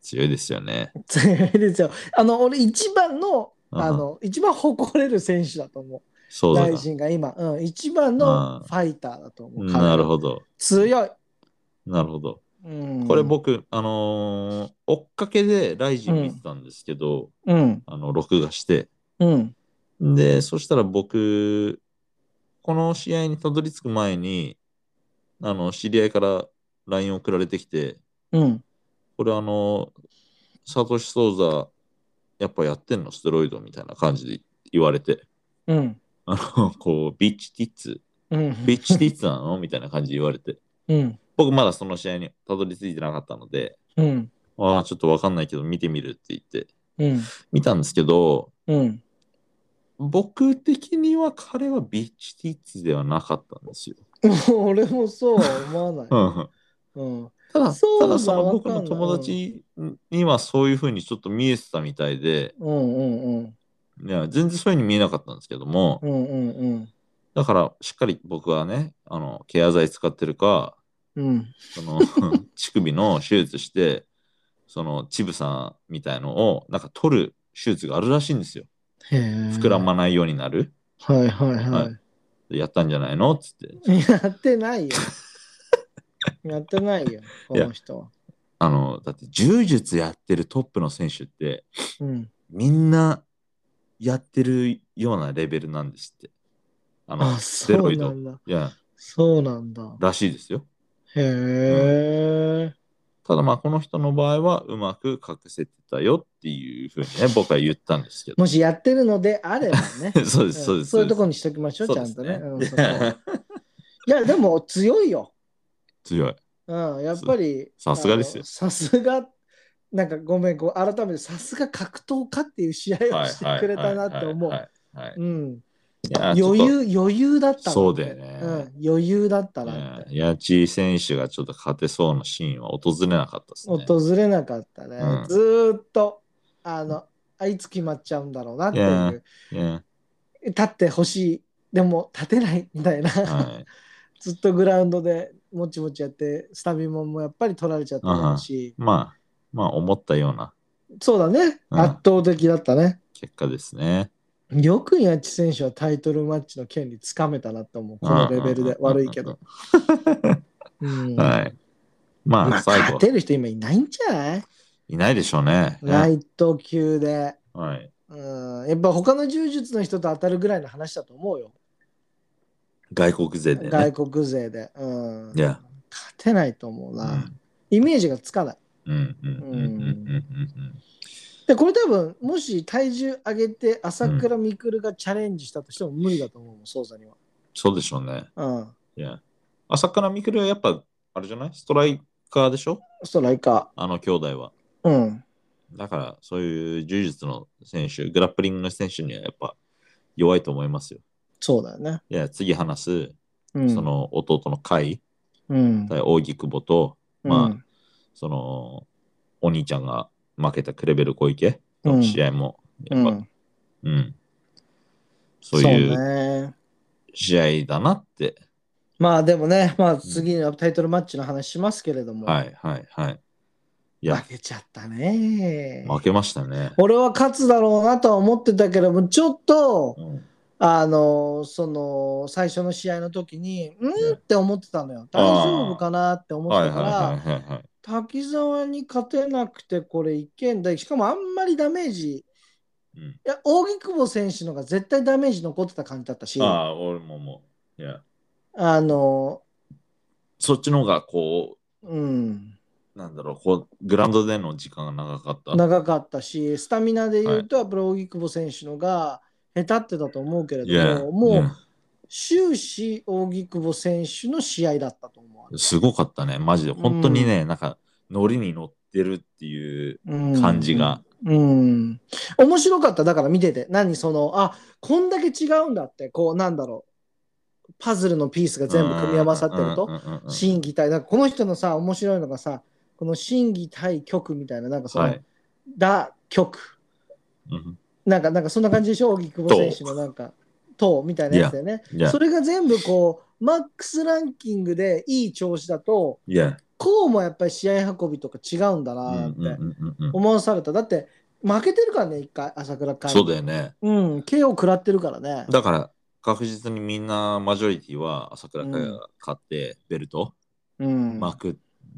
Speaker 1: 強いですよね。
Speaker 2: 強いですよ。あの、俺、一番の、
Speaker 1: うんうん
Speaker 2: あの、一番誇れる選手だと思
Speaker 1: そう
Speaker 2: う。
Speaker 1: だ
Speaker 2: 大臣が今、うん、一番の
Speaker 1: うん
Speaker 2: ファイターだと思う。
Speaker 1: な。なる
Speaker 2: ど。
Speaker 1: ほど。
Speaker 2: 強い。
Speaker 1: なるほど。
Speaker 2: うん、
Speaker 1: これ、僕、あのー追っかけでライジン見てたんですけど、
Speaker 2: うん、
Speaker 1: あの、録画して。
Speaker 2: うん、
Speaker 1: で、そしたら僕、この試合にたどり着く前に、あの、知り合いから LINE 送られてきて、
Speaker 2: うん。
Speaker 1: これあの、サトシ・ソウザ、やっぱやってんのステロイドみたいな感じで言われて、
Speaker 2: うん、
Speaker 1: あの、こう、ビッチティッツ、
Speaker 2: うん、
Speaker 1: ビッチティッツなのみたいな感じで言われて、
Speaker 2: うん、
Speaker 1: 僕まだその試合にたどり着いてなかったので、
Speaker 2: うん、
Speaker 1: ああ、ちょっとわかんないけど見てみるって言って、
Speaker 2: うん、
Speaker 1: 見たんですけど、
Speaker 2: うん。
Speaker 1: 僕的には彼はビッチティッツではなかったんですよ。
Speaker 2: もう俺もそうは思わ
Speaker 1: う
Speaker 2: ない。
Speaker 1: んうん
Speaker 2: うん、
Speaker 1: ただ、
Speaker 2: そう
Speaker 1: ただそ
Speaker 2: ま
Speaker 1: の
Speaker 2: あ
Speaker 1: 僕
Speaker 2: わ
Speaker 1: の
Speaker 2: かんない
Speaker 1: 友達にはそういうふうにちょっと見えてたみたいで、
Speaker 2: うん、うん、
Speaker 1: いや全然そういうふうに見えなかったんですけども、
Speaker 2: うん、うん、うん、
Speaker 1: だからしっかり僕はね、あのケア剤使ってるか、
Speaker 2: うん。
Speaker 1: その 乳首の手術して、そのチブさんみたいのをなんか取る手術があるらしいんですよ。膨
Speaker 2: 膨
Speaker 1: らまないようになる。
Speaker 2: はいはいは。
Speaker 1: はいやったんじゃないのっつって、
Speaker 2: やってない よ。やってないよ、この人は。
Speaker 1: あのだって柔術やってるトップの選手って、
Speaker 2: うん。
Speaker 1: みんなやってるようなレベルなんですって。あの、
Speaker 2: あ、
Speaker 1: ス
Speaker 2: そ
Speaker 1: テロ
Speaker 2: う
Speaker 1: イ
Speaker 2: な
Speaker 1: ド。
Speaker 2: んだ。
Speaker 1: いや、
Speaker 2: そうなんだ。
Speaker 1: らしいですよ。
Speaker 2: へえ。
Speaker 1: ただまあ、この人の場合はうまく隠せてたよっていうふうにね、僕は言ったんですけど。
Speaker 2: もしやってるのであればね。
Speaker 1: そうで
Speaker 2: うん
Speaker 1: す、そうです。
Speaker 2: そういうとこ
Speaker 1: ろ
Speaker 2: にしときましょう、ちゃんとね。うんそこいや、でも強いよ。
Speaker 1: 強い。
Speaker 2: うん、やっぱり。
Speaker 1: ささすがですよ
Speaker 2: あのさすが、なんかごめん、こう改めてさすが格闘家っていう試合を
Speaker 1: はい
Speaker 2: してくれたなって思
Speaker 1: は
Speaker 2: う。
Speaker 1: いはいはい
Speaker 2: うん。
Speaker 1: はいいや
Speaker 2: 余
Speaker 1: ちょっ
Speaker 2: 裕、余裕だったなって
Speaker 1: そうだよね
Speaker 2: うん、余裕だった
Speaker 1: と
Speaker 2: なって。
Speaker 1: ね矢地選手がちょっと勝てそうなシーンは訪れなかったですね。
Speaker 2: 訪れなかったね。
Speaker 1: うん
Speaker 2: ずーっと、あの、あいつ決まっちゃうんだろうなっていう。
Speaker 1: いや
Speaker 2: 立ってほしい。でも立てないみたいな、
Speaker 1: はい
Speaker 2: ずっとグラウンドでもちもちやってスタミモンもやっぱり取られちゃっただろうし、
Speaker 1: まあ、まあ、思ったような
Speaker 2: そうだね、
Speaker 1: うん
Speaker 2: 圧倒的だったね
Speaker 1: 結果ですね。
Speaker 2: よく八千選手はタイトルマッチの権利つかめたなと思うこのレベルで
Speaker 1: うんうんうんうん
Speaker 2: 悪いけど、うん
Speaker 1: はい。まあ、
Speaker 2: まあ、
Speaker 1: 最
Speaker 2: 勝
Speaker 1: 後、
Speaker 2: てる人今いないんじゃない
Speaker 1: いないでしょうね。
Speaker 2: ライト級で、
Speaker 1: はい。
Speaker 2: うん、やっぱ他の柔術の人と当たるぐらいの話だと思うよ、
Speaker 1: 外国勢でね。
Speaker 2: 外国勢で、うん、
Speaker 1: いや、
Speaker 2: 勝てないと思う
Speaker 1: う
Speaker 2: な、
Speaker 1: ん
Speaker 2: イメージがつかない
Speaker 1: うんうんうんうんうんうん
Speaker 2: でこれ多分もし体重上げて朝倉未来がチャレンジしたとしても無理だと思うもん操作には
Speaker 1: そうでしょうね。
Speaker 2: うん
Speaker 1: いや。朝倉未来はやっぱ、あれじゃないストライカーでしょ
Speaker 2: ストライカ
Speaker 1: あの兄弟は。
Speaker 2: ーうん
Speaker 1: だから、そういう柔術の選手、グラップリングの選手にはやっぱ弱いと思いますよ。
Speaker 2: そうだよね
Speaker 1: いや、次話す、
Speaker 2: うん
Speaker 1: その弟の海、
Speaker 2: うん
Speaker 1: 対大木久保と、まあ
Speaker 2: うん
Speaker 1: その、お兄ちゃんが負けたクレベル小池の試合も、やっぱ、
Speaker 2: うん
Speaker 1: うん、そういう
Speaker 2: ね
Speaker 1: 試合だなって。
Speaker 2: まあでもねまあ次のタイトルマッチの話しますけれども、
Speaker 1: はいはいはい。いや
Speaker 2: 負、けちゃったね
Speaker 1: 負けましたね。
Speaker 2: 俺は勝つだろうなとは思ってたけどもちょっと
Speaker 1: うん
Speaker 2: あのその最初の試合の時にうんって思ってたのよ大丈夫かなって思っ
Speaker 1: はい
Speaker 2: て
Speaker 1: は
Speaker 2: たか
Speaker 1: い
Speaker 2: ら
Speaker 1: はいはいはい。
Speaker 2: 滝沢に勝てなくてこれいけんだしかもあんまりダメージい
Speaker 1: うん
Speaker 2: や大木久保選手のが絶対ダメージ残ってた感じだったし
Speaker 1: あ
Speaker 2: あ
Speaker 1: あ、俺ももう。いや、
Speaker 2: の
Speaker 1: そっちの方がこ
Speaker 2: うん
Speaker 1: う、なんだろう、こうグラウンドでの時間が長かった。
Speaker 2: 長かったしスタミナで言うとやっぱり大木久保選手のが下手ってだと思うけれ
Speaker 1: いや、
Speaker 2: ども、も
Speaker 1: いう
Speaker 2: 終始大木久保選手の試合だったと思
Speaker 1: やすごかったね、マジで。本当にね、なんか、ノリに乗ってるっていう
Speaker 2: う、うん
Speaker 1: 感じが。
Speaker 2: うん面白かっただから見てて何そのあこんだけ違うんだってこうなんだろうパズルのピースが全部組み合わさってる
Speaker 1: うん
Speaker 2: と
Speaker 1: うんうんうん
Speaker 2: 審議対なんかこの人のさ面白いのがさこの審議対局みたいななんかその、
Speaker 1: はい。
Speaker 2: だ局
Speaker 1: うん
Speaker 2: なんかなんかそんな感じでしょ荻久保選手のなんか党みたいなやつだよね
Speaker 1: いや
Speaker 2: そ、れが全部こうマックスランキングでいい調子だと
Speaker 1: いや、
Speaker 2: こうもやっぱり試合運びとか違うんだ
Speaker 1: う
Speaker 2: なっ
Speaker 1: んうん
Speaker 2: て
Speaker 1: うんうんうん
Speaker 2: 思わされただって負けてるからね一回朝倉海
Speaker 1: そうだよね。
Speaker 2: うん、KO 食らってるからね。
Speaker 1: だから、確実にみんな、マジョリティは朝倉海が勝って、ベルト
Speaker 2: うん、
Speaker 1: 巻く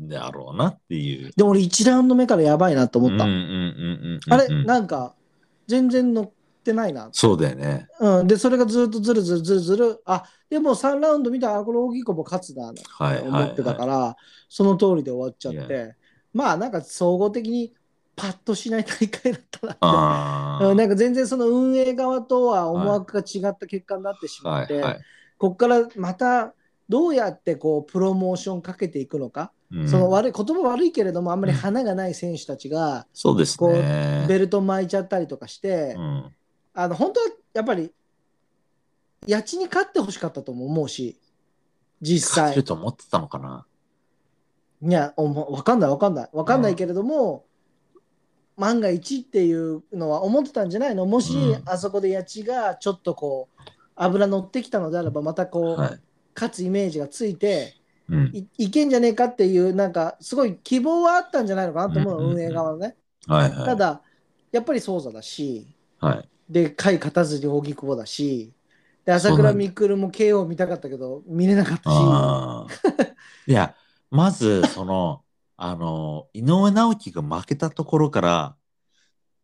Speaker 1: んだろうなっていう。
Speaker 2: でも俺1ラウンド目からやばいなと思った。
Speaker 1: うんうんうんうんうんうん
Speaker 2: あれ、なんか全然乗ってないな。
Speaker 1: そうだよね。
Speaker 2: うん、で、それがずっとずるずるずるずる、あでも3ラウンド見たら、あこれ大きい子も勝つなって
Speaker 1: はいはい、
Speaker 2: 思
Speaker 1: はい。
Speaker 2: ってたから、その通りで終わっちゃって、まあなんか総合的にパッとしない大会だったなって。
Speaker 1: ああ。
Speaker 2: うん、なんか全然その運営側とは思惑が違った結果になってしま
Speaker 1: は
Speaker 2: っ
Speaker 1: い
Speaker 2: て、
Speaker 1: はい
Speaker 2: ここからまたどうやってこうプロモーションかけていくのか、
Speaker 1: うん
Speaker 2: その悪い言葉悪いけれどもあんまり花がない選手たちが
Speaker 1: そうです
Speaker 2: こう
Speaker 1: ね。
Speaker 2: ベルト巻いちゃったりとかして、
Speaker 1: うん、
Speaker 2: あの本当はやっぱり家賃に勝ってほしかったとも思うし実
Speaker 1: 勝て
Speaker 2: 際
Speaker 1: ると思ってたのかな。
Speaker 2: いやおもわかんないわかんないわかんないけれども、万が一っていうのは思ってたんじゃないのもし、
Speaker 1: うん
Speaker 2: あそこで家賃がちょっとこう油乗ってきたのであればまたこう、
Speaker 1: はい。
Speaker 2: 勝つイメージがついて。
Speaker 1: うん、
Speaker 2: いいけんじゃねえかっていうなんかすごい希望はあったんじゃないのかなと
Speaker 1: う
Speaker 2: 思う
Speaker 1: んうんう
Speaker 2: の
Speaker 1: ん
Speaker 2: 運営側のね、
Speaker 1: はいはい。
Speaker 2: ただやっぱりそうだし
Speaker 1: はい。
Speaker 2: で回勝たずに大木久保だしで朝倉未来も KO 見たかったけど見れなかったし
Speaker 1: あーいや、まず、その、あの、井上直樹が負けたところから、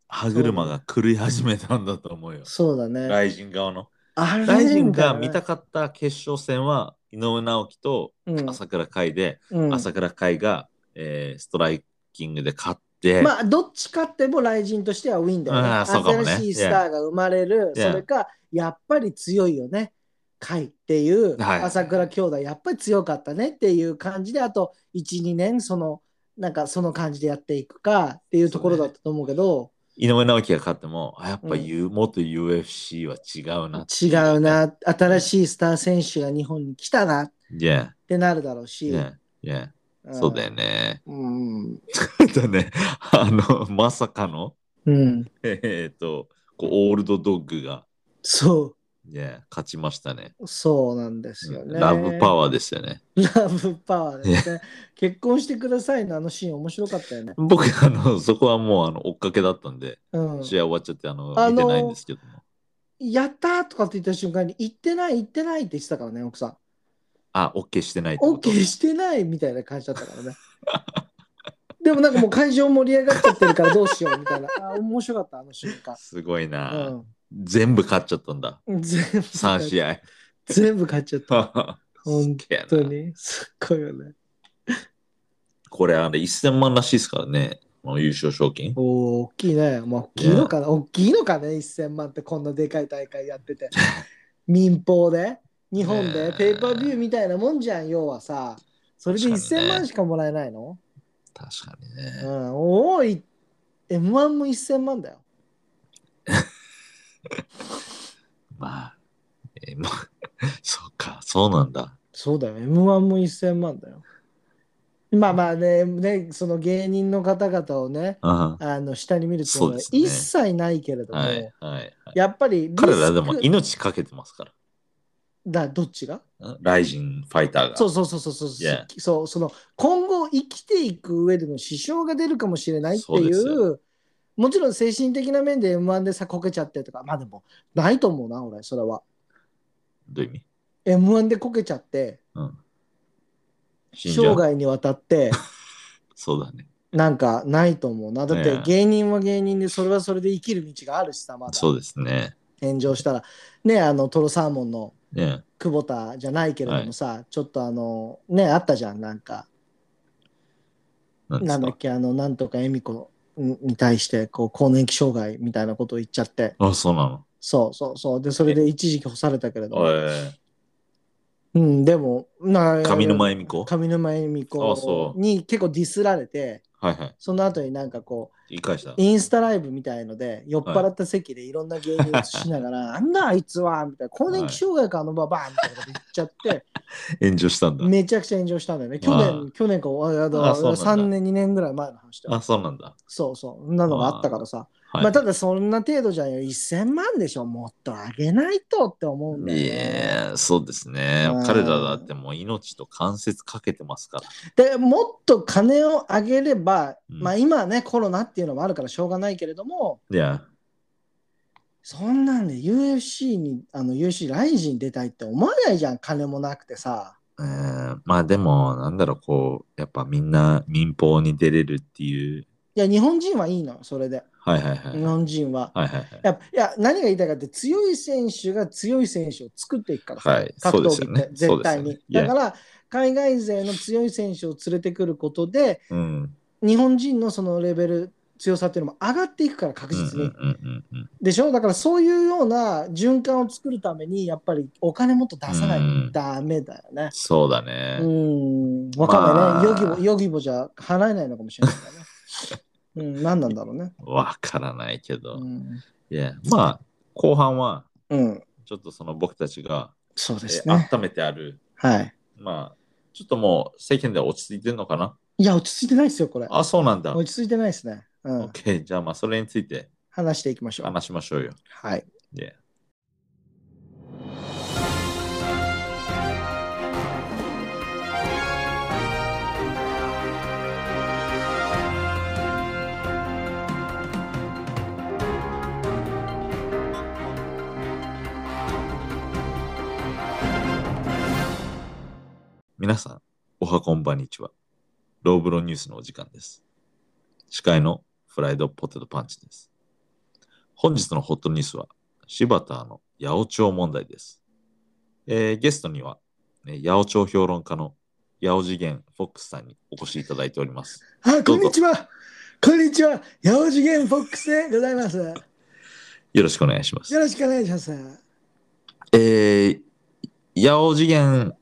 Speaker 1: 歯車が狂い始めたんだと思うよ。
Speaker 2: そうだね
Speaker 1: 大臣側の。
Speaker 2: あれ
Speaker 1: 大臣が見た
Speaker 2: か
Speaker 1: かった決勝戦は、井上直樹と朝倉海で、朝倉海が、えーストライキングで勝って、
Speaker 2: まあどっちかっても雷神としてはウィンだよね
Speaker 1: あーそうかもね
Speaker 2: 新しいスターが生まれる
Speaker 1: Yeah.
Speaker 2: それかやっぱり強いよね海っていう
Speaker 1: はい
Speaker 2: 朝倉兄弟やっぱり強かったねっていう感じであと12年そのなんかその感じでやっていくかっていうところだったと思うけど
Speaker 1: 井上直樹が勝っても、あやっぱ、U 元 UFC は違うな。
Speaker 2: 違うな新しいスター選手が日本に来たなっ
Speaker 1: Yeah,
Speaker 2: てなるだろうし、
Speaker 1: yeah, yeah.
Speaker 2: ん
Speaker 1: そうだよね。
Speaker 2: うん
Speaker 1: だね、あの、まさかの、
Speaker 2: うん
Speaker 1: えーっと、こうオールドドッグが、
Speaker 2: そ
Speaker 1: yeah, 勝ちましたね。
Speaker 2: うそうなんですよね
Speaker 1: ラブパワーですよね。
Speaker 2: ラブパワーですね。結婚してくださいのあのシーン面白かったよね。
Speaker 1: 僕、あの、そこはもう、あの、追っかけだったんで、
Speaker 2: うん、
Speaker 1: 試合終わっちゃって、あの、
Speaker 2: あの
Speaker 1: 見てないんですけども。
Speaker 2: やったーとかって言った瞬間に、行ってない、行ってないって言ってたからね、奥さん。
Speaker 1: あ、OK してないってこと
Speaker 2: OK してないみたいな感じだったからね。でもなんかもう会場盛り上がっちゃってるからどうしようみたいな。あ面白かった、あの瞬間。
Speaker 1: すごいな、
Speaker 2: う
Speaker 1: 全部勝っちゃったんだ。
Speaker 2: ん、全部
Speaker 1: 3試合。
Speaker 2: 全部勝っちゃった。
Speaker 1: 本
Speaker 2: 本当に。すっごいよね。
Speaker 1: これ、あれ、1000万らしいですからね、この優勝賞金。
Speaker 2: おー大きいね。まあ、大きいのかな。大きいのかね、1000万ってこんなでかい大会やってて。民放で、日本
Speaker 1: ね
Speaker 2: で
Speaker 1: え、
Speaker 2: ペーパービューみたいなもんじゃん、要はさ。それで
Speaker 1: 確かにね
Speaker 2: 1000万しかもらえないの、
Speaker 1: 確かに
Speaker 2: う
Speaker 1: ね。
Speaker 2: ん、多い。M1 も1000万だよ。
Speaker 1: まあ、えーまあ、 そうか、そうなんだ。
Speaker 2: そうだよ。M1 も1000万だよ。まあまあね、ねその芸人の方々をね、
Speaker 1: うん。
Speaker 2: あの下に見るっていう
Speaker 1: そ
Speaker 2: の
Speaker 1: う
Speaker 2: は
Speaker 1: ですね
Speaker 2: 一切ないけれども、
Speaker 1: はい、はい、はい。
Speaker 2: やっぱりリスク
Speaker 1: 彼らでも命かけてますか
Speaker 2: だどっちが
Speaker 1: ら。ライジンファイターが。
Speaker 2: そうそうそうそうそう、
Speaker 1: Yeah.
Speaker 2: そうその今後生きていく上での支障が出るかもしれないって
Speaker 1: そう
Speaker 2: い
Speaker 1: です
Speaker 2: う
Speaker 1: よ
Speaker 2: もちろん精神的な面で M1 でさこけちゃってとかまあでもないと思うな俺それは
Speaker 1: どういう意味
Speaker 2: M1 でこけちゃって
Speaker 1: うん。死んじゃ
Speaker 2: 生
Speaker 1: う。
Speaker 2: 涯にわたって
Speaker 1: そうだね。
Speaker 2: なんかないと思うなだって
Speaker 1: Yeah.
Speaker 2: 芸人は芸人でそれはそれで生きる道があるしさまだ
Speaker 1: そうですね。
Speaker 2: 炎上したらねあのトロサーモンの
Speaker 1: ね
Speaker 2: 久保田じゃないけれどもさ、ちょっとあのねあったじゃんなんか
Speaker 1: なんで
Speaker 2: な
Speaker 1: す
Speaker 2: んだっ
Speaker 1: か。
Speaker 2: けあのなんとか恵美子に対してこう更年期障害みたいなことを言っちゃって
Speaker 1: あ、そうなの。
Speaker 2: そうそうそうでそれで一時期干されたけれど
Speaker 1: お
Speaker 2: も、
Speaker 1: い
Speaker 2: うん、でもな
Speaker 1: 上沼恵美子
Speaker 2: 上沼恵美
Speaker 1: あ
Speaker 2: 子
Speaker 1: そ
Speaker 2: に結構ディスられて
Speaker 1: はいはい。
Speaker 2: その後になんかこう
Speaker 1: 言い返した。
Speaker 2: インスタライブみたいので酔っ払った席でいろんな芸人を映しながら「あんなあいつは」みたいな「更年期障害かあのババア」みたいなこと言っちゃって。
Speaker 1: 炎上したんだ。
Speaker 2: めちゃくちゃ炎上したんだよね。去
Speaker 1: ああ
Speaker 2: 年、去年か、ああだ
Speaker 1: あそうなんだ
Speaker 2: 3年、2年ぐらい前の話だよ
Speaker 1: あ、。そうなんだ。
Speaker 2: そうそう、そんなのがあったからさ。
Speaker 1: はい。
Speaker 2: まあ、ただそんな程度じゃんよ。1000万でしょ。もっと上げないとって思うんだよ、
Speaker 1: い
Speaker 2: ね。
Speaker 1: やーそうですね
Speaker 2: うん。
Speaker 1: 彼らだってもう命と関節かけてますから。
Speaker 2: でもっと金を上げれば、
Speaker 1: うん
Speaker 2: まあ今はね、コロナっていうのもあるからしょうがないけれども、
Speaker 1: いや、
Speaker 2: そんなんで UFC に、あの UFC ライジン出たいって思わないじゃん。金もなくてさ。
Speaker 1: えーまあでも、なんだろう、こう、やっぱみんな民放に出れるっていう。
Speaker 2: いや、日本人はいいのよ、それで。
Speaker 1: はいはいはい。
Speaker 2: 日
Speaker 1: はい
Speaker 2: 本人は。
Speaker 1: はいはい。
Speaker 2: やっぱいや何が言いたいかって強い選手が強い選手を作っていくからさ、
Speaker 1: はい
Speaker 2: 格
Speaker 1: そう
Speaker 2: 闘
Speaker 1: ですよ
Speaker 2: 技
Speaker 1: ね
Speaker 2: って絶対
Speaker 1: そう
Speaker 2: に、
Speaker 1: ですよね
Speaker 2: だから海外勢の強い選手を連れてくることで
Speaker 1: うん。
Speaker 2: 日本人のそのレベル強さっていうのも上がっていくから確
Speaker 1: うん
Speaker 2: 実
Speaker 1: うんう
Speaker 2: に、
Speaker 1: んうんうん。
Speaker 2: でしょだからそういうような循環を作るためにやっぱりお金もっと出さな
Speaker 1: う
Speaker 2: いと
Speaker 1: ん
Speaker 2: ダメだよね
Speaker 1: そうだね。
Speaker 2: うんわかんないね、
Speaker 1: まあ
Speaker 2: ヨギボヨギボじゃ払えないのかもしれないからね うん何なんだろうね
Speaker 1: わからないけど。
Speaker 2: うん、
Speaker 1: いや、まあ、後半は、
Speaker 2: うん、
Speaker 1: ちょっとその僕たちが、
Speaker 2: そうです
Speaker 1: え
Speaker 2: ね
Speaker 1: ー温めてある、
Speaker 2: はい
Speaker 1: まあ、ちょっともう世間では落ち着いてるのかない
Speaker 2: や落ち着いてないですよこれ
Speaker 1: あ、そうなんだ。オ
Speaker 2: 落ち着いてないですね。うん
Speaker 1: ッ、ケー。じゃあまあ、それについて
Speaker 2: 話していきましょう。
Speaker 1: 話しましょうよ。
Speaker 2: はい。
Speaker 1: Yeah. 皆さん、おはこんばんにちは。ローブロニュースのお時間です。司会のフライドポテトパンチです。本日のホットニュースは、柴田の八百長問題です。えーゲストには、ね八百長評論家の八百次元フォックスさんにお越しいただいております。
Speaker 2: あ、
Speaker 1: ど
Speaker 2: こ
Speaker 1: うんぞ
Speaker 2: にちは。こんにちは。八百次元フォックスでございます。よ
Speaker 1: よろしくお願いします。
Speaker 2: ろしくお願いします。
Speaker 1: えー八百次元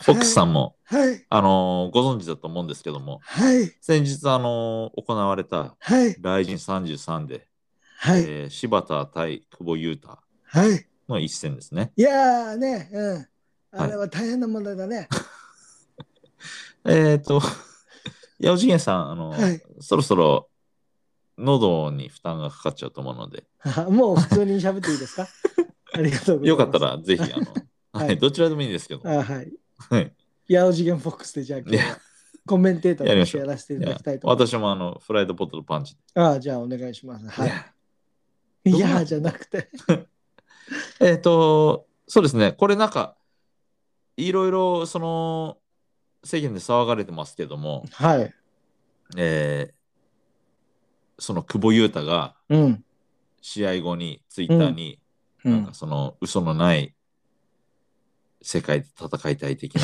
Speaker 1: フォックスさんも、
Speaker 2: はい。
Speaker 1: あのーご存知だと思うんですけども、
Speaker 2: はい。
Speaker 1: 先日、あのー行われた
Speaker 2: はい。
Speaker 1: 雷神33で、
Speaker 2: はい。
Speaker 1: えー柴田対久保優太
Speaker 2: はい。
Speaker 1: の一戦ですね。
Speaker 2: いやーね、うん。あれは大変な問題だね。
Speaker 1: えっ、と、 八百次元さん、あの、
Speaker 2: はい
Speaker 1: そろそろ喉に負担がかかっちゃうと思うので、
Speaker 2: もう普通に喋っていいです かありがとうございます。
Speaker 1: よかった。らぜひ、あ の、
Speaker 2: はい
Speaker 1: はい、どちらでもいいんですけど、
Speaker 2: あはい。
Speaker 1: はい
Speaker 2: 八百次元フォックスでじゃあ今日はコメンテーター
Speaker 1: やり
Speaker 2: と
Speaker 1: ま
Speaker 2: し
Speaker 1: しょ
Speaker 2: て
Speaker 1: う
Speaker 2: やらせてい
Speaker 1: い
Speaker 2: ただ
Speaker 1: や
Speaker 2: きたいと思います。
Speaker 1: 私もあの、フライドポテトパンチ。
Speaker 2: ああ、じゃあお願いします。はい。
Speaker 1: い
Speaker 2: い
Speaker 1: や
Speaker 2: やーじゃなくて。
Speaker 1: えっ、と、そうですね、これなんか、いろいろ、その、世間で騒がれてますけども、
Speaker 2: はい。
Speaker 1: えーその久保優太が
Speaker 2: うん。
Speaker 1: 試合後にツイッターに、
Speaker 2: う
Speaker 1: なんかその嘘のない世界で戦いたい的な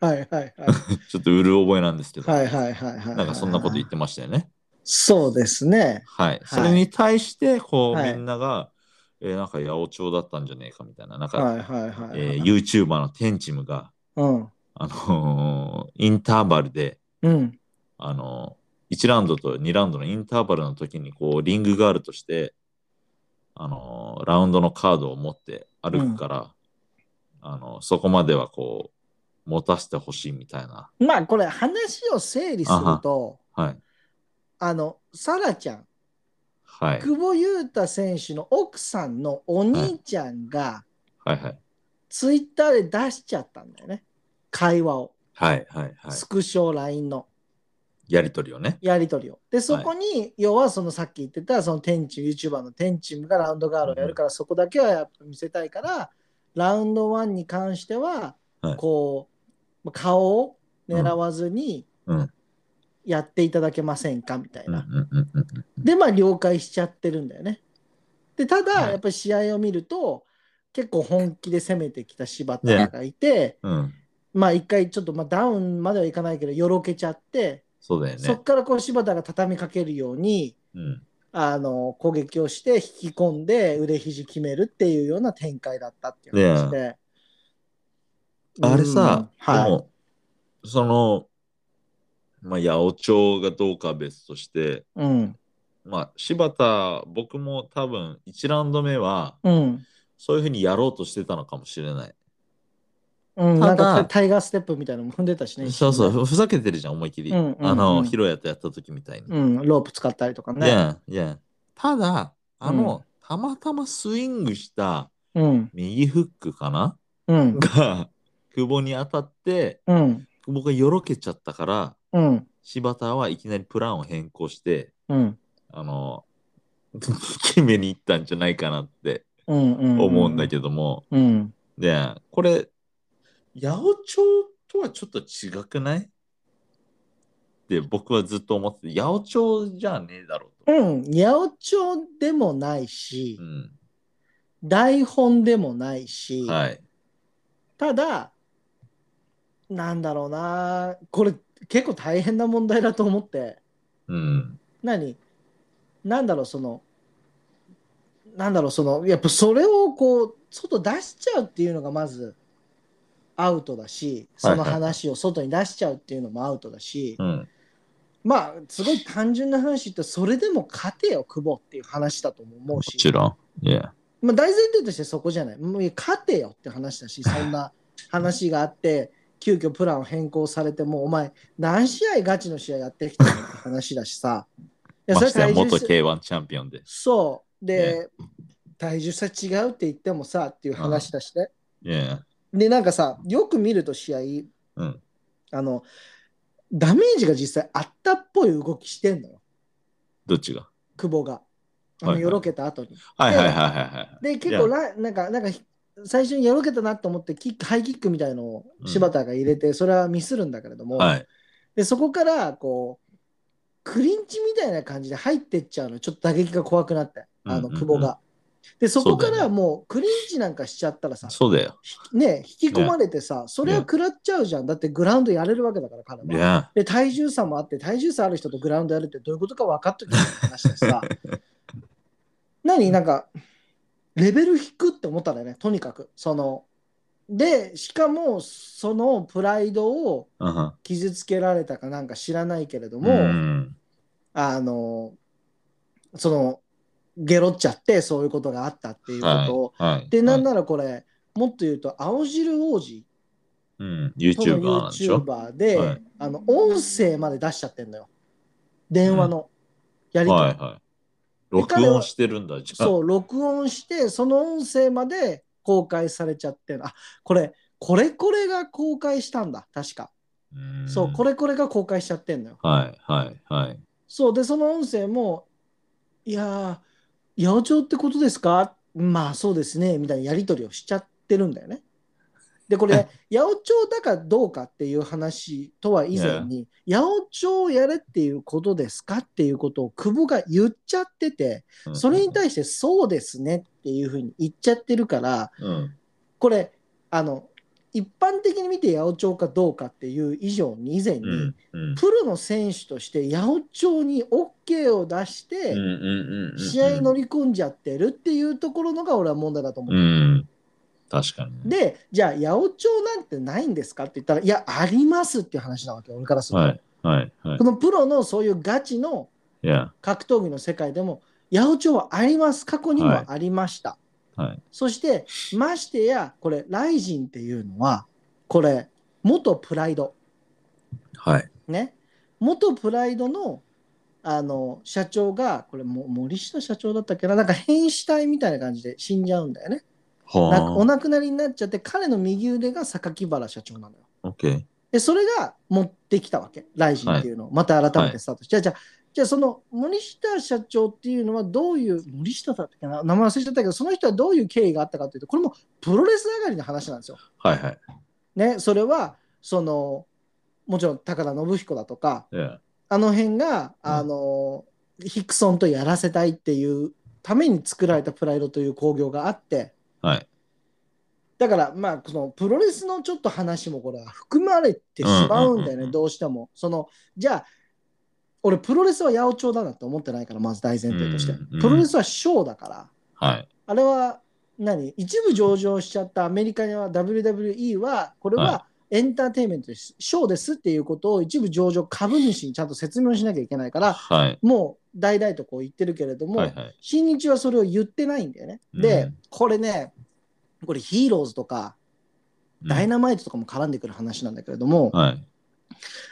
Speaker 4: はいはいはい。
Speaker 1: ちょっとうる覚えなんですけど、
Speaker 4: はいはいはいはい。
Speaker 1: なんかそんなこと言ってましたよね。
Speaker 4: そうですね。
Speaker 1: はい。それに対して、こう、
Speaker 4: はい
Speaker 1: みんなが、えーなんか八百長だったんじゃねえかみたいな、なんか、
Speaker 4: はいはいはいはい。
Speaker 1: えー、YouTuber のテンチムが、
Speaker 4: うん。
Speaker 1: あのーインターバルで、
Speaker 4: うん。
Speaker 1: あのー、1ラウンドと2ラウンドのインターバルの時に、こう、リングガールとして、あのーラウンドのカードを持って歩くから、あのーそこまではこう、持たせてほしいみたいな。
Speaker 4: まあこれ話を整理すると、
Speaker 1: はい。
Speaker 4: あの、サラちゃん、
Speaker 1: はい。
Speaker 4: 久保優太選手の奥さんのお兄ちゃんが
Speaker 1: はいはい。
Speaker 4: ツイッターで出しちゃったんだよね。会話を。
Speaker 1: はいはいはい。
Speaker 4: スクショ LINE の
Speaker 1: やりとりをね。
Speaker 4: やり取りを。で、そこに、要はそのさっき言ってた、その天チ YouTuber の天チームがラウンドガールをやるから、そこだけはやっぱ見せたいから、ラウンド1に関しては
Speaker 1: はい、
Speaker 4: こう、まあ顔を狙わずに
Speaker 1: うん、
Speaker 4: やっていただけませんかみたい
Speaker 1: うんう
Speaker 4: な。
Speaker 1: んうんうん。
Speaker 4: で、まあ、了解しちゃってるんだよね。で、た
Speaker 1: は
Speaker 4: だ、
Speaker 1: い
Speaker 4: やっぱり試合を見ると、結構本気で攻めてきた柴田がいて、
Speaker 1: うん、
Speaker 4: まあ、一回ちょっと、まあ、ダウンまではいかないけど、よろけちゃって、
Speaker 1: そうだよ
Speaker 4: そ
Speaker 1: ね
Speaker 4: こ。からこう柴田が畳みかけるように
Speaker 1: うん、
Speaker 4: あの攻撃をして引き込んで腕肘決めるっていうような展開だったっていう話で。
Speaker 1: あれさ、
Speaker 4: うんはい
Speaker 1: でも、その、まあ、八百長がどうかは別として、
Speaker 4: うん
Speaker 1: まあ、柴田、僕も多分、1ラウンド目は、
Speaker 4: うん
Speaker 1: そういうふうにやろうとしてたのかもしれない。
Speaker 4: うん、
Speaker 1: ただ
Speaker 4: なんかタイガーステップみたいなのも踏んでたし ね。
Speaker 1: そうそう、ふざけてるじゃん、思いっきり。
Speaker 4: うんうんうん
Speaker 1: あの、ヒロヤとやった時みたいに。
Speaker 4: うん、ロープ使ったりとかね。
Speaker 1: ねえ、ねえただ、あの、たまたまスイングした
Speaker 4: うん、
Speaker 1: 右フックかな
Speaker 4: うん、
Speaker 1: が、久保に当たって、
Speaker 4: うん、
Speaker 1: 久保がよろけちゃったから、
Speaker 4: うん、
Speaker 1: 柴田はいきなりプランを変更して、
Speaker 4: うん、
Speaker 1: あの、 決めに行ったんじゃないかなって
Speaker 4: うん、うん。
Speaker 1: 思うんだけども、
Speaker 4: ど。うん。
Speaker 1: で、これ、八百長とはちょっと違くないって僕はずっと思ってて、八百長じゃねえだろうと。
Speaker 4: うん、八百長でもないし、
Speaker 1: うん。
Speaker 4: 台本でもないし、
Speaker 1: はい。
Speaker 4: ただなんだろうなこれ結構大変な問題だと思って
Speaker 1: うん。
Speaker 4: 何なんだろうそのなんだろうそのやっぱそれをこう外出しちゃうっていうのがまずアウトだしその
Speaker 1: はいはい
Speaker 4: 話を外に出しちゃうっていうのもアウトだし、
Speaker 1: うん。
Speaker 4: まあすごい単純な話ってそれでも勝てよ久保っていう話だとも思
Speaker 1: も
Speaker 4: うし
Speaker 1: ちろん。いや。
Speaker 4: まあ、大前提としてそこじゃない。もういや勝てよって話だし、そんな話があって、急遽プランを変更されて、もうお前、何試合ガチの試合やってきたのって話だしさ。いや
Speaker 1: ましてや
Speaker 4: 体重
Speaker 1: 元
Speaker 4: 差
Speaker 1: K1 チャンピオンで。
Speaker 4: そう。で、体重差違うって言ってもさっていう話だしね。
Speaker 1: いや。
Speaker 4: で、なんかさ、よく見ると試合、
Speaker 1: うん。
Speaker 4: あの、ダメージが実際あったっぽい動きしてんのよ、
Speaker 1: どっちが
Speaker 4: 久保が。あ
Speaker 1: はい
Speaker 4: の、
Speaker 1: はい
Speaker 4: よろけた後に。
Speaker 1: はいはいはいはいはい。
Speaker 4: で結構ラなんかなんかひ最初にやろけたなと思ってキックハイキックみたいのを柴田が入れて、それはミスるんだけれども、
Speaker 1: はい。
Speaker 4: でそこからこうクリンチみたいな感じで入ってっちゃうのちょっと打撃が怖くなってあの
Speaker 1: うんうんうん
Speaker 4: 久保が、でそこか
Speaker 1: そうだ
Speaker 4: ら
Speaker 1: よ
Speaker 4: もうクリンチなんかしちゃったらさ
Speaker 1: そうだよ。
Speaker 4: ね引き込まれてさ、それは食らっちゃうじゃんだってグラウンドやれるわけだから彼は。
Speaker 1: いや。
Speaker 4: で体重差もあって体重差ある人とグラウンドやるってどういうことか分かっときゃいい話だ しさ何なんかレベル低くって思ったんだよねとにかくそのでしかもそのプライドを
Speaker 1: うんは
Speaker 4: 傷つけられたかなんか知らないけれど
Speaker 1: ん。
Speaker 4: も、
Speaker 1: うん
Speaker 4: あのそのゲロっちゃってそういうことがあったっていうことを、
Speaker 1: はいはい。
Speaker 4: でなん
Speaker 1: だ
Speaker 4: ならこれ、もっと言うと青汁王子
Speaker 1: うん。
Speaker 4: との
Speaker 1: YouTuber なんでしょ
Speaker 4: YouTuber で、
Speaker 1: はい
Speaker 4: あの音声まで出しちゃってんのよ。電話のやり取り。
Speaker 1: はいはい。録音してるんだ、じゃあ。
Speaker 4: そう、録音して、その音声まで公開されちゃってんのあ、これ、これこれが公開したんだ、確か。
Speaker 1: うん
Speaker 4: そう、これこれが公開しちゃってんのよ。
Speaker 1: はいはいはい。
Speaker 4: そう、で、その音声も、いやー、八百長ってことですかまあそうですね、みたいなやり取りをしちゃってるんだよね。で、これ、八百長だかどうかっていう話とは以前に、八百長をやれっていうことですかっていうことを久保が言っちゃってて、
Speaker 1: うん
Speaker 4: それに対してそうですねっていうふうに言っちゃってるから、
Speaker 1: うん。
Speaker 4: これ、あの、
Speaker 2: 一般的に見て八百長かどうかっていう以上に以前に、
Speaker 1: うんうん
Speaker 2: プロの選手として八百長に OK を出して、
Speaker 1: うんうんうん
Speaker 2: 試合に乗り込んじゃってるっていうところのが俺は問題だと思う。
Speaker 1: うん確かにね
Speaker 2: でじゃあ八百長なんてないんですかって言ったらいやありますっていう話なわけ俺からすると、
Speaker 1: はいはいはい
Speaker 2: このプロのそういうガチの
Speaker 1: いや
Speaker 2: 格闘技の世界でも八百長はあります過去に
Speaker 1: はい
Speaker 2: もありました、
Speaker 1: はい
Speaker 2: そしてましてやこれライジンっていうのはこれ元プライド
Speaker 1: はい
Speaker 2: ね元プライドのあの社長がこれも森下社長だったっけななんか変死体みたいな感じで死んじゃうんだよね
Speaker 1: は
Speaker 2: なお
Speaker 1: あ
Speaker 2: 亡くなりになっちゃって彼の右腕が榊原社長なのよ
Speaker 1: OK
Speaker 2: でそれが持ってきたわけライジンっていうのをまた改めてスタートして、じゃあじゃあじゃあその森下社長っていうのはどういう森下だったっけな名前忘れちゃったけどその人はどういう経緯があったかというとこれもプロレス上がりの話なんですよ
Speaker 1: はいはい
Speaker 2: ねそれはそのもちろん高田信彦だとか
Speaker 1: Yeah
Speaker 2: あの辺が、
Speaker 1: うん
Speaker 2: あのヒクソンとやらせたいっていうために作られたプライドという興行があって
Speaker 1: はい
Speaker 2: だからまあそのプロレスのちょっと話もこれは含まれてしまうん
Speaker 1: うんうん
Speaker 2: だよね、
Speaker 1: うんうん
Speaker 2: どうしてもそのじゃあ俺プロレスは八百長だなって思ってないからまず大前提として、
Speaker 1: うんうん
Speaker 2: プロレスはショーだから
Speaker 1: はい
Speaker 2: あれは何一部上場しちゃったアメリカは WWE はこれは
Speaker 1: は
Speaker 2: エンターテインメントです、ショーですっていうことを一部上場株主にちゃんと説明をしなきゃいけないから
Speaker 1: はい
Speaker 2: もう代々とこう言ってるけれども、
Speaker 1: はいはい
Speaker 2: 新日はそれを言ってないんだよね。で、
Speaker 1: うん
Speaker 2: これねこれヒーローズとか
Speaker 1: うん
Speaker 2: ダイナマイトとかも絡んでくる話なんだけれども、
Speaker 1: はい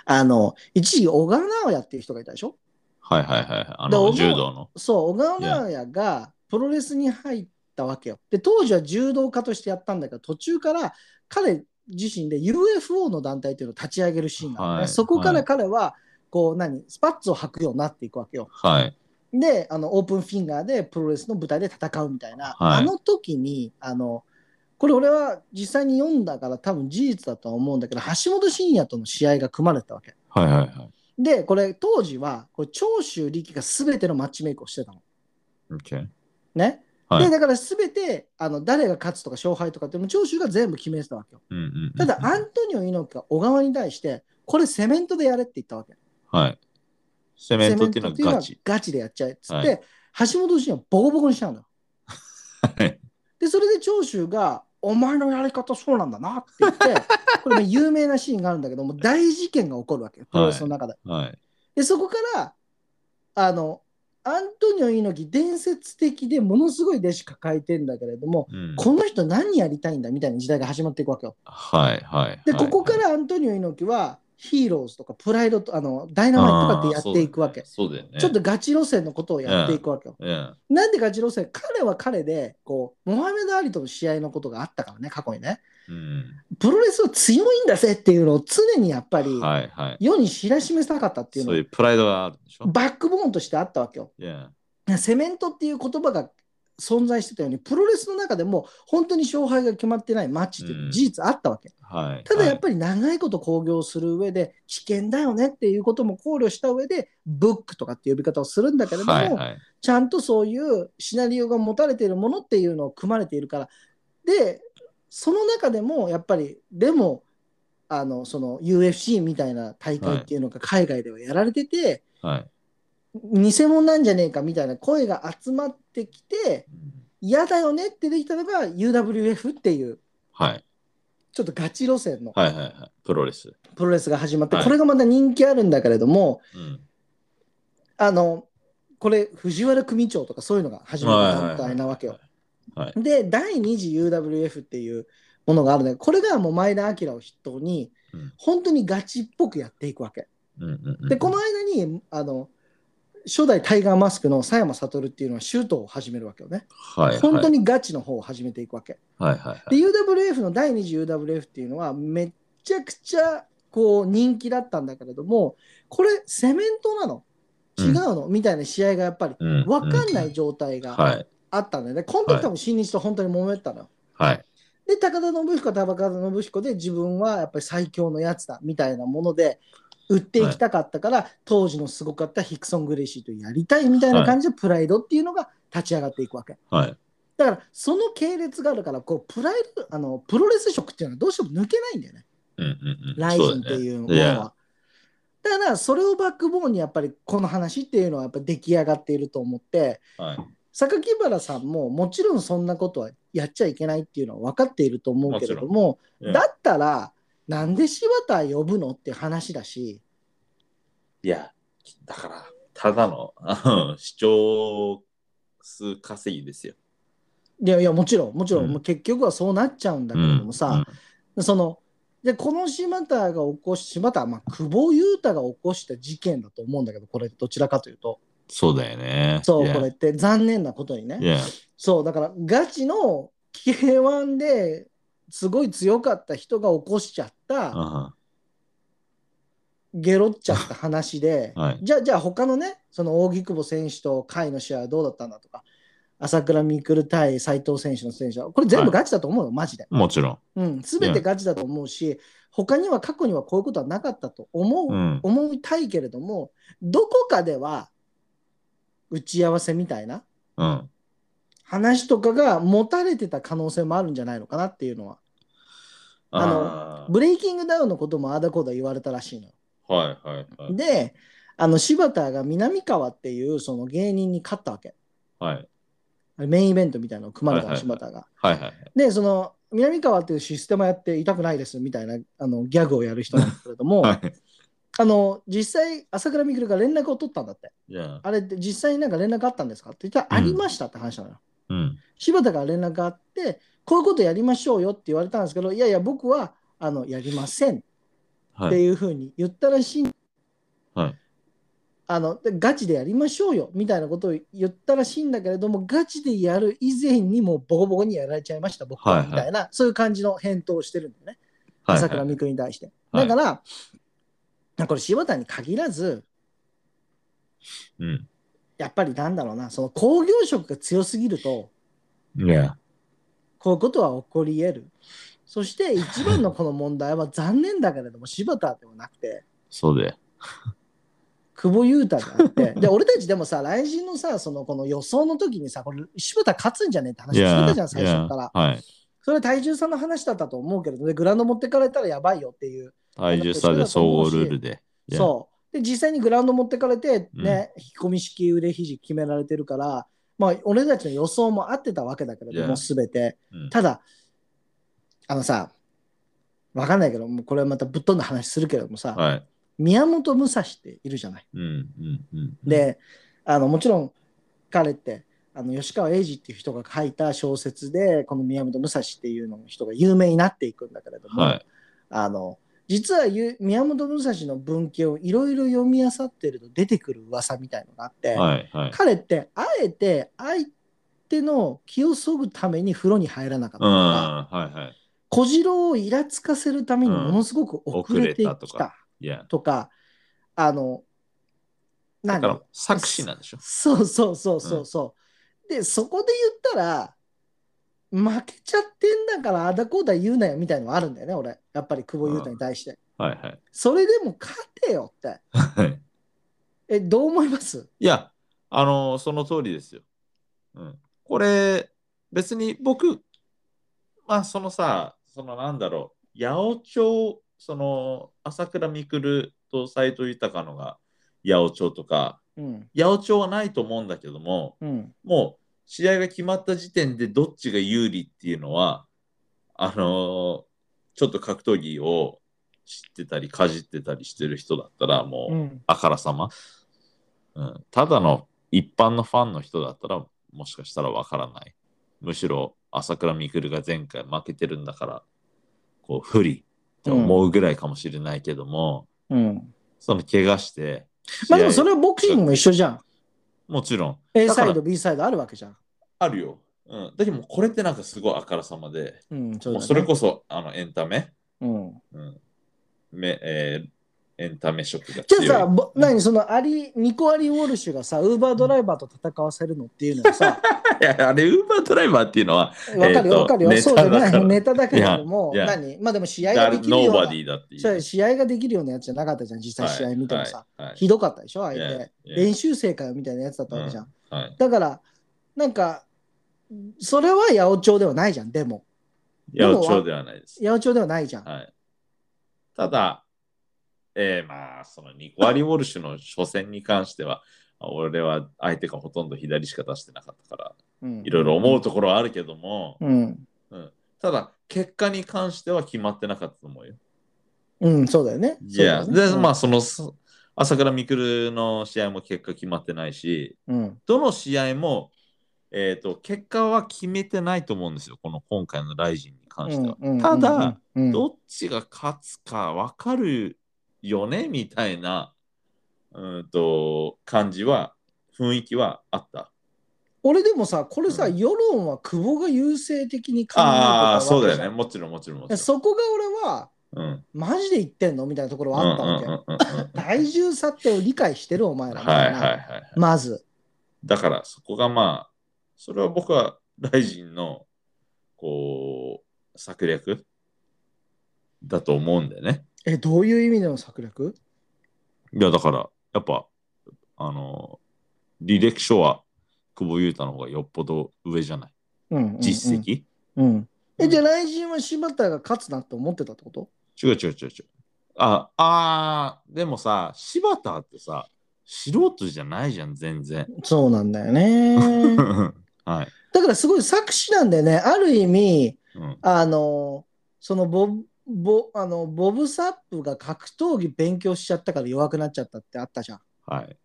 Speaker 2: あの一時小川直也っていう人がいたでしょ
Speaker 1: はいはいはいあ
Speaker 2: だから
Speaker 1: の
Speaker 2: 思う
Speaker 1: 柔道の
Speaker 2: そう小川直也がプロレスに入ったわけよ。で当時は柔道家としてやったんだけど途中から彼自身で UFO の団体っていうのを立ち上げるシーンがあるのね、
Speaker 1: はい
Speaker 2: そこか
Speaker 1: は
Speaker 2: ら
Speaker 1: い
Speaker 2: 彼はこう何スパッツを履くようになっていくわけよ。
Speaker 1: はい
Speaker 2: であのオープンフィンガーでプロレスの舞台で戦うみたいな、
Speaker 1: はい
Speaker 2: あの時にあのこれ俺は実際に読んだから多分事実だとは思うんだけど橋本真也との試合が組まれてたわけ
Speaker 1: はいはいはい
Speaker 2: でこれ当時はこれ長州力が全てのマッチメイクをしてたの
Speaker 1: OK
Speaker 2: ね、
Speaker 1: はい
Speaker 2: でだから全てあの誰が勝つとか勝敗とかっていうのも長州が全部決めてたわけよ
Speaker 1: うんうんうん
Speaker 2: ただアントニオ猪木が小川に対してこれセメントでやれって言ったわけ
Speaker 1: はいセメントっていうの
Speaker 2: セ
Speaker 1: はガチ
Speaker 2: ガチでやっちゃえっつって、
Speaker 1: は
Speaker 2: 橋本真也をボコボコにしちゃうのよ
Speaker 1: はい
Speaker 2: でそれで長州が「お前のやり方そうなんだな」って 言ってこれね有名なシーンがあるんだけどもう大事件が起こるわけよプロレスの中で。
Speaker 1: はい
Speaker 2: でそこからあのアントニオ猪木伝説的でものすごい弟子抱えてんだけれども、
Speaker 1: うん
Speaker 2: この人何やりたいんだみたいな時代が始まっていくわけよ。
Speaker 1: はいはい
Speaker 2: で
Speaker 1: はい
Speaker 2: ここからアントニオ猪木はヒーローズとかプライドとあのダイナマイトとかってやっていくわけ、
Speaker 1: あーそうだよね
Speaker 2: ちょ
Speaker 1: そ
Speaker 2: っ
Speaker 1: う
Speaker 2: とガチ路線のことをやっていくわけよ。
Speaker 1: だよね
Speaker 2: なんでガチ路線彼は彼でこうモハメド・アリとの試合のことがあったからね過去にね
Speaker 1: うん
Speaker 2: プロレスは強いんだぜっていうのを常にやっぱ
Speaker 1: う
Speaker 2: り
Speaker 1: んはいはい
Speaker 2: 世に知らしめたかったっていう
Speaker 1: そうい
Speaker 2: の
Speaker 1: うプライドがあるんでしょ
Speaker 2: がバックボーンとしてあったわけよ
Speaker 1: Yeah
Speaker 2: セメントっていう言葉が存在してたようにプロレスの中でも本当に勝敗が決まってないマッチっていうのは事実あったわけ、
Speaker 1: はい
Speaker 2: ただやっ
Speaker 1: ぱ
Speaker 2: ぱり長いこと興行する上で危険だよねっていうことも考慮した上でブックとかって呼び方をするんだけれども、
Speaker 1: はいはい
Speaker 2: ちゃんとそういうシナリオが持たれているものっていうのを組まれているからでその中でもやっぱりでもあのその UFC みたいな大会っていうのが海外ではやられてて、
Speaker 1: はい
Speaker 2: 偽物なんじゃねえかみたいな声が集まってきて
Speaker 1: うん
Speaker 2: 嫌だよねってできたのが UWF っていう
Speaker 1: はい
Speaker 2: ちょっとガチ路線の
Speaker 1: はいはいはいプロレス
Speaker 2: プロレスが始まって、
Speaker 1: はい
Speaker 2: これがまた人気あるんだけれども
Speaker 1: うん
Speaker 2: あのこれ藤原組長とかそういうのが始まった団体なわけよ。で、第2次 UWF っていうものがあるんだけど、これがもう前田明を筆頭に
Speaker 1: うん、
Speaker 2: 本当にガチっぽくやっていくわけ。
Speaker 1: うんうんうん
Speaker 2: で、この間に、あの、初代タイガーマスクの佐山悟っていうのはシュートを始めるわけよね。
Speaker 1: はいはい
Speaker 2: 本当にガチの方を始めていくわけ。
Speaker 1: はいはいは
Speaker 2: で、
Speaker 1: い
Speaker 2: UWF の第2次 UWF っていうのは、めちゃくちゃこう人気だったんだけれども、これ、セメントなの違うの、みたいな試合がやっぱり、
Speaker 1: うん
Speaker 2: 分かんな
Speaker 1: う
Speaker 2: い状態
Speaker 1: う
Speaker 2: が。
Speaker 1: はい
Speaker 2: あったんだよね。この時多分新日と本当に揉めてたのよ。
Speaker 1: はい
Speaker 2: で、高田信彦は高田信彦で自分はやっぱり最強のやつだみたいなもので売っていきたかったから、当時のすごかったヒクソン・グレイシーとやりたいみたいな感じでプライドっていうのが立ち上がっていくわけ。
Speaker 1: はい
Speaker 2: だからその系列があるからこうプライドあのプロレス色っていうのはどうしても抜けないんだよね
Speaker 1: うんうんうん。
Speaker 2: ライジンっていうも
Speaker 1: そう
Speaker 2: の
Speaker 1: だね
Speaker 2: は。だからそれをバックボーンにやっぱりこの話っていうのはやっぱ出来上がっていると思って
Speaker 1: いやはい。
Speaker 2: 榊原さんももちろんそんなことはやっちゃいけないっていうのは分かっていると思うけれども
Speaker 1: もちろん
Speaker 2: だったらなんで柴田呼ぶのって話だし
Speaker 1: いや、だから、ただの、あの、視聴数稼ぎですよ。
Speaker 2: いやいやもちろんもちろん、
Speaker 1: うん
Speaker 2: もう結局はそうなっちゃうんだけれどもさ、そのでこの柴田が起こし柴田は、まあ、久保裕太が起こした事件だと思うんだけどこれどちらかというと
Speaker 1: そうだよね。
Speaker 2: そう
Speaker 1: Yeah.
Speaker 2: これって残念なことにね
Speaker 1: Yeah.
Speaker 2: そうだからガチの K1 ですごい強かった人が起こしちゃった
Speaker 1: あ
Speaker 2: ゲロっちゃった話で、
Speaker 1: はい
Speaker 2: じゃあじゃあ他のねその扇久保選手と甲斐の試合はどうだったんだとか朝倉未来対斉藤選手の選手はこれ全部ガチだと思うよ、マジで。
Speaker 1: もちろん。
Speaker 2: うん、全てガチだと思うし、他には過去にはこういうことはなかったと思う、
Speaker 1: うん。
Speaker 2: 思いたいけれども、どこかでは打ち合わせみたいな
Speaker 1: うん。
Speaker 2: 話とかが持たれてた可能性もあるんじゃないのかなっていうのは、あの
Speaker 1: あ
Speaker 2: ブレイキングダウンのこともああだこうだ言われたらしいのよ。
Speaker 1: ーはいはいはい。
Speaker 2: で、あの柴田が南川っていうその芸人に勝ったわけ。
Speaker 1: はい
Speaker 2: メインイベントみたいなのを組まれたの
Speaker 1: はいはいは
Speaker 2: 柴
Speaker 1: い
Speaker 2: 田が。
Speaker 1: はいはい。
Speaker 2: で、その南川っていうシステムやって痛くないですみたいなあのギャグをやる人なんだけれども、
Speaker 1: はい。
Speaker 2: あの実際、朝倉未来が連絡を取ったんだって。
Speaker 1: じゃあ、
Speaker 2: あれって実際になんか連絡あったんですかって言ったら、
Speaker 1: うん
Speaker 2: ありましたって話なのよ。
Speaker 1: うん。
Speaker 2: 柴田から連絡があって、こういうことやりましょうよって言われたんですけど、いやいや、僕はあのやりませんっ
Speaker 1: は
Speaker 2: て
Speaker 1: い。
Speaker 2: いうふうに言ったらしい、
Speaker 1: はい。
Speaker 2: あのでガチでやりましょうよみたいなことを言ったらしいんだけれども、ガチでやる以前にもうボコボコにやられちゃいました、僕
Speaker 1: はい
Speaker 2: は
Speaker 1: はい
Speaker 2: みたいな、そういう感じの返答をしてるんだよね。
Speaker 1: はい
Speaker 2: 朝倉未来に対して。
Speaker 1: はい
Speaker 2: だから、これ柴田に限らず、
Speaker 1: うん。
Speaker 2: やっぱりなんだろうな、その興行色が強すぎると、
Speaker 1: いや。
Speaker 2: こういうことは起こり得る。そして一番のこの問題は 残念だけれども、柴田ではなくて、
Speaker 1: そうで。
Speaker 2: 久保裕太であ って、で、俺たちでもさ、来人のさ、そのこの予想の時にさ、これ柴田勝つんじゃねえって話
Speaker 1: い
Speaker 2: して
Speaker 1: や。
Speaker 2: た
Speaker 1: い
Speaker 2: じゃ
Speaker 1: や
Speaker 2: ん、最初から。
Speaker 1: はい。
Speaker 2: それは体重差の話だったと思うけれど、で、グラウンド持ってかれたらやばいよっていう。
Speaker 1: 体重差で総合ルールで。
Speaker 2: そう。で、実際にグラウンド持ってかれて、ね、引き込み式腕肘決められてるから、まあ、俺たちの予想も合ってたわけだけれども、
Speaker 1: Yeah.
Speaker 2: すべて。
Speaker 1: う。うん
Speaker 2: ただ、あのさ、わかんないけど、もうこれはまたぶっ飛んだ話するけれどもさ、
Speaker 1: はい。
Speaker 2: 宮本武蔵っているじゃない。
Speaker 1: うんうんうん。、
Speaker 2: で、あのもちろん彼って、あの吉川英治っていう人が書いた小説で、この宮本武蔵っていうの人が有名になっていくんだけれども、
Speaker 1: はい。
Speaker 2: あの実はゆ宮本武蔵の文献をいろいろ読み漁ってると出てくる噂みたいのがあって、
Speaker 1: はいはい。
Speaker 2: 彼ってあえて相手の気をそぐために風呂に入らなかったと
Speaker 1: うん。
Speaker 2: か、
Speaker 1: はいはい。
Speaker 2: 小次郎をイラつかせるためにものすごく遅れてき
Speaker 1: うん
Speaker 2: た
Speaker 1: 遅れたと
Speaker 2: と
Speaker 1: か
Speaker 2: か、
Speaker 1: いや。
Speaker 2: あの
Speaker 1: だ
Speaker 2: 何
Speaker 1: から、作詞なんでしょ。
Speaker 2: そうそうそうそうそう、でそこで言ったら負けちゃってんだからあだこうだ言うなよみたいのはあるんだよね俺やっぱり久保裕太に対して。
Speaker 1: はいはい。
Speaker 2: それでも勝てよって。
Speaker 1: はい
Speaker 2: え、どう思います
Speaker 1: いや、あのその通りですよ。うん。これ、別に僕、まあ、そのさ、そのなんだろう、八百長、その、朝倉未来と斎藤豊のが八百長とか、
Speaker 2: うん。
Speaker 1: 八百長はないと思うんだけども、
Speaker 2: うん。
Speaker 1: もう、試合が決まった時点でどっちが有利っていうのは、あのちょっと格闘技を知ってたり、かじってたりしてる人だったら、もう、
Speaker 2: うん。
Speaker 1: あからさま、うん、ただの一般のファンの人だったらもしかしたらわからないむしろ朝倉未来が前回負けてるんだからこう不利って思うぐらいかもしれないけども、
Speaker 2: うん。
Speaker 1: その怪我して
Speaker 2: まあでもそ
Speaker 1: れ
Speaker 2: れはボクシングも一緒じゃん。
Speaker 1: もちろんだ
Speaker 2: A
Speaker 1: か
Speaker 2: サ
Speaker 1: ら
Speaker 2: イド、B サイドあるわけじゃん。
Speaker 1: あるよ、うん、だけどもうこれってなんかすごいあからさまで
Speaker 2: うん、そう
Speaker 1: も
Speaker 2: だ
Speaker 1: う
Speaker 2: ね
Speaker 1: それこそあのエンタメ、
Speaker 2: う
Speaker 1: う
Speaker 2: ん。
Speaker 1: んめえーエンタメ色が強い
Speaker 2: じゃあさ、ぼ何そのアリ、ニコアリ・ウォルシュがさ、ウーバードライバーと戦わせるのっていうのは さ、
Speaker 1: いやあれウーバードライバーっていうのは
Speaker 2: わかるよ、わかるよ。
Speaker 1: ネタ
Speaker 2: そう
Speaker 1: だ
Speaker 2: だ
Speaker 1: から
Speaker 2: よね。ネタだけども、
Speaker 1: いやいや
Speaker 2: 何まあでも試合が
Speaker 1: 誰
Speaker 2: できるよう
Speaker 1: ノーバ
Speaker 2: な
Speaker 1: ディだっていう。
Speaker 2: そう、試合ができるようなやつじゃなかったじゃん、実際試合見てもさ。
Speaker 1: はい、はい
Speaker 2: ひどかったでしょ、あ
Speaker 1: はい
Speaker 2: れ
Speaker 1: いや
Speaker 2: で
Speaker 1: いや
Speaker 2: 練習生かよみたいなやつだったわけじゃん。
Speaker 1: はい
Speaker 2: だから、なんか、
Speaker 4: それは八百長ではないじゃん、でも。
Speaker 1: 八百長ではないです。
Speaker 4: 八百長ではないじゃん。
Speaker 1: はい、ただ、えーまあ、そのニコワリ・ウォルシュの初戦に関しては、俺は相手がほとんど左しか出してなかったから、
Speaker 4: うん
Speaker 1: いろいろ思うところはあるけども、
Speaker 4: うん。
Speaker 1: ただ、結果に関しては決まってなかったと思うよ。
Speaker 4: うん、そうだよね。
Speaker 1: いや、
Speaker 4: そうだよね
Speaker 1: で、まあ、、その、す朝倉未来の試合も結果決まってないし、
Speaker 4: うん。
Speaker 1: どの試合も、えっ、と、結果は決めてないと思うんですよ、この今回のライジンに関しては。
Speaker 4: うん
Speaker 1: ただ、、
Speaker 4: うんうん
Speaker 1: どっちが勝つか分かるよねみたいな、うんと、感じは、雰囲気はあった。
Speaker 4: 俺でもさ、これさ、
Speaker 1: うん
Speaker 4: 世論は久保が優勢的に考えてた
Speaker 1: ああー、
Speaker 4: わけじゃん
Speaker 1: そうだよね。。もちろん、もちろん、もちろ
Speaker 4: で
Speaker 1: ん。
Speaker 4: そこが俺は、
Speaker 1: うん。
Speaker 4: マジで言ってんのみたいなところ
Speaker 1: うん
Speaker 4: は
Speaker 1: うん
Speaker 4: あったわけ。
Speaker 1: うんうんうん
Speaker 4: 体重差ってを理解してるお前らみ
Speaker 1: は
Speaker 4: た
Speaker 1: い
Speaker 4: い
Speaker 1: はい
Speaker 4: な。
Speaker 1: はい。
Speaker 4: まず。
Speaker 1: だからそこがまあ、それは僕は大臣の、こう、策略だと思うんだよね。
Speaker 4: え、どういう意味での策略
Speaker 1: いや、だから、やっぱ、あの、履歴書は久保優太の方がよっぽど上じゃない。
Speaker 4: うんうんうん
Speaker 1: 実績、
Speaker 4: うん。え、
Speaker 1: うん
Speaker 4: じゃあ来週は柴田が勝つなって思ってたってこと
Speaker 1: 違う違う違う違う。あ、あーでもさ、柴田ってさ、素人じゃないじゃん、全然。
Speaker 4: そうなんだよね。
Speaker 1: はい。
Speaker 4: だからすごい作詞なんだよね。ある意味、
Speaker 1: うん、
Speaker 4: あの、そのボブ、ボあのボブ・サップが格闘技勉強しちゃったから弱くなっちゃったってあったじゃん。
Speaker 1: はい。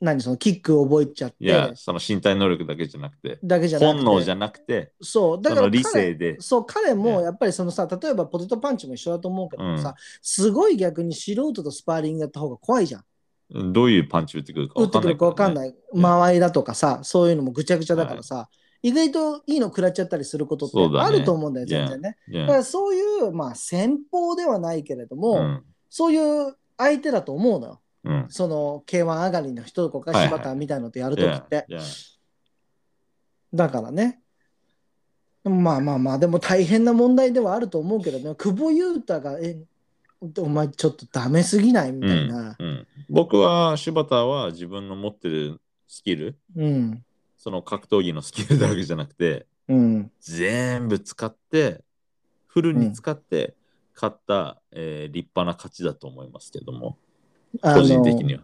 Speaker 4: 何そのキック覚えちゃっ
Speaker 1: いや、
Speaker 4: て
Speaker 1: その身体能力だけじゃなくて、
Speaker 4: だけじゃなくて
Speaker 1: 本能じゃなくて、
Speaker 4: そうだ
Speaker 1: そ
Speaker 4: から
Speaker 1: の
Speaker 4: 彼
Speaker 1: 理性で。
Speaker 4: そう彼も
Speaker 1: ね
Speaker 4: やっぱりそのさ例えばポテトパンチも一緒だと思うけどさ、
Speaker 1: うん
Speaker 4: すごい逆に素人とスパーリングやった方が怖いじゃん
Speaker 1: どういうパンチ打ってくるか
Speaker 4: 打
Speaker 1: 分か
Speaker 4: って
Speaker 1: ん
Speaker 4: く
Speaker 1: な
Speaker 4: る
Speaker 1: い
Speaker 4: か分かん
Speaker 1: い。
Speaker 4: ない、間合いだとかさそういうのもぐちゃぐちゃだからさ、意外といいの食らっちゃったりすることって
Speaker 1: そうだね
Speaker 4: あると思うんだよ、全然ね。
Speaker 1: いや
Speaker 4: だからそういう、まあ、戦法ではないけれども、
Speaker 1: うん
Speaker 4: そういう相手だと思うのよ。
Speaker 1: うん。
Speaker 4: その K1 上がりの人とか
Speaker 1: はいはい
Speaker 4: 柴田みたいのとやる
Speaker 1: い
Speaker 4: ときって、
Speaker 1: やいや
Speaker 4: だからね。まあまあまあ、でも大変な問題ではあると思うけどね、久保優太が、え、お前ちょっとダメすぎないみたいな。
Speaker 1: うん僕は柴田は自分の持ってるスキル、
Speaker 4: うん。
Speaker 1: その格闘技のスキルだけじゃなくて、
Speaker 4: うん。
Speaker 1: 全部使って、フルに使って勝った、えー立派な勝ちだと思いますけども、
Speaker 4: あの
Speaker 1: 個人的には。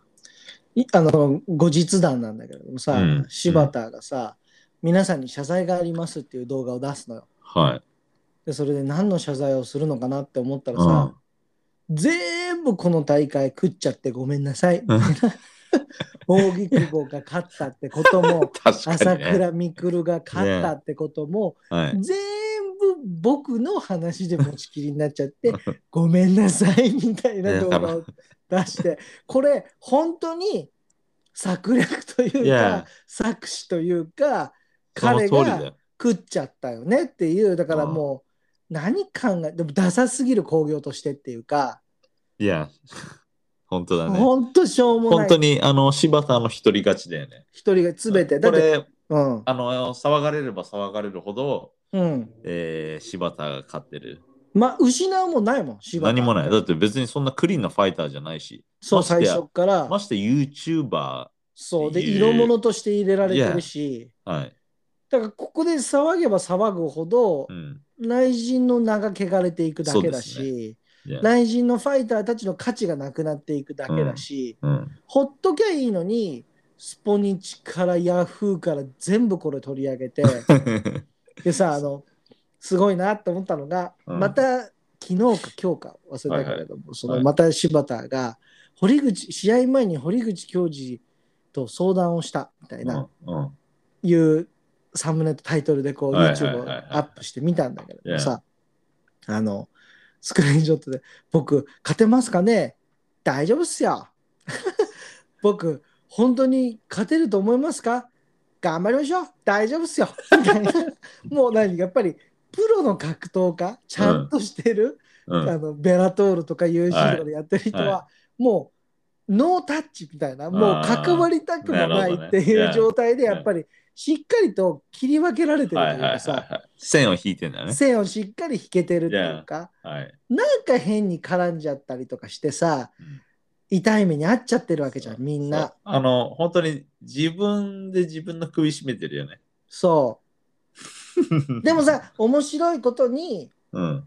Speaker 4: いあの、後日談なんだけどもさ、
Speaker 1: うん
Speaker 4: 柴田がさ、皆さんに謝罪がありますっていう動画を出すのよ。
Speaker 1: はい。
Speaker 4: で、それで何の謝罪をするのかなって思ったら
Speaker 1: う
Speaker 4: さ
Speaker 1: ん、
Speaker 4: 全部この大会食っちゃってごめんなさい。 扇久保が勝ったってことも、
Speaker 1: 確か
Speaker 4: 朝
Speaker 1: にね。
Speaker 4: 倉未来が勝ったってことも、
Speaker 1: はい、
Speaker 4: 全部僕の話で持ちきりになっちゃって ごめんなさいみたいな動画を出してこれ本当に策略という
Speaker 1: いや
Speaker 4: か作詞というか
Speaker 1: その通
Speaker 4: 彼
Speaker 1: りだ
Speaker 4: が
Speaker 1: よ。
Speaker 4: 食っちゃったよねっていうだからもう何考えでもダサすぎる興行としてっていうか
Speaker 1: いや、 本当だね。
Speaker 4: 本当しょうもな
Speaker 1: 本
Speaker 4: い
Speaker 1: 当にあの柴田の一人勝ちだよね。
Speaker 4: 一人が全てだっ
Speaker 1: こ
Speaker 4: て
Speaker 1: れ
Speaker 4: うん
Speaker 1: あの騒がれれば騒がれるほど、
Speaker 4: うん
Speaker 1: えー柴田が勝ってる。
Speaker 4: まあ失うもんないもん柴田
Speaker 1: 何もない。だって別にそんなクリーンなファイターじゃないし、
Speaker 4: そう
Speaker 1: まして
Speaker 4: 最
Speaker 1: や
Speaker 4: 初から
Speaker 1: まして YouTuber。
Speaker 4: そうで
Speaker 1: いい
Speaker 4: 色物として入れられてるし、
Speaker 1: はい。
Speaker 4: だからここで騒げば騒ぐほど、
Speaker 1: うん。
Speaker 4: 内陣の名が汚れていくだけだ
Speaker 1: そうで
Speaker 4: し、
Speaker 1: いや
Speaker 4: 内陣のファイターたちの価値がなくなっていくだけだし、
Speaker 1: うん、
Speaker 4: ほっときゃいいのにスポニチからヤフーから全部これ取り上げてでさあのすごいなと思ったのが、
Speaker 1: うん
Speaker 4: また昨日か今日か忘れたけれども、そ
Speaker 1: は
Speaker 4: の
Speaker 1: い
Speaker 4: また柴田が堀口試合前に堀口教授と相談をしたみたいな。
Speaker 1: うんうん
Speaker 4: いうサムネとタイトルでこう
Speaker 1: はいはいはい
Speaker 4: YouTube をアップして見たんだけど
Speaker 1: Yeah.
Speaker 4: さ、あの、スクリーンショットで、僕、勝てますかね大丈夫っすよ。 僕、本当に勝てると思いますか頑張りましょう。大丈夫っすよ。 みたいなもう何、やっぱり、プロの格闘家、ちゃんとしてる、
Speaker 1: うん
Speaker 4: あのベラトールとか UFC とかでやってる人は、
Speaker 1: はいは
Speaker 4: もうノータッチみたいな、もう
Speaker 1: あー
Speaker 4: 関わりたくもな
Speaker 1: ないるほどね
Speaker 4: っていう
Speaker 1: Yeah.
Speaker 4: 状態で、やっぱりしっかりと切り分けられてると
Speaker 1: はいいうはいは
Speaker 4: か
Speaker 1: い
Speaker 4: さ、
Speaker 1: はい。線を引いてんだよね。
Speaker 4: 線をしっかり引けてるっていうか、
Speaker 1: はい。
Speaker 4: なんか変に絡んじゃったりとかしてさ、
Speaker 1: うん
Speaker 4: 痛い目に遭っちゃってるわけじゃん、みん
Speaker 1: そう
Speaker 4: な。
Speaker 1: あの、本当に自分で自分の首絞めてるよね。
Speaker 4: そでもさ、面白いことに、
Speaker 1: うん。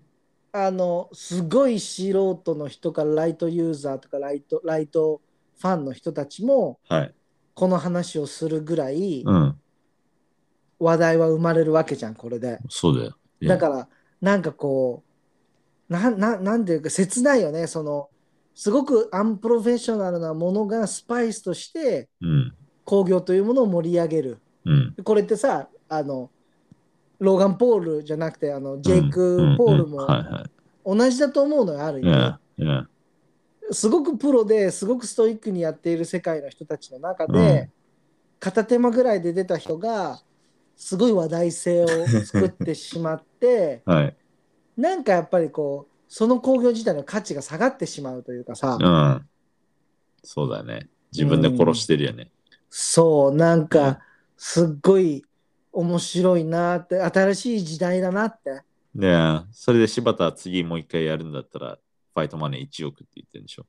Speaker 4: あの、すごい素人の人からライトユーザーとかライト、ライトファンの人たちも、
Speaker 1: はい。
Speaker 4: この話をするぐらい
Speaker 1: うん。
Speaker 4: 話題は生まれるわけじゃん、これで。
Speaker 1: そうだよ。いや
Speaker 4: だから、なんかこう、なん、なん、なんていうか、切ないよね。その、すごくアンプロフェッショナルなものがスパイスとして、
Speaker 1: うん。
Speaker 4: 工業というものを盛り上げる。
Speaker 1: うん。
Speaker 4: これってさ、あの、ローガン・ポールじゃなくて、あの、ジェイ
Speaker 1: うん
Speaker 4: ク・ポール
Speaker 1: う
Speaker 4: も
Speaker 1: んはいは
Speaker 4: 同じだと思うのよ、ある
Speaker 1: い。
Speaker 4: 意
Speaker 1: い
Speaker 4: 味。
Speaker 1: や、いや、
Speaker 4: すごくプロですごくストイックにやっている世界の人たちの中
Speaker 1: う
Speaker 4: で、片手間ぐらいで出た人が、すごい話題性を作ってしまって、
Speaker 1: はい。
Speaker 4: なんかやっぱりこう、その工業自体の価値が下がってしまうというかさ、
Speaker 1: うん。そうだね。自分で殺してるよね。
Speaker 4: そう、な
Speaker 1: う
Speaker 4: ん
Speaker 1: ん
Speaker 4: か、すっごい面白いなって、新しい時代だなって。
Speaker 1: ねえ、それで柴田は次もう一回やるんだったら、ファイトマネー1億って言ってるん でしょ。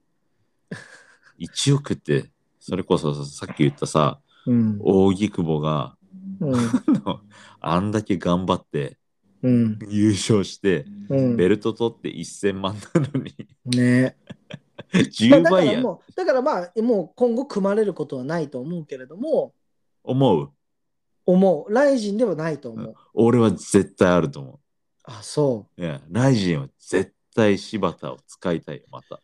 Speaker 1: 1億って、それこそさっき言ったさ、
Speaker 4: うん。
Speaker 1: 扇久保が
Speaker 4: うん。
Speaker 1: あんだけ頑張って
Speaker 4: うん。
Speaker 1: 優勝して、
Speaker 4: う ん。
Speaker 1: ベルト取って1000万なの に、
Speaker 4: ね。まあ
Speaker 1: 10
Speaker 4: だか
Speaker 1: 倍
Speaker 4: ら
Speaker 1: やん。
Speaker 4: もう、だからまあ、もう今後組まれることはないと思うけれども、
Speaker 1: 思う
Speaker 4: 思う。ライジンではないと思う。
Speaker 1: 俺は絶対あると思
Speaker 4: あ、そう。
Speaker 1: う。いや、ライジンは絶対柴田を使いたいよ、また。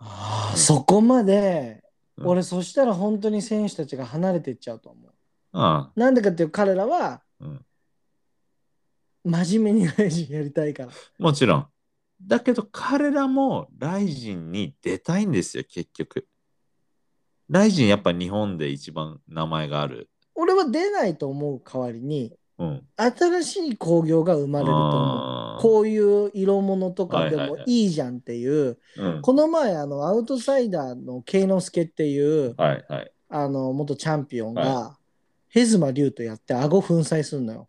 Speaker 4: あそこまで、
Speaker 1: うん
Speaker 4: 俺、そしたら本当に選手たちが離れていっちゃうと思
Speaker 1: あ
Speaker 4: う。なんでかっていうと彼らは、
Speaker 1: あ、うん。
Speaker 4: 真面目にライジンやりたいから。
Speaker 1: もちろん。だけど彼らもライジンに出たいんですよ、結局。ライジンやっぱ日本で一番名前がある。
Speaker 4: 俺は出ないと思う代わりに
Speaker 1: うん。
Speaker 4: 新しい興行が生まれると思う。
Speaker 1: あー
Speaker 4: こういう色物とかで
Speaker 1: はいは
Speaker 4: も
Speaker 1: いはい
Speaker 4: いいじゃんっていう、
Speaker 1: うん
Speaker 4: この前あのアウトサイダーの慶之助っていう
Speaker 1: はいはい。
Speaker 4: あの元チャンピオンが、
Speaker 1: は
Speaker 4: ヘズマ竜とやって顎粉砕するのよ。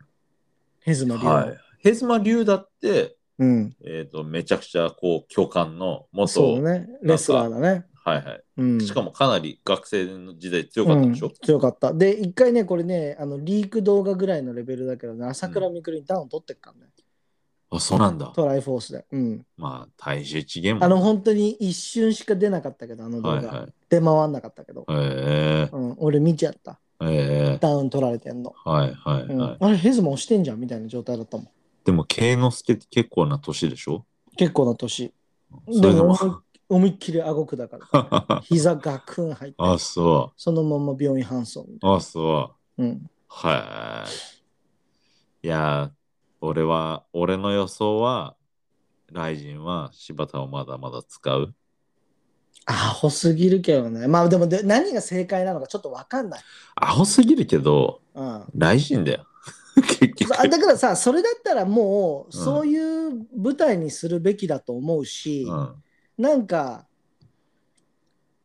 Speaker 4: ヘズマ竜を、
Speaker 1: はい。ヘズマ・リュウだって、
Speaker 4: うん。
Speaker 1: えっ、と、めちゃくちゃこう、巨漢の元、
Speaker 4: そうだね。レスラーだね。
Speaker 1: はいはい。
Speaker 4: うん、
Speaker 1: しかもかなり学生の時代強かったでしょ、
Speaker 4: うん強かった。で、一回ね、これね、あのリーク動画ぐらいのレベルだけどね、朝倉未来にダウン取ってっからね、
Speaker 1: あ、そうなんだ。
Speaker 4: トライフォースで。うん。
Speaker 1: まあ、体重違えもん。
Speaker 4: あの、本当に一瞬しか出なかったけど、あの動画。
Speaker 1: はいはい。
Speaker 4: 出回んなかったけど。
Speaker 1: え
Speaker 4: うん、俺見ちゃった。
Speaker 1: えええ
Speaker 4: ダウン取られてんの。
Speaker 1: はいは
Speaker 4: う
Speaker 1: い
Speaker 4: ん
Speaker 1: はい。
Speaker 4: あれ、ヘズマ押してんじゃんみたいな状態だったもん。
Speaker 1: でも、慶之助って結構な年でしょ
Speaker 4: 結構な年。
Speaker 1: そ
Speaker 4: で
Speaker 1: れで
Speaker 4: も
Speaker 1: も。
Speaker 4: 思い、思いっきり顎くだから。膝がくん入って、
Speaker 1: あ、そ
Speaker 4: そのまま病院搬送みた
Speaker 1: う。あ、そう。
Speaker 4: いな。うん。
Speaker 1: はい。いやー、俺は、俺の予想は、ライジンは柴田をまだまだ使う。
Speaker 4: アホすぎるけどね。まあでもで何が正解なのかちょっとわかんない。
Speaker 1: アホすぎるけど、
Speaker 4: うん。
Speaker 1: ライジンだよ。 結局。
Speaker 4: あだからさ、それだったらもう、
Speaker 1: うん
Speaker 4: そういう舞台にするべきだと思うし、
Speaker 1: うん、
Speaker 4: なんか、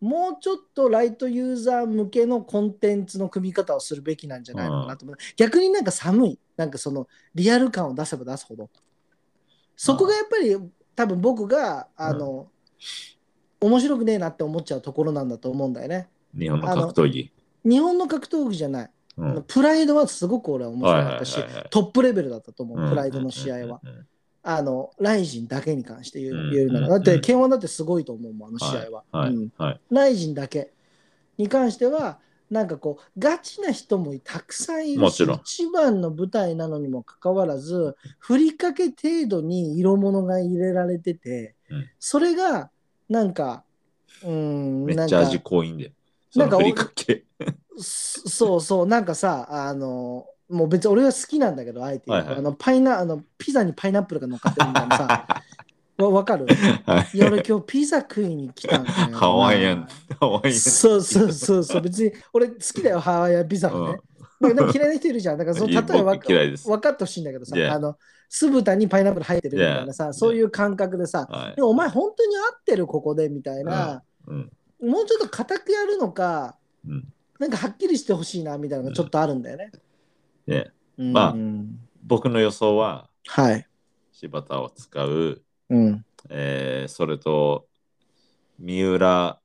Speaker 4: もうちょっとライトユーザー向けのコンテンツの組み方をするべきなんじゃないのかなと思う、逆になんか寒い、なんかそのリアル感を出せば出すほど。そこがやっぱり、多分僕が、あの、面白くねえなって思っちゃうところなんだと思うんだよね。
Speaker 1: 日本の格闘技。
Speaker 4: 日本の格闘技じゃない。
Speaker 1: うんはい
Speaker 4: プライドはすごく俺は面白かったし
Speaker 1: はいはいはいはい、
Speaker 4: トップレベルだったと思
Speaker 1: うん
Speaker 4: う、プライドの試合は。。
Speaker 1: うんうんうん
Speaker 4: あの、ライジンだけに関して言
Speaker 1: うん
Speaker 4: う言うなら、
Speaker 1: う
Speaker 4: だ
Speaker 1: ん
Speaker 4: って、ケンワンだってすごいと思うもん、あの試合は。
Speaker 1: は
Speaker 4: うん
Speaker 1: い。はい。
Speaker 4: ライジンだけに関しては、なんかこう、ガチな人もたくさんいる
Speaker 1: も
Speaker 4: し、
Speaker 1: ちろん
Speaker 4: 一番の舞台なのにもかかわらず、ふりかけ程度に色物が入れられてて、
Speaker 1: うん
Speaker 4: それが、なんか、うーん、
Speaker 1: め
Speaker 4: な
Speaker 1: っ
Speaker 4: ん
Speaker 1: ちゃ味
Speaker 4: か、
Speaker 1: 濃いんだよ。
Speaker 4: なんか
Speaker 1: そのふりかけ。
Speaker 4: そそうそう、なんかさ、あの、もう別に俺は好きなんだけど、あえて言うと、
Speaker 1: はいはい
Speaker 4: あのパイナあのピザにパイナップルが乗っかってるみたい なさ、わわかる
Speaker 1: はい
Speaker 4: や俺今日ピザ食いに来たんだよな。
Speaker 1: ハワイアン。ハワイアン。
Speaker 4: そうそうそうそう。別に俺好きだよ、ハワイアンピザはね。まあでも嫌いな人いるじゃん。だからその例えば
Speaker 1: 僕 嫌いです
Speaker 4: 分かってほしいんだけどさ、
Speaker 1: Yeah.
Speaker 4: あの酢豚にパイナップル入ってるみたいなさ、
Speaker 1: Yeah.
Speaker 4: そういう感覚でさ、
Speaker 1: はい
Speaker 4: でもお前本当に合ってるここでみたいな、
Speaker 1: うん
Speaker 4: もうちょっと固くやるのか、
Speaker 1: うん
Speaker 4: なんかはっきりしてほしいなみたいなのがちょっとあるんだよね。
Speaker 1: ね
Speaker 4: うん
Speaker 1: まあ
Speaker 4: うん
Speaker 1: 僕の予想は
Speaker 4: はい。
Speaker 1: 柴田を使う、
Speaker 4: うん。
Speaker 1: えーそれと三浦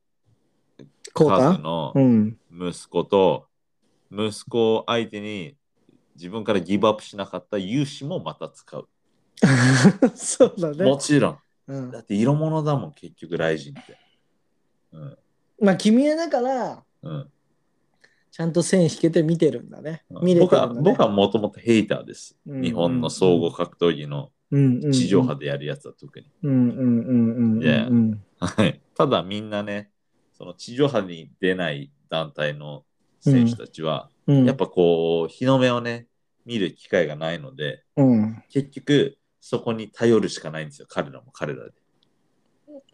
Speaker 4: こう
Speaker 1: 和
Speaker 4: か。
Speaker 1: の
Speaker 4: うん。
Speaker 1: 息子と息子を相手に自分からギブアップしなかった勇姿もまた使う。
Speaker 2: そうだ
Speaker 1: も
Speaker 2: ね。
Speaker 1: ちろん。
Speaker 2: うん
Speaker 1: だって色物だもん、結局、ライジンって。うん。
Speaker 2: まあ、君はだから、
Speaker 1: うん、
Speaker 2: ちゃんと線引けて見てるんだね。見れて
Speaker 1: 僕
Speaker 2: る
Speaker 1: は
Speaker 2: んだ、ね、
Speaker 1: 僕はもともとヘイターです。
Speaker 2: うん
Speaker 1: 日本の総合格闘技の地上波でやるやつは特に。
Speaker 2: うんうんうんうんうんうんうん。
Speaker 1: はいただみんなね、その地上波に出ない団体の選手たちは、
Speaker 2: うん
Speaker 1: やっぱこう、日の目をね、見る機会がないので、
Speaker 2: うん。
Speaker 1: 結局、そこに頼るしかないんですよ、彼らも彼らで。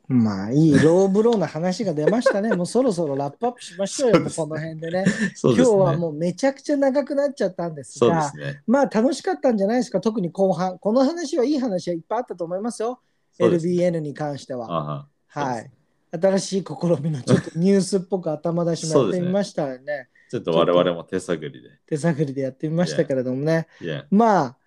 Speaker 2: まあいいローブローな話が出まし たね。もうそろそろラップアップしましょうよ、
Speaker 1: そうですね
Speaker 2: この辺でね。
Speaker 1: そうですね。
Speaker 2: 今日はもうめちゃくちゃ長くなっちゃったんです
Speaker 1: そうで
Speaker 2: が、
Speaker 1: すね。
Speaker 2: まあ楽しかったんじゃないですか、特に後半。この話はいい話はいっぱいあったと思いますよ、
Speaker 1: そうです
Speaker 2: LBN に関しては。
Speaker 1: あそう
Speaker 2: は
Speaker 1: です
Speaker 2: い。新しい試みのちょっとニュースっぽく頭出しもやってみましたねね。
Speaker 1: ーちょっと我々も手探りで。
Speaker 2: 手探りでやってみましたけれどもね。
Speaker 1: いや
Speaker 2: まあ、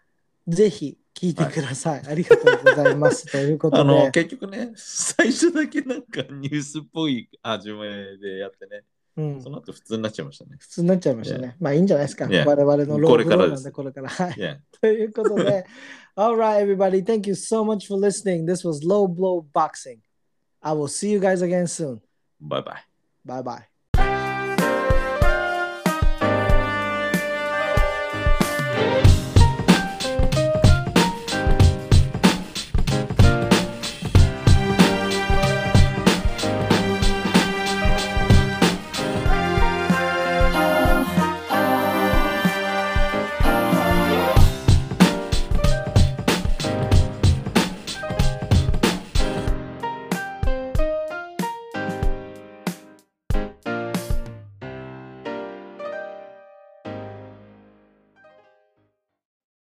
Speaker 2: ぜひ聞いてください。ありがとうございます。ということ
Speaker 1: あの
Speaker 2: で、
Speaker 1: 結局ね、最初だけなんかニュースっぽい始めでやってね、
Speaker 2: うん、
Speaker 1: その後普通になっちゃいましたね。
Speaker 2: 普通になっちゃいましたね。まあいいんじゃないですか。
Speaker 1: Yeah
Speaker 2: 我々のロー
Speaker 1: こ
Speaker 2: ル
Speaker 1: れから
Speaker 2: なん
Speaker 1: です
Speaker 2: で、これから。はい
Speaker 1: い。や、
Speaker 2: ということで、Alright, everybody. Thank you so much for listening. This was Low Blow Boxing. I will see you guys again soon.
Speaker 1: バイバイ。
Speaker 2: Bye bye.